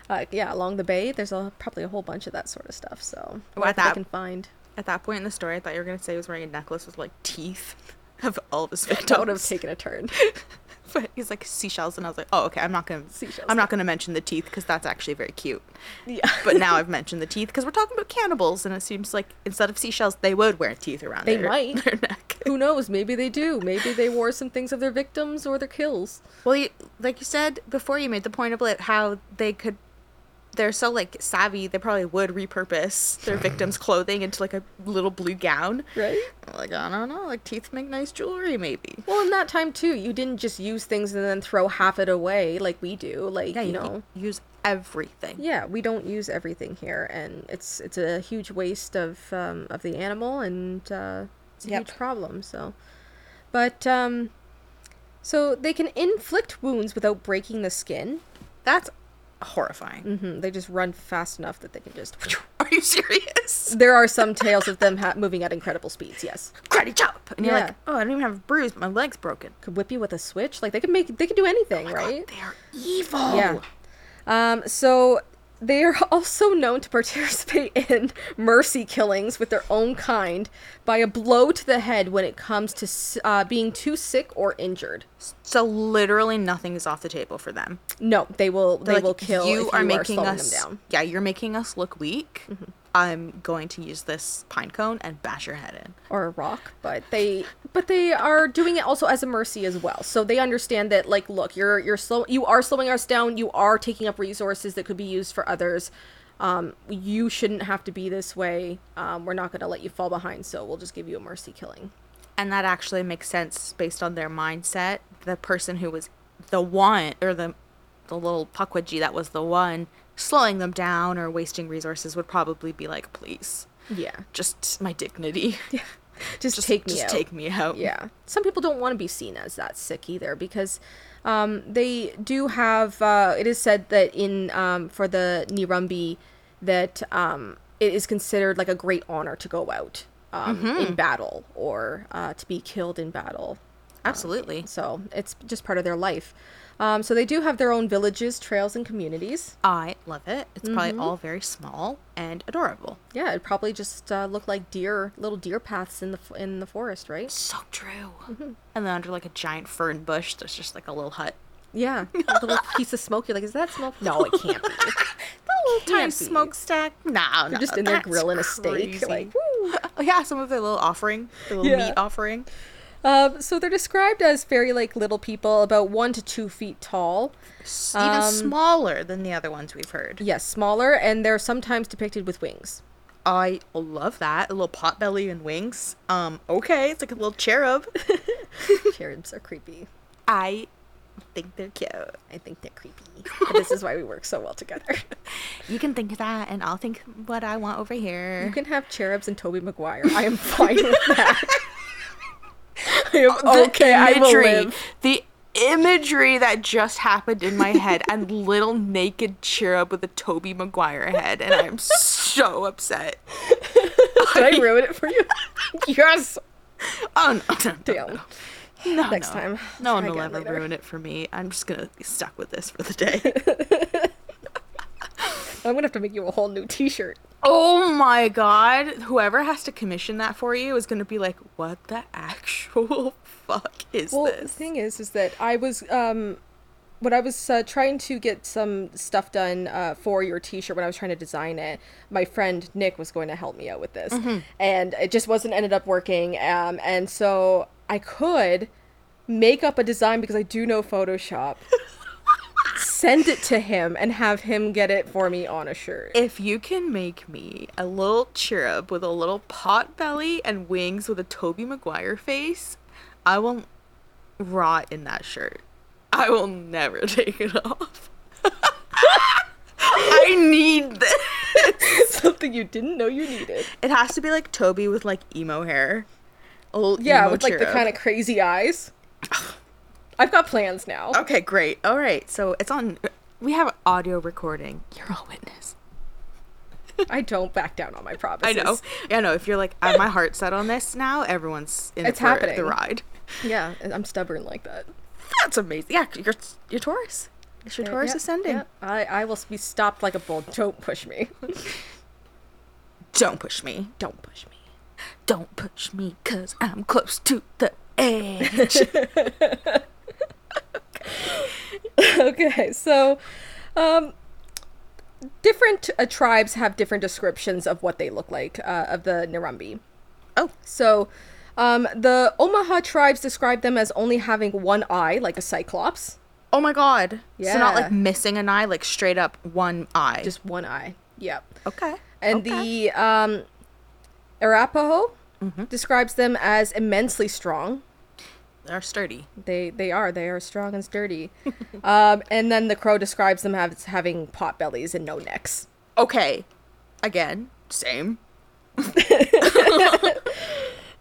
Speaker 2: uh, yeah. Along the bay, there's a, probably a whole bunch of that sort of stuff. So
Speaker 1: Well,
Speaker 2: whatever I
Speaker 1: that-
Speaker 2: can find.
Speaker 1: At that point in the story, I thought you were gonna say he was wearing a necklace with like teeth of all of his
Speaker 2: That would have
Speaker 1: victims.
Speaker 2: taken a turn.
Speaker 1: but he's like seashells, and I was like, oh, okay. I'm not gonna
Speaker 2: Seashells.
Speaker 1: I'm not gonna mention the teeth because that's actually very cute.
Speaker 2: yeah.
Speaker 1: But now I've mentioned the teeth because we're talking about cannibals, and it seems like instead of seashells, they would wear teeth around
Speaker 2: They
Speaker 1: their,
Speaker 2: might.
Speaker 1: their neck.
Speaker 2: Who knows? Maybe they do. Maybe they wore some things of their victims or their kills.
Speaker 1: Well, you, like you said before, you made the point of like, how they could. They're so like savvy. They probably would repurpose their victims' clothing into like a little blue gown.
Speaker 2: Right?
Speaker 1: Like I don't know. Like teeth make nice jewelry, maybe.
Speaker 2: Well, in that time too, you didn't just use things and then throw half it away like we do. Like,
Speaker 1: Yeah,
Speaker 2: you
Speaker 1: you
Speaker 2: know.
Speaker 1: use everything.
Speaker 2: Yeah, we don't use everything here and it's it's a huge waste of um, of the animal and uh, it's a
Speaker 1: Yep.
Speaker 2: huge problem, so but um so they can inflict wounds without breaking the skin.
Speaker 1: That's horrifying.
Speaker 2: hmm They just run fast enough that they can just.
Speaker 1: Are you serious?
Speaker 2: There are some tales of them ha- moving at incredible speeds. Yes.
Speaker 1: Karate chop, and you're
Speaker 2: Yeah.
Speaker 1: like, oh, I don't even have a bruise, but my leg's broken.
Speaker 2: could whip you with a switch. Like they could make they could do
Speaker 1: Oh
Speaker 2: anything, right?
Speaker 1: They are evil.
Speaker 2: Yeah. Um, so they are also known to participate in mercy killings with their own kind by a blow to the head when it comes to s- uh, being too sick or injured.
Speaker 1: So literally nothing is off the table for them.
Speaker 2: No, they will they
Speaker 1: They're like,
Speaker 2: will kill if you are slowing them down. Mm-hmm.
Speaker 1: Yeah, you're making us look weak. I'm going to use this pine cone and bash your head in.
Speaker 2: or a rock but they but they are doing it also as a mercy as well so they understand that like look you're you're slow you are slowing us down you are taking up resources that could be used for others um you shouldn't have to be this way um we're not going to let you fall behind so we'll just give you a mercy killing
Speaker 1: And that actually makes sense based on their mindset. The person who was the one or the the little puckwudgie that was the one slowing them down or wasting resources would probably be like, please,
Speaker 2: yeah
Speaker 1: just my dignity.
Speaker 2: just,
Speaker 1: Just
Speaker 2: take me
Speaker 1: just
Speaker 2: out.
Speaker 1: take me out.
Speaker 2: Yeah. Some people don't want to be seen as that sick either because um, they do have, uh, it is said that in, um, for the Nirumbi, that um, it is considered like a great honor to go out um, in battle or uh, to be killed in battle.
Speaker 1: Absolutely.
Speaker 2: So it's just part of their life. Um, so they do have their own villages, trails, and communities.
Speaker 1: I love it. It's
Speaker 2: Mm-hmm.
Speaker 1: probably all very small and adorable.
Speaker 2: Yeah, it probably just uh, look like deer, little deer paths in the f- in the forest, right?
Speaker 1: So true. And then under like a giant fern bush, there's just like a little hut.
Speaker 2: Yeah, a little piece of smoke. You're like, is that smoke? No, it can't be.
Speaker 1: A little
Speaker 2: Can't
Speaker 1: tiny
Speaker 2: be.
Speaker 1: smokestack. No, no.
Speaker 2: just in there
Speaker 1: that's
Speaker 2: grilling a steak,
Speaker 1: crazy.
Speaker 2: like,
Speaker 1: oh, yeah, some of their little offering, their little
Speaker 2: Yeah.
Speaker 1: meat offering.
Speaker 2: Um, so they're described as fairy-like little people, about one to two feet tall.
Speaker 1: S- Even smaller than the other ones we've heard.
Speaker 2: Yes, smaller, and they're sometimes depicted with wings.
Speaker 1: I love that. A little pot belly and wings. Um, okay, it's like a little cherub.
Speaker 2: Cherubs are creepy.
Speaker 1: I think they're cute.
Speaker 2: I think they're creepy. But this is why we work so well together.
Speaker 1: You can think that, and I'll think what I want over
Speaker 2: You
Speaker 1: here.
Speaker 2: can have cherubs and Toby Maguire. I am fine with that. I am okay. I will live.
Speaker 1: The imagery that just happened in my head and little naked cherub with a Toby Maguire head, and I'm so upset.
Speaker 2: Did I ruin it for you? yes.
Speaker 1: Oh no.
Speaker 2: Damn.
Speaker 1: No,
Speaker 2: Next
Speaker 1: no.
Speaker 2: time.
Speaker 1: No one
Speaker 2: Try
Speaker 1: will
Speaker 2: again
Speaker 1: ever
Speaker 2: later.
Speaker 1: ruin it for me. I'm just gonna be stuck with this for the day.
Speaker 2: I'm gonna have to make you a whole new T-shirt.
Speaker 1: oh my god. Whoever has to commission that for you is gonna be like, what the actual fuck is
Speaker 2: Well, the
Speaker 1: this?
Speaker 2: thing is, is that I was um, when I was uh, trying to get some stuff done uh, for your T-shirt when I was trying to design it, my friend Nick was going to help me out with this, and it just wasn't ended up working. Um, and so I could make up a design because I do know Photoshop. send it to him and have him get it for me on a shirt.
Speaker 1: If you can make me a little cherub with a little pot belly and wings with a Toby Maguire face, I will rot in that shirt. I will never take it off. I need this.
Speaker 2: Something you didn't know you needed.
Speaker 1: It has to be like Toby with like emo hair. A little
Speaker 2: Yeah,
Speaker 1: emo
Speaker 2: with like the
Speaker 1: cherub.
Speaker 2: kind of crazy eyes. I've got plans now.
Speaker 1: Okay, great. All right. So it's on. We have audio recording. You're all witness.
Speaker 2: I don't back down on my
Speaker 1: I
Speaker 2: promises.
Speaker 1: know. Yeah, I know. If you're like, "Ah, my heart's set on this now, everyone's in
Speaker 2: It's
Speaker 1: for the
Speaker 2: happening.
Speaker 1: ride.
Speaker 2: Yeah, I'm stubborn like that.
Speaker 1: That's amazing. Yeah, you're, you're Taurus. It's your Taurus
Speaker 2: Yeah,
Speaker 1: ascending.
Speaker 2: yeah. I, I will be stopped like a bull. Don't push me.
Speaker 1: Don't push me.
Speaker 2: Don't push me.
Speaker 1: Don't push me, cause I'm close to the edge.
Speaker 2: okay, so um, different uh, tribes have different descriptions of what they look like uh, of the Nirumbi.
Speaker 1: oh,
Speaker 2: So um, the Omaha tribes describe them as only having one eye, like a cyclops,
Speaker 1: oh my God. So not
Speaker 2: Yeah.
Speaker 1: like missing an eye, like straight up one eye.
Speaker 2: just one eye. Yep.
Speaker 1: okay. Mm-hmm.
Speaker 2: And the um, Arapaho describes them as immensely strong.
Speaker 1: the are sturdy.
Speaker 2: They they are they are strong and sturdy, um, and then the crow describes them as having pot bellies and no necks.
Speaker 1: Okay. Again, same.
Speaker 2: Ugh,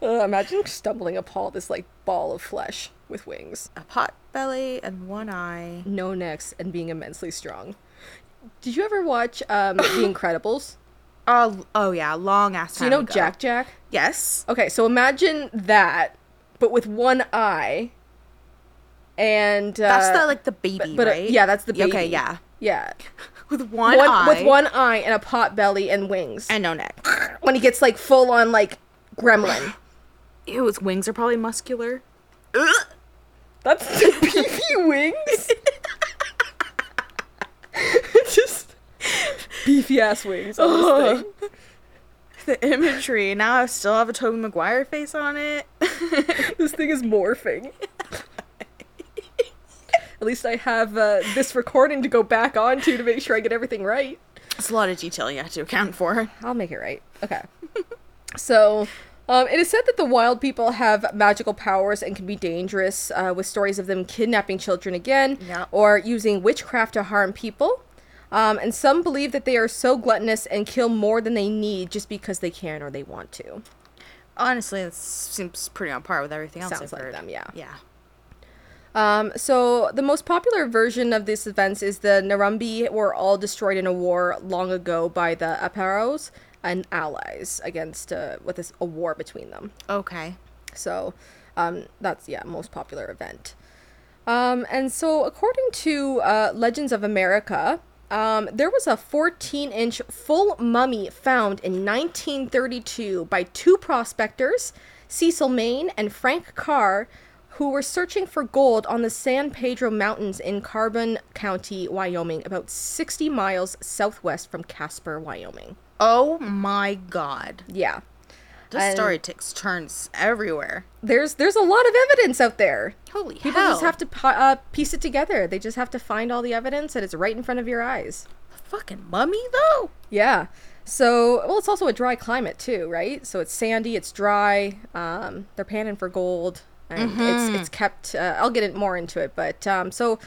Speaker 2: Uh, imagine stumbling upon this like ball of flesh with wings,
Speaker 1: A pot belly and one eye.
Speaker 2: no necks, and being immensely strong. Did you ever watch um, The Incredibles?
Speaker 1: Oh, oh yeah, long ass.
Speaker 2: Do you
Speaker 1: time
Speaker 2: know
Speaker 1: ago.
Speaker 2: Jack Jack?
Speaker 1: Yes.
Speaker 2: Okay, so imagine that, but with one eye. And uh,
Speaker 1: That's the like the baby,
Speaker 2: but, uh,
Speaker 1: right?
Speaker 2: yeah, that's the baby.
Speaker 1: Okay, yeah.
Speaker 2: yeah,
Speaker 1: With one,
Speaker 2: one,
Speaker 1: eye
Speaker 2: with one eye and a pot belly and wings.
Speaker 1: and no neck.
Speaker 2: when he gets like full on like gremlin.
Speaker 1: Ew, his wings are probably muscular.
Speaker 2: That's the beefy wings. Just beefy ass wings. On this thing.
Speaker 1: the imagery. Now I still have a Toby Maguire face on it.
Speaker 2: This thing is morphing. At least I have uh, this recording to go back onto to make sure I get everything right.
Speaker 1: It's a lot of detail you have to account for.
Speaker 2: I'll make it right. Okay. so, um, it is said that the wild people have magical powers and can be dangerous, uh, with stories of them kidnapping children again
Speaker 1: Yeah.
Speaker 2: or using witchcraft to harm people. Um, and some believe that they are so gluttonous and kill more than they need just because they can or they want to.
Speaker 1: Honestly, it seems pretty on par with everything else.
Speaker 2: Sounds
Speaker 1: I've
Speaker 2: like
Speaker 1: heard.
Speaker 2: them, yeah.
Speaker 1: Yeah.
Speaker 2: Um, so the most popular version of these events is the Narumbi were all destroyed in a war long ago by the Aparos and allies against uh, with this, a war between them.
Speaker 1: Okay.
Speaker 2: So um, that's yeah, most popular event. Um, and so according to uh, Legends of America, um, there was a 14 inch full mummy found in 1932 by two prospectors, Cecil Maine and Frank Carr, who were searching for gold on the San Pedro Mountains in Carbon County, Wyoming, about 60 miles southwest from Casper, Wyoming.
Speaker 1: Oh my god.
Speaker 2: Yeah.
Speaker 1: This
Speaker 2: And-
Speaker 1: story takes turns everywhere.
Speaker 2: there's there's a lot of evidence out there.
Speaker 1: Holy
Speaker 2: People
Speaker 1: hell.
Speaker 2: just have to pi- uh, piece it together. They just have to find all the evidence, and it's right in front of your eyes.
Speaker 1: Fucking mummy though?
Speaker 2: Yeah. So, well, it's also a dry climate too, right? So it's sandy, it's dry. Um, they're panning for gold, and it's it's kept. Uh, I'll get it more into it, but um, so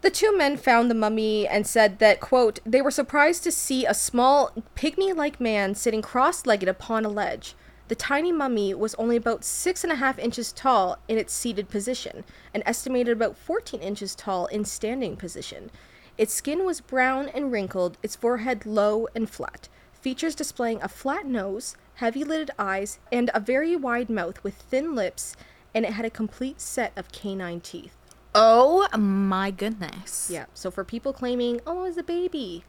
Speaker 2: the two men found the mummy and said that quote they were surprised to see a small pygmy-like man sitting cross-legged upon a ledge. The tiny mummy was only about six and a half inches tall in its seated position, and estimated about fourteen inches tall in standing position. Its skin was brown and wrinkled, its forehead low and flat, features displaying a flat nose, heavy lidded eyes, and a very wide mouth with thin lips, and it had a complete set of canine teeth.
Speaker 1: Oh my goodness.
Speaker 2: Yeah, so for people claiming, oh, it was a baby,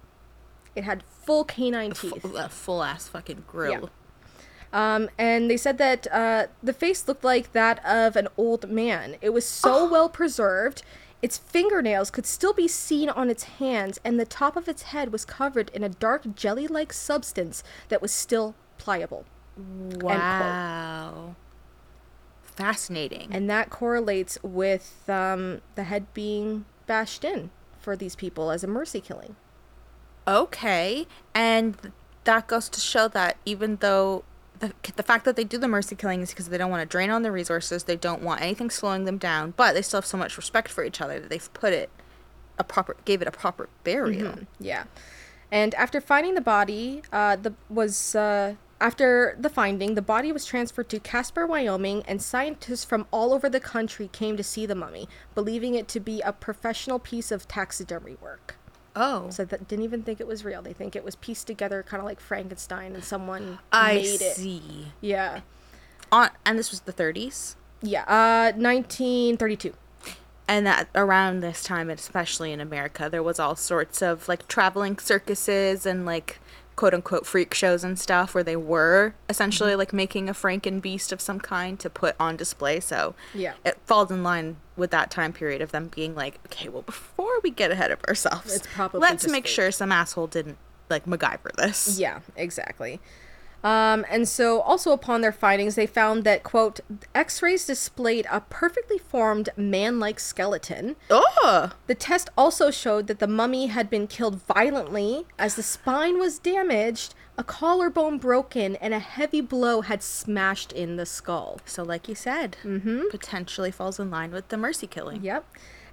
Speaker 2: it had full canine teeth.
Speaker 1: F- a full ass fucking grill.
Speaker 2: Um, and they said that uh, the face looked like that of an old man. It was so well preserved, its fingernails could still be seen on its hands, and the top of its head was covered in a dark jelly like substance that was still pliable.
Speaker 1: Wow. Fascinating. Mm.
Speaker 2: And that correlates with um, the head being bashed in for these people as a mercy killing.
Speaker 1: Okay, and th- that goes to show that even though the, the fact that they do the mercy killing is because they don't want to drain on their resources, they don't want anything slowing them down, but they still have so much respect for each other that they've put it a proper gave it a proper burial.
Speaker 2: Yeah. And after finding the body, uh, the was uh, after the finding, the body was transferred to Casper, Wyoming, and scientists from all over the country came to see the mummy, believing it to be a professional piece of taxidermy work.
Speaker 1: Oh,
Speaker 2: So that didn't even think it was real. They think it was pieced together, kind of like Frankenstein, and someone
Speaker 1: I
Speaker 2: made it.
Speaker 1: see.
Speaker 2: Yeah,
Speaker 1: On and this was the 30s,
Speaker 2: yeah. Uh, 1932.
Speaker 1: and that around this time, especially in America, there was all sorts of like traveling circuses and like quote unquote freak shows and stuff where they were essentially like making a Franken beast of some kind to put on display. So
Speaker 2: Yeah.
Speaker 1: it falls in line with that time period of them being like, okay, well, before we get ahead of ourselves,
Speaker 2: It's probably
Speaker 1: let's
Speaker 2: just
Speaker 1: make
Speaker 2: fake."
Speaker 1: sure some asshole didn't like MacGyver this.
Speaker 2: Yeah, exactly. Um, and so, also upon their findings, they found that, quote, x rays displayed a perfectly formed man like skeleton.
Speaker 1: Oh,
Speaker 2: The test also showed that the mummy had been killed violently, as the spine was damaged, a collarbone broken, and a heavy blow had smashed in the skull.
Speaker 1: so like you said, mm-hmm. potentially falls in line with the mercy killing.
Speaker 2: Yep.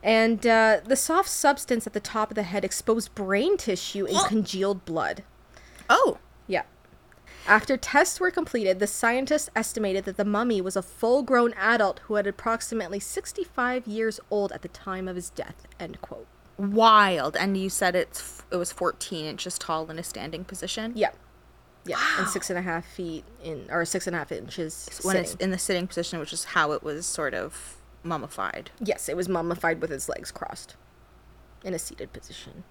Speaker 2: And uh, the soft substance at the top of the head exposed brain tissue and congealed blood.
Speaker 1: Oh,
Speaker 2: Yeah. After tests were completed, the scientists estimated that the mummy was a full grown adult who had approximately 65 years old at the time of his death. End quote.
Speaker 1: wild! And you said it's f- it was 14 inches tall in a standing position.
Speaker 2: Yeah. Yeah. And six and a half feet in, or six and a half inches.
Speaker 1: when it's
Speaker 2: sitting.
Speaker 1: in the sitting position, which is how it was sort of mummified.
Speaker 2: yes, it was mummified with its legs crossed in a seated position.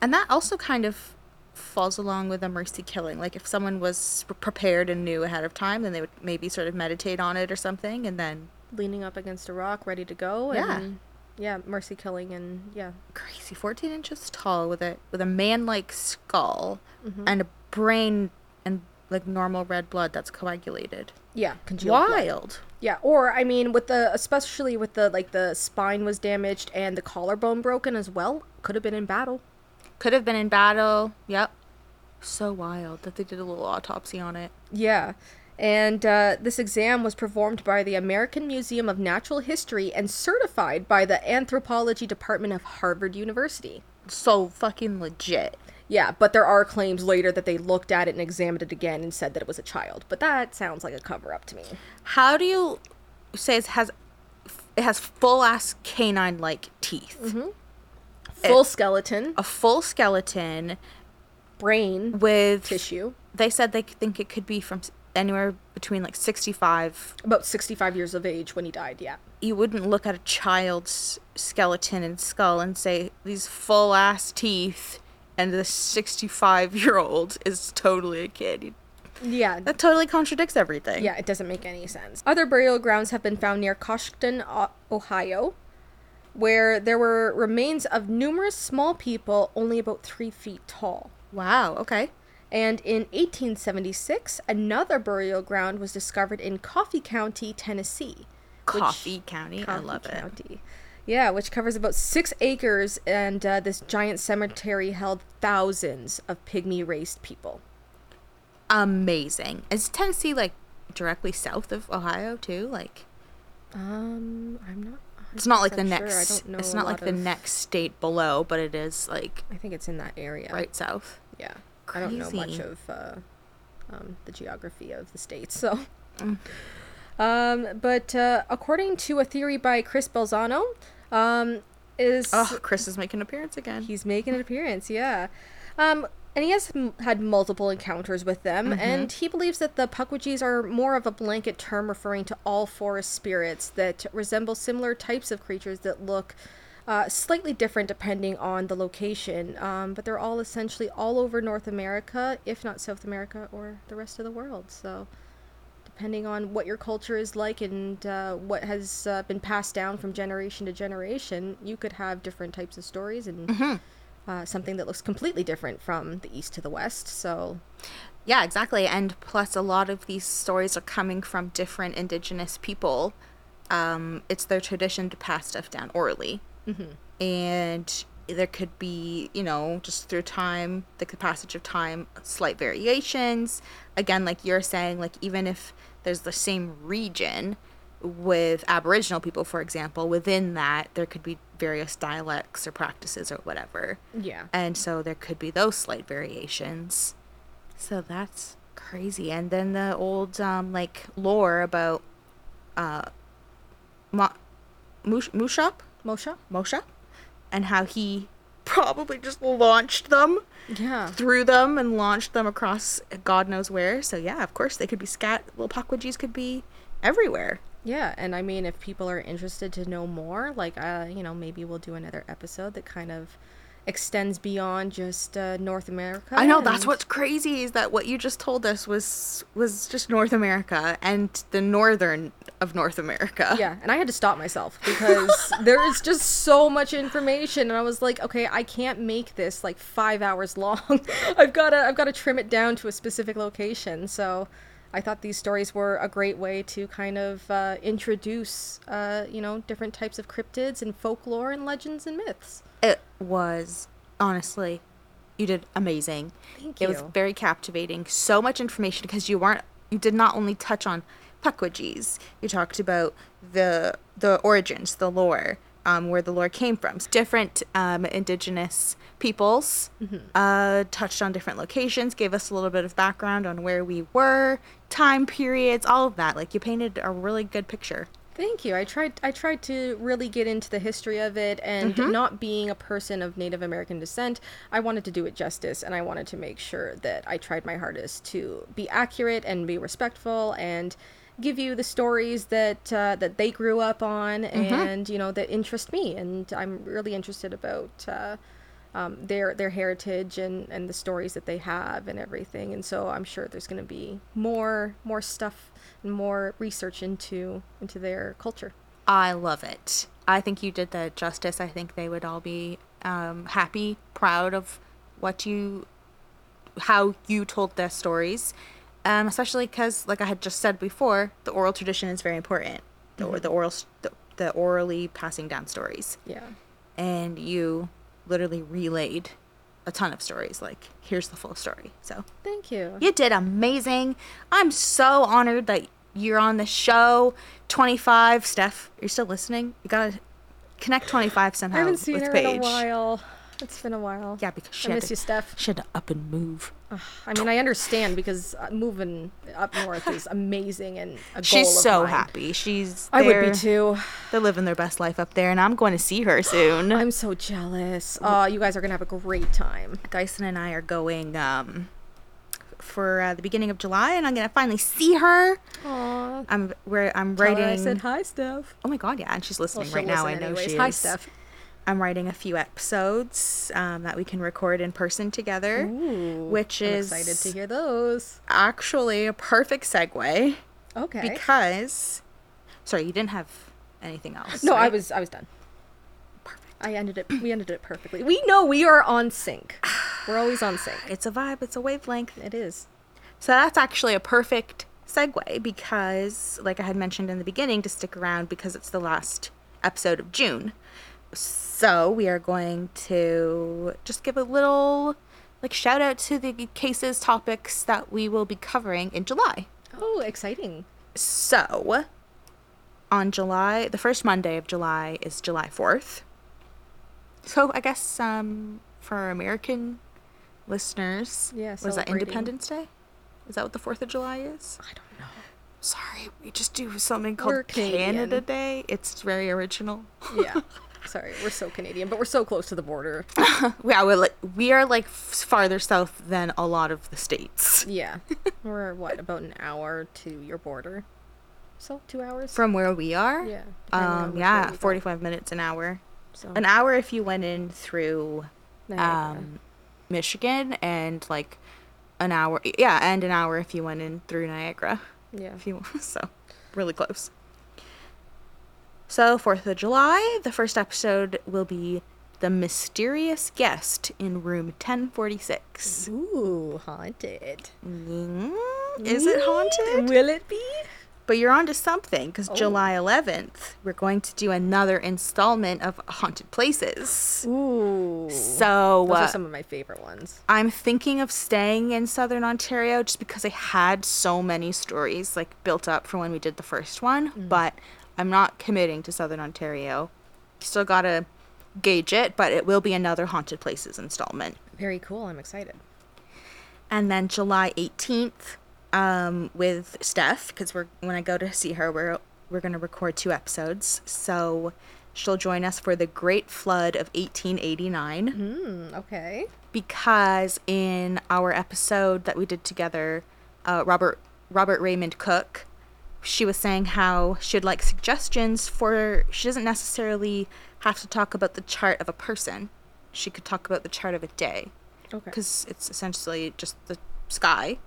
Speaker 1: And that also kind of falls along with a mercy killing. Like if someone was p- prepared and knew ahead of time, then they would maybe sort of meditate on it or something, and then
Speaker 2: Leaning up against a rock, ready to go.
Speaker 1: Yeah.
Speaker 2: And, yeah. Mercy killing and, yeah.
Speaker 1: crazy, fourteen inches tall with a with a man like skull and a brain and like normal red blood that's coagulated.
Speaker 2: Yeah. Congealed blood.
Speaker 1: Wild.
Speaker 2: Yeah, or I mean, with the especially with the like the spine was damaged and the collarbone broken as well. Could have been in battle.
Speaker 1: Could have been in battle. Yep. So wild that they did a little autopsy on it.
Speaker 2: Yeah, and uh, this exam was performed by the American Museum of Natural History and certified by the Anthropology Department of Harvard University.
Speaker 1: So fucking legit.
Speaker 2: Yeah, but there are claims later that they looked at it and examined it again and said that it was a child. But that sounds like a cover up to me.
Speaker 1: How do you say it has it has full ass canine like teeth?
Speaker 2: Full skeleton,
Speaker 1: A full skeleton
Speaker 2: brain
Speaker 1: with
Speaker 2: tissue,
Speaker 1: They said they could think it could be from s- anywhere between like 65.
Speaker 2: about sixty-five years of age when he died. Yeah.
Speaker 1: You wouldn't look at a child's skeleton and skull and say these full ass teeth and this 65 year old is totally a kid. You-
Speaker 2: Yeah,
Speaker 1: That totally contradicts everything.
Speaker 2: Yeah, it doesn't make any sense. Other burial grounds have been found near Coshocton, O- Ohio, where there were remains of numerous small people only about three feet tall.
Speaker 1: Wow. Okay.
Speaker 2: And in 1876, another burial ground was discovered in Coffee County, Tennessee. which-
Speaker 1: Coffee County. I
Speaker 2: Coffee
Speaker 1: love it.
Speaker 2: County. Yeah, which covers about six acres, and uh, this giant cemetery held thousands of pygmy raced people.
Speaker 1: Amazing. Is Tennessee like directly south of Ohio too? Like
Speaker 2: Um, I'm not.
Speaker 1: it's not like the
Speaker 2: 100% sure. I
Speaker 1: next.
Speaker 2: don't know
Speaker 1: it's
Speaker 2: a
Speaker 1: not like
Speaker 2: lot
Speaker 1: the
Speaker 2: of-
Speaker 1: next state below, but it is like
Speaker 2: I think it's in that area.
Speaker 1: right south.
Speaker 2: Yeah. I don't know much
Speaker 1: Crazy.
Speaker 2: of uh, um, the geography of the state, so. um, but uh, according to a theory by Chris Belzano, um, is
Speaker 1: Oh, Chris is making an appearance again.
Speaker 2: he's making an appearance, yeah. Um, and he has m- had multiple encounters with them, and he believes that the Pukwudgies are more of a blanket term referring to all forest spirits that resemble similar types of creatures that look uh, slightly different depending on the location. Um, but they're all essentially all over North America, if not South America or the rest of the world. So, depending on what your culture is like and uh, what has uh, been passed down from generation to generation, you could have different types of stories and
Speaker 1: Mm-hmm.
Speaker 2: uh, something that looks completely different from the east to the west. So,
Speaker 1: Yeah, exactly. And plus, a lot of these stories are coming from different indigenous people. Um, it's their tradition to pass stuff down orally. Mm-hmm. And there could be, you know, just through time, like the passage of time, slight variations. Again, like you're saying, like even if there's the same region with Aboriginal people, for example, within that, there could be various dialects or practices or whatever.
Speaker 2: Yeah.
Speaker 1: And so there could be those slight variations. So that's crazy. And then the old um like lore about uh Ma- Mush- Mushop,
Speaker 2: Moshe?
Speaker 1: Moshe, and how he probably just launched them,
Speaker 2: Yeah.
Speaker 1: threw them and launched them across God knows where. So yeah, of course they could be scat little Pakwajis could be everywhere.
Speaker 2: Yeah, and I mean, if people are interested to know more, like, uh, you know, maybe we'll do another episode that kind of extends beyond just uh, North America.
Speaker 1: I know that's
Speaker 2: and-
Speaker 1: what's crazy is that what you just told us was was just North America and the northern of North America.
Speaker 2: Yeah, and I had to stop myself because there is just so much information, and I was like, okay, I can't make this like five hours long. I've gotta, I've gotta trim it down to a specific location. So, I thought these stories were a great way to kind of uh, introduce, uh, you know, different types of cryptids and folklore and legends and myths.
Speaker 1: It was honestly, you did amazing.
Speaker 2: Thank
Speaker 1: It was
Speaker 2: you.
Speaker 1: very captivating. So much information because you weren't you did not only touch on Pukwudgies, you talked about the the origins, the lore, um, where the lore came from. Different um, indigenous peoples
Speaker 2: Mm-hmm.
Speaker 1: uh, touched on different locations, gave us a little bit of background on where we were, time periods, all of that. Like you painted a really good picture.
Speaker 2: Thank you. I tried I tried to really get into the history of it and not being a person of Native American descent, I wanted to do it justice and I wanted to make sure that I tried my hardest to be accurate and be respectful and give you the stories that uh, that they grew up on and you know that interest me and I'm really interested about uh, um, their their heritage and, and the stories that they have and everything and so I'm sure there's going to be more more stuff and more research into into their culture.
Speaker 1: I love it. I think you did the justice. I think they would all be um, happy, proud of what you, how you told their stories, um, especially because, like I had just said before, the oral tradition is very important. The, or the oral, s- the, the orally passing down stories,
Speaker 2: Yeah.
Speaker 1: and you literally relayed a ton of stories. Like here's the full story. So
Speaker 2: Thank you.
Speaker 1: you did amazing. I'm so honored that you're on the show. 25, Steph, you're still listening? You gotta connect 25 somehow
Speaker 2: I haven't seen
Speaker 1: with
Speaker 2: her
Speaker 1: Paige.
Speaker 2: in a while. It's been a while.
Speaker 1: Yeah, because she
Speaker 2: I
Speaker 1: had,
Speaker 2: miss
Speaker 1: to,
Speaker 2: you, Steph.
Speaker 1: she had to up and move.
Speaker 2: I mean, I understand because uh, moving up north is amazing and a goal
Speaker 1: She's
Speaker 2: of
Speaker 1: so
Speaker 2: mine.
Speaker 1: happy. She's
Speaker 2: I would
Speaker 1: they're-
Speaker 2: be too.
Speaker 1: They're living their best life up there, and I'm going to see her soon.
Speaker 2: I'm so jealous. Uh, you guys are gonna have a great time.
Speaker 1: Dyson and I are going um, for uh, the beginning of July, and I'm gonna finally see her.
Speaker 2: Aww.
Speaker 1: I'm where I'm writing.
Speaker 2: I said hi, Steph.
Speaker 1: oh my god, yeah, and she's listening
Speaker 2: she'll
Speaker 1: right now.
Speaker 2: listen
Speaker 1: I know
Speaker 2: anyways.
Speaker 1: she
Speaker 2: Hi,
Speaker 1: is.
Speaker 2: Steph.
Speaker 1: I'm writing a few episodes um, that we can record in person
Speaker 2: Mm-hmm.
Speaker 1: together, which
Speaker 2: I'm
Speaker 1: is
Speaker 2: excited to hear those.
Speaker 1: actually a perfect segue
Speaker 2: Okay.
Speaker 1: because. Sorry, you didn't have anything else.
Speaker 2: no, I
Speaker 1: right?
Speaker 2: was I was done.
Speaker 1: Perfect.
Speaker 2: I ended it. We ended it perfectly. We know we are on sync. We're always on sync.
Speaker 1: It's a vibe, it's a wavelength.
Speaker 2: It is.
Speaker 1: So that's actually a perfect segue because, like I had mentioned in the beginning, to stick around because it's the last episode of June. So we are going to just give a little like shout out to the cases topics that we will be covering in July.
Speaker 2: Oh, exciting.
Speaker 1: So, on July, the first Monday of July is July 4th. So, I guess um, for our American listeners,
Speaker 2: Yeah,
Speaker 1: was that
Speaker 2: celebrating.
Speaker 1: Independence Day? Is that what the 4th of July is?
Speaker 2: I don't know.
Speaker 1: Sorry, we just do something called
Speaker 2: We're Canadian.
Speaker 1: Canada Day. It's very original.
Speaker 2: Yeah. Sorry, we're so Canadian, but we're so close to the border.
Speaker 1: yeah, we're like, we are like f- farther south than a lot of the states
Speaker 2: Yeah. We're what, about an hour to your border? So, 2 hours?
Speaker 1: from where we are.
Speaker 2: yeah. depending on
Speaker 1: Um,
Speaker 2: which way
Speaker 1: yeah,
Speaker 2: you go.
Speaker 1: 45 minutes an hour.
Speaker 2: So,
Speaker 1: An hour if you went in through
Speaker 2: Niagara.
Speaker 1: um, Michigan and like an hour. Yeah, and an hour if you went in through Niagara.
Speaker 2: yeah.
Speaker 1: If you so, really close. So Fourth of July, the first episode will be the mysterious guest in room ten forty six.
Speaker 2: Ooh, haunted. Mm-hmm.
Speaker 1: Is it haunted?
Speaker 2: Will it be?
Speaker 1: But you're onto something
Speaker 2: Oh.
Speaker 1: because July 11th, we're going to do another installment of Haunted Places.
Speaker 2: Ooh.
Speaker 1: So
Speaker 2: Those
Speaker 1: uh,
Speaker 2: are some of my favorite ones.
Speaker 1: I'm thinking of staying in Southern Ontario just because I had so many stories like built up from when we did the first one, but I'm not committing to Southern Ontario. Still gotta gauge it, but it will be another Haunted Places installment.
Speaker 2: Very cool. I'm excited.
Speaker 1: and then July 18th um, with Steph because we're when I go to see her we're we're gonna record two episodes so she'll join us for the Great Flood of 1889
Speaker 2: Mm, okay.
Speaker 1: because in our episode that we did together, uh, Robert Robert Raymond Cook, she was saying how she'd like suggestions for she doesn't necessarily have to talk about the chart of a person. She could talk about the chart of a day.
Speaker 2: Okay.
Speaker 1: Because it's essentially just the sky.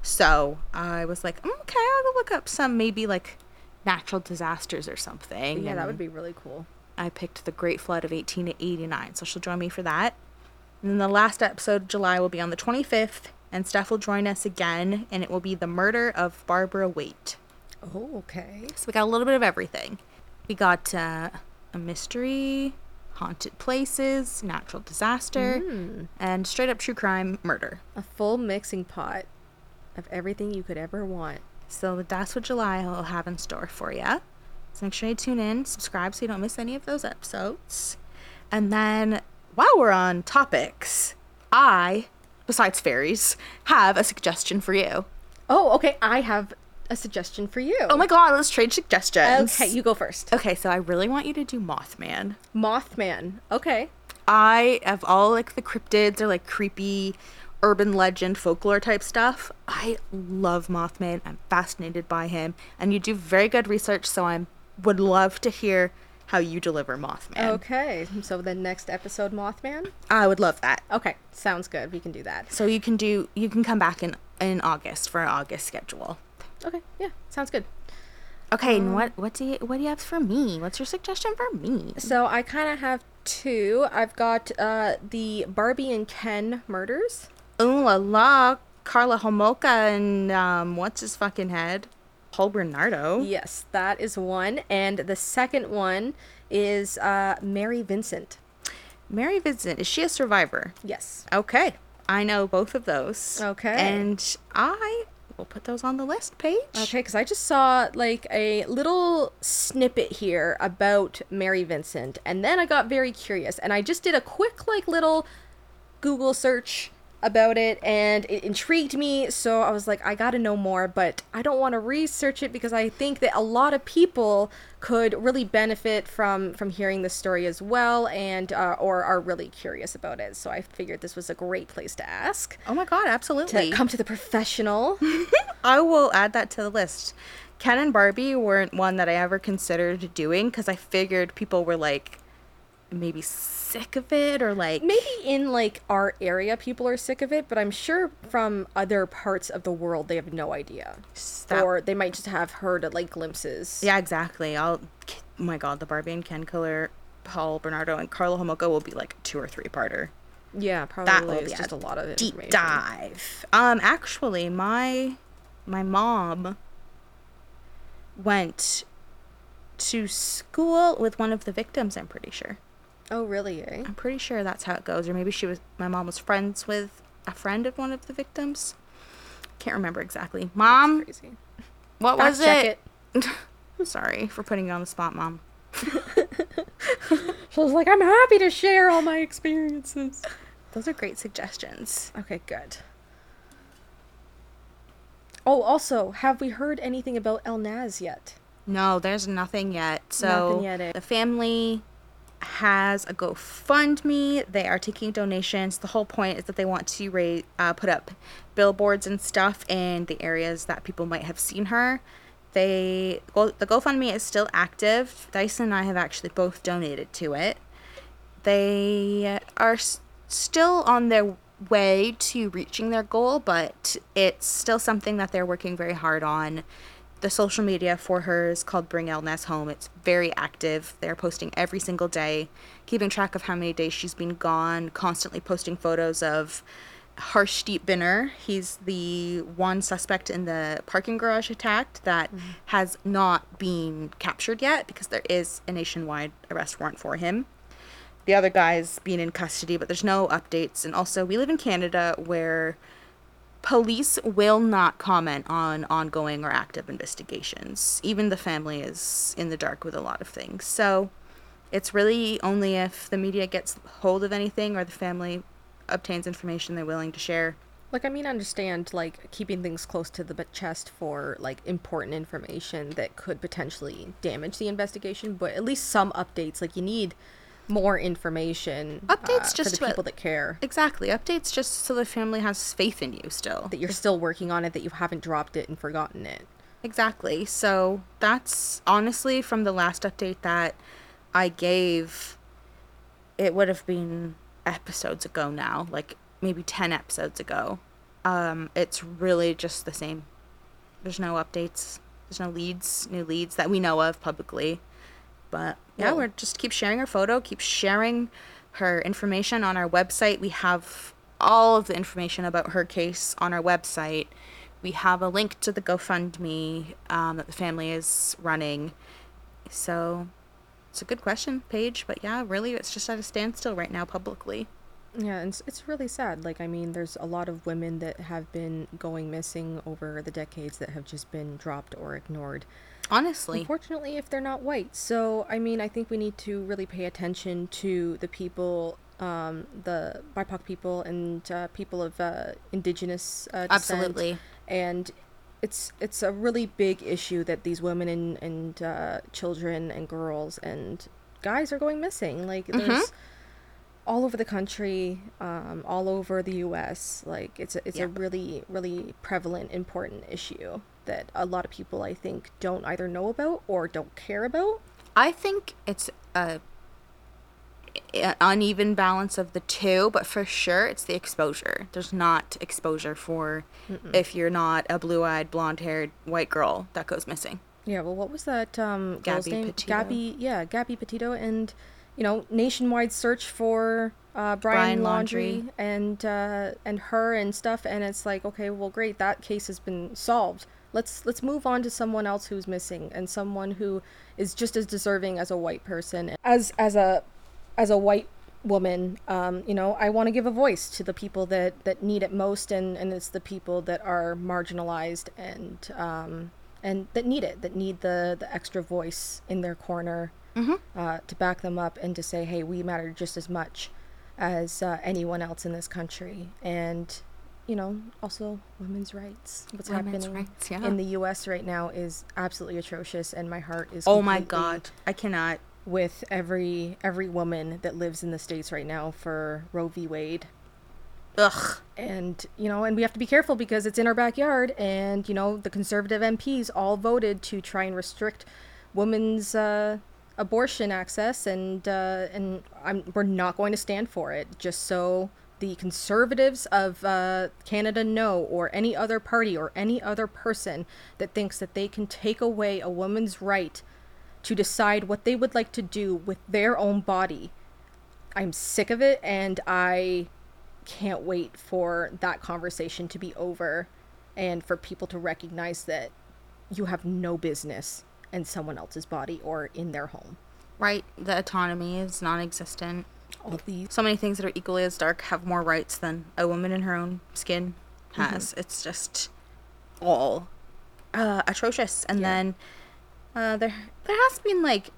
Speaker 1: So I was like, "Mm, okay, I'll look up some maybe like natural disasters or something.
Speaker 2: Yeah, that would
Speaker 1: and-
Speaker 2: be really cool.
Speaker 1: I picked the Great Flood of 1889, so she'll join me for that. And then the last episode, July, will be on the 25th, and Steph will join us again, and it will be the murder of Barbara Waite.
Speaker 2: Oh, okay.
Speaker 1: So we got a little bit of everything. We got uh, a mystery, haunted places, natural disaster, and straight up true crime murder.
Speaker 2: A full mixing pot of everything you could ever want.
Speaker 1: So that's what July will have in store for you. So make sure you tune in, subscribe so you don't miss any of those episodes. And then while we're on topics, I, besides fairies, have a suggestion for you.
Speaker 2: Oh, okay. I have a suggestion for you.
Speaker 1: Oh my god, let's trade suggestions.
Speaker 2: Okay, you go first.
Speaker 1: Okay, so I really want you to do Mothman.
Speaker 2: Mothman. Okay.
Speaker 1: I of all like the cryptids or like creepy urban legend folklore type stuff, I love Mothman. I'm fascinated by him. And you do very good research, so I'm would love to hear how you deliver Mothman.
Speaker 2: Okay. So the next episode, Mothman.
Speaker 1: I would love that.
Speaker 2: Okay, sounds good. We can do that.
Speaker 1: So you can do you can come back in in August for our August schedule.
Speaker 2: Okay. Yeah, sounds good.
Speaker 1: Okay, and what what do you what do you have for me? What's your suggestion for me?
Speaker 2: So I kind of have two. I've got uh, the Barbie and Ken murders.
Speaker 1: Ooh la la, Carla Homolka and um what's his fucking head? Paul Bernardo.
Speaker 2: Yes, that is one. And the second one is uh, Mary Vincent.
Speaker 1: Mary Vincent, is she a survivor?
Speaker 2: Yes.
Speaker 1: Okay. I know both of those.
Speaker 2: Okay.
Speaker 1: And I will put those on the list page.
Speaker 2: Okay, because I just saw like a little snippet here about Mary Vincent, and then I got very curious, and I just did a quick like little Google search about it, and it intrigued me. So I was like, I gotta know more, but I don't want to research it because I think that a lot of people could really benefit from from hearing this story as well, and uh, or are really curious about it. So I figured this was a great place to ask.
Speaker 1: Oh my God,
Speaker 2: To
Speaker 1: absolutely.
Speaker 2: come to the professional.
Speaker 1: I will add that to the list. Ken and Barbie weren't one that I ever considered doing because I figured people were like maybe sick of it or like.
Speaker 2: maybe in like our area people are sick of it but i'm sure from other parts of the world they have no idea
Speaker 1: Stop.
Speaker 2: or they might just have heard like glimpses
Speaker 1: Yeah, exactly. I'll. Oh my God, the Barbie and Ken killer, Paul Bernardo and Carla Homolka will be like a two or three parter.
Speaker 2: yeah
Speaker 1: that
Speaker 2: probably
Speaker 1: will
Speaker 2: it's
Speaker 1: be
Speaker 2: just a lot of
Speaker 1: deep
Speaker 2: information.
Speaker 1: dive. Um, actually, my my mom went to school with one of the victims. I'm pretty sure.
Speaker 2: oh really eh?
Speaker 1: I'm pretty sure that's how it goes. Or maybe she was. My mom was friends with a friend of one of the victims. Can't remember exactly. Mom,
Speaker 2: crazy
Speaker 1: what was
Speaker 2: Fact
Speaker 1: it?
Speaker 2: check
Speaker 1: I'm sorry for putting you on the spot, mom.
Speaker 2: it. she was like i'm happy to share all my experiences
Speaker 1: Those are great suggestions.
Speaker 2: okay good oh also have we heard anything about el naz yet
Speaker 1: No, there's nothing yet. So
Speaker 2: Nothing yet, eh?
Speaker 1: the family has a GoFundMe. They are taking donations. The whole point is that they want to raise, uh, put up billboards and stuff in the areas that people might have seen her. They well, the GoFundMe is still active. Dyson and I have actually both donated to it. They are s- still on their way to reaching their goal, but it's still something that they're working very hard on. The social media for her is called Bring El Ness Home. It's very active. They're posting every single day, keeping track of how many days she's been gone, constantly posting photos of Harshdeep Binner. He's the one suspect in the parking garage attack that has not been captured yet because there is a nationwide arrest warrant for him. The other guy's being in custody, but there's no updates. And also, we live in Canada where police will not comment on ongoing or active investigations. Even the family is in the dark with a lot of things. So it's really only if the media gets hold of anything or the family obtains information they're willing to share.
Speaker 2: Like, I mean, I understand, like, keeping things close to the b- chest for, like, important information that could potentially damage the investigation, but at least some updates. Like, you need more information uh,
Speaker 1: Updates
Speaker 2: for
Speaker 1: just
Speaker 2: the
Speaker 1: to-
Speaker 2: people that care.
Speaker 1: Exactly. Updates just so the family has faith in you still.
Speaker 2: That you're still working on it, that you haven't dropped it and forgotten it.
Speaker 1: Exactly. So that's honestly from the last update that I gave, it would have been episodes ago now, like maybe 10 episodes ago. Um, it's really just the same. There's no updates, there's no leads, new leads that we know of publicly. But yeah,
Speaker 2: Whoa.
Speaker 1: we're just keep sharing her photo, keep sharing her information on our website. We have all of the information about her case on our website. We have a link to the GoFundMe um, that the family is running. So it's a good question, Paige. But yeah, really, it's just at a standstill right now publicly.
Speaker 2: Yeah, and it's, it's really sad. Like, I mean, there's a lot of women that have been going missing over the decades that have just been dropped or ignored.
Speaker 1: Honestly,
Speaker 2: Unfortunately, if they're not white. So, I mean, I think we need to really pay attention to the people, um, the BIPOC people and uh, people of uh, indigenous uh, descent.
Speaker 1: Absolutely.
Speaker 2: And it's it's a really big issue that these women and, and uh, children and girls and guys are going missing. Like,
Speaker 1: Mm-hmm.
Speaker 2: there's all over the country, um, all over the U.S. Like it's a, it's a
Speaker 1: Yeah.
Speaker 2: really really prevalent important issue that a lot of people I think don't either know about or don't care about.
Speaker 1: I think it's a an uneven balance of the two, but for sure it's the exposure. There's not exposure for if you're not a blue-eyed, blonde-haired white girl that goes missing.
Speaker 2: Yeah, well, what was that um, girl's
Speaker 1: Gabby
Speaker 2: name?
Speaker 1: Petito.
Speaker 2: Gabby, yeah, Gabby Petito, and you know, nationwide search for uh, Brian,
Speaker 1: Brian
Speaker 2: Laundry,
Speaker 1: Laundrie.
Speaker 2: and uh, and her and stuff, and it's like, okay, well, great, that case has been solved. Let's let's move on to someone else who's missing and someone who is just as deserving as a white person as as a as a white woman um, you know i want to give a voice to the people that that need it most and and it's the people that are marginalized and um, and that need it that need the the extra voice in their corner uh, to back them up and to say hey we matter just as much as uh, anyone else in this country and you know also women's rights what's
Speaker 1: Women's
Speaker 2: happening
Speaker 1: rights, yeah.
Speaker 2: in the us right now is absolutely atrocious and my heart is
Speaker 1: Oh my
Speaker 2: completely
Speaker 1: god, I cannot.
Speaker 2: with every every woman that lives in the states right now for Roe v. Wade.
Speaker 1: Ugh.
Speaker 2: And you know, and we have to be careful because it's in our backyard. And you know, the conservative MPs all voted to try and restrict women's uh, abortion access, and uh, and I'm, we're not going to stand for it. Just so the conservatives of uh, Canada know, or any other party, or any other person that thinks that they can take away a woman's right to decide what they would like to do with their own body. I'm sick of it and I can't wait for that conversation to be over and for people to recognize that you have no business in someone else's body or in their home.
Speaker 1: Right, the autonomy is non-existent.
Speaker 2: All these
Speaker 1: So many things that are equally as dark have more rights than a woman in her own skin has. It's just all uh, atrocious. And then uh, there there has been like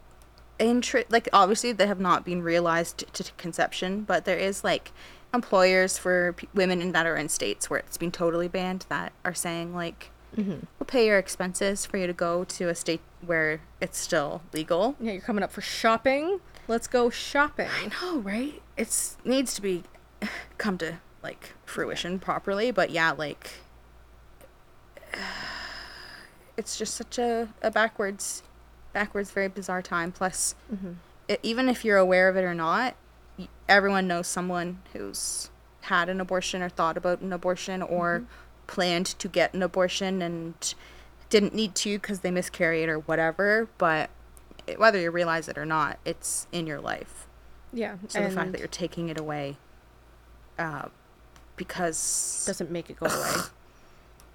Speaker 1: intri- like obviously they have not been realized to, to conception, but there is like employers for p- women in- that are in states where it's been totally banned that are saying like we'll pay your expenses for you to go to a state where it's still legal.
Speaker 2: Yeah, you're coming up for shopping. Let's go shopping.
Speaker 1: Oh, right. It's needs to be come to like fruition properly, but yeah, like it's just such a, a backwards backwards very bizarre time plus e- even if you're aware of it or not y- everyone knows someone who's had an abortion or thought about an abortion or planned to get an abortion and didn't need to because they miscarried or whatever but it- whether you realize it or not it's in your life
Speaker 2: Yeah.
Speaker 1: so the fact
Speaker 2: and-
Speaker 1: that you're taking it away uh, because
Speaker 2: Doesn't make it go away.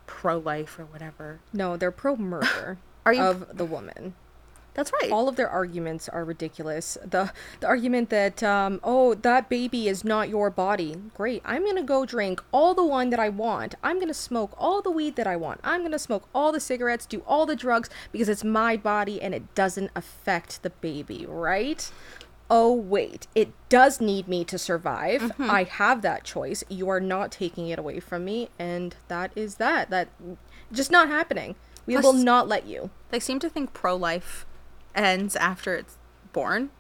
Speaker 1: pro life or whatever.
Speaker 2: No, they're pro murder
Speaker 1: Are you-
Speaker 2: of the woman.
Speaker 1: That's right.
Speaker 2: All of their arguments are ridiculous. The the argument that um, oh that baby is not your body. Great. I'm gonna go drink all the wine that I want. I'm gonna smoke all the weed that I want. I'm gonna smoke all the cigarettes, do all the drugs because it's my body and it doesn't affect the baby, right? Oh wait, it does need me to survive.
Speaker 1: Mm-hmm.
Speaker 2: I have that choice. You are not taking it away from me, and that is that. That just not happening. We will
Speaker 1: Plus-
Speaker 2: not let you.
Speaker 1: they seem to think pro life ends after it's born.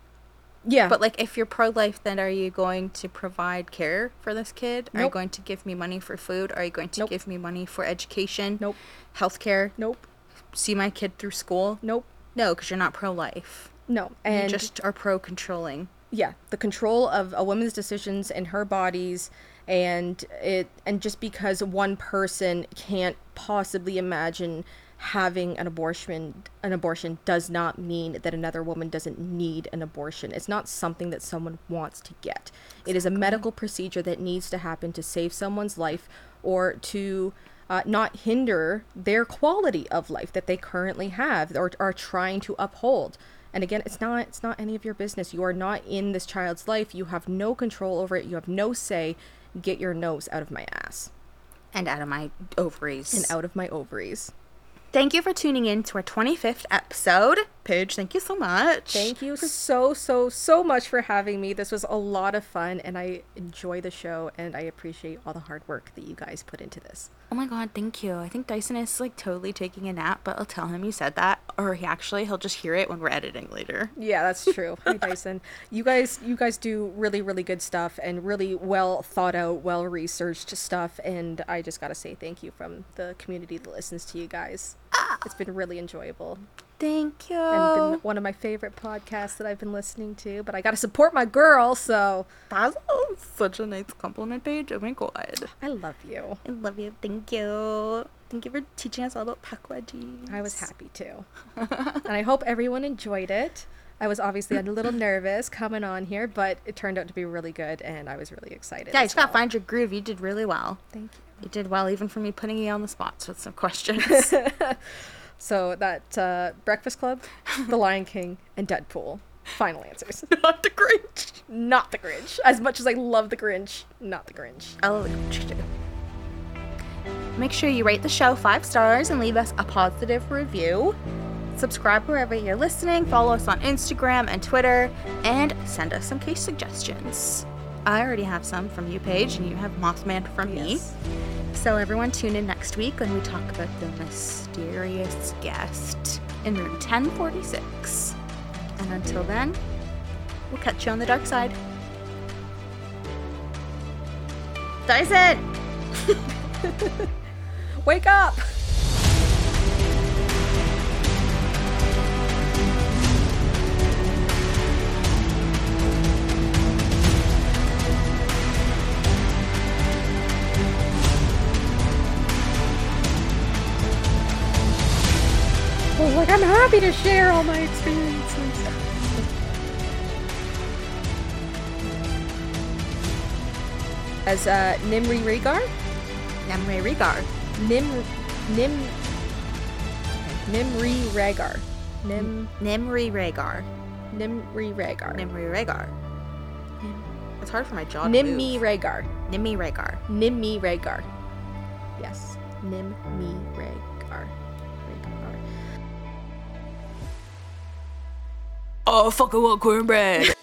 Speaker 2: Yeah.
Speaker 1: But like if you're pro life, then are you going to provide care for this kid? Are you
Speaker 2: Nope.
Speaker 1: going to give me money for food? Are you going to
Speaker 2: Nope.
Speaker 1: give me money for education?
Speaker 2: Nope.
Speaker 1: Healthcare?
Speaker 2: Nope.
Speaker 1: See my kid through school?
Speaker 2: Nope.
Speaker 1: No, because you're not pro life.
Speaker 2: No.
Speaker 1: You
Speaker 2: And just
Speaker 1: just are pro controlling.
Speaker 2: yeah, the control of a woman's decisions and her bodies and it and just because one person can't possibly imagine having an abortion an abortion does not mean that another woman doesn't need an abortion. It's not something that someone wants to get. It is a medical procedure that needs to happen to save someone's life or to uh, not hinder their quality of life that they currently have or are trying to uphold. And again, it's not it's not any of your business. You are not in this child's life. You have no control over it. You have no say. Get your nose out of my ass
Speaker 1: And out of my ovaries.
Speaker 2: and out of my ovaries.
Speaker 1: Thank you for tuning in to our 25th episode. Paige, thank you so much.
Speaker 2: Thank you so so so much for having me. This was a lot of fun and I enjoy the show and I appreciate all the hard work that you guys put into this.
Speaker 1: Oh my god, thank you. I think Dyson is like totally taking a nap, but I'll tell him you said that. Or he actually, he'll just hear it when we're editing later.
Speaker 2: Yeah, that's true. Hi Dyson. You guys you guys do really really good stuff and really well thought out, well researched stuff and I just got to say thank you from the community that listens to you guys. It's been really enjoyable
Speaker 1: Thank you.
Speaker 2: and
Speaker 1: Oh.
Speaker 2: been one of my favorite podcasts that I've been listening to, but I got to support my girl, so
Speaker 1: That's such a nice compliment, Paige. Oh my god.
Speaker 2: I love you.
Speaker 1: I love you. Thank you. Thank you for teaching us all about pakwa jeans.
Speaker 2: I was happy too. and I hope everyone enjoyed it. I was obviously a little nervous coming on here, but it turned out to be really good and I was really excited.
Speaker 1: Yeah, you
Speaker 2: as
Speaker 1: just gotta
Speaker 2: well.
Speaker 1: find your groove. You did really well.
Speaker 2: Thank you.
Speaker 1: You did well, even for me putting you on the spot with some questions.
Speaker 2: So that uh, Breakfast Club, The Lion King, and Deadpool. Final answers.
Speaker 1: Not the Grinch.
Speaker 2: Not the Grinch. As much as I love the Grinch, not the Grinch.
Speaker 1: I love the Grinch too. Make sure you rate the show five stars and leave us a positive review. Subscribe wherever you're listening, follow us on Instagram and Twitter, and send us some case suggestions. I already have some from you, Paige, and you have Mothman from
Speaker 2: Yes.
Speaker 1: me. So, everyone, tune in next week when we talk about the mysterious guest in room 1046. And until then, we'll catch you on the dark side. Dyson!
Speaker 2: Wake up! Well, like, Oh, I'm happy to share all my experiences. As uh, Nimri Rhaegar,
Speaker 1: Namre Rigar.
Speaker 2: Nim, Nim, Nimri Rhaegar, Nim,
Speaker 1: Nimri Rhaegar.
Speaker 2: Nimri Rhaegar,
Speaker 1: Nimri Rhaegar. It's hard for my jaw to
Speaker 2: Nimmi
Speaker 1: move.
Speaker 2: Rhaegar,
Speaker 1: Nimmi Rhaegar.
Speaker 2: Nimmi Rhaegar. Yes, Nimmi Rhaegar. Rhaegar.
Speaker 1: Oh, fuck, I want cornbread.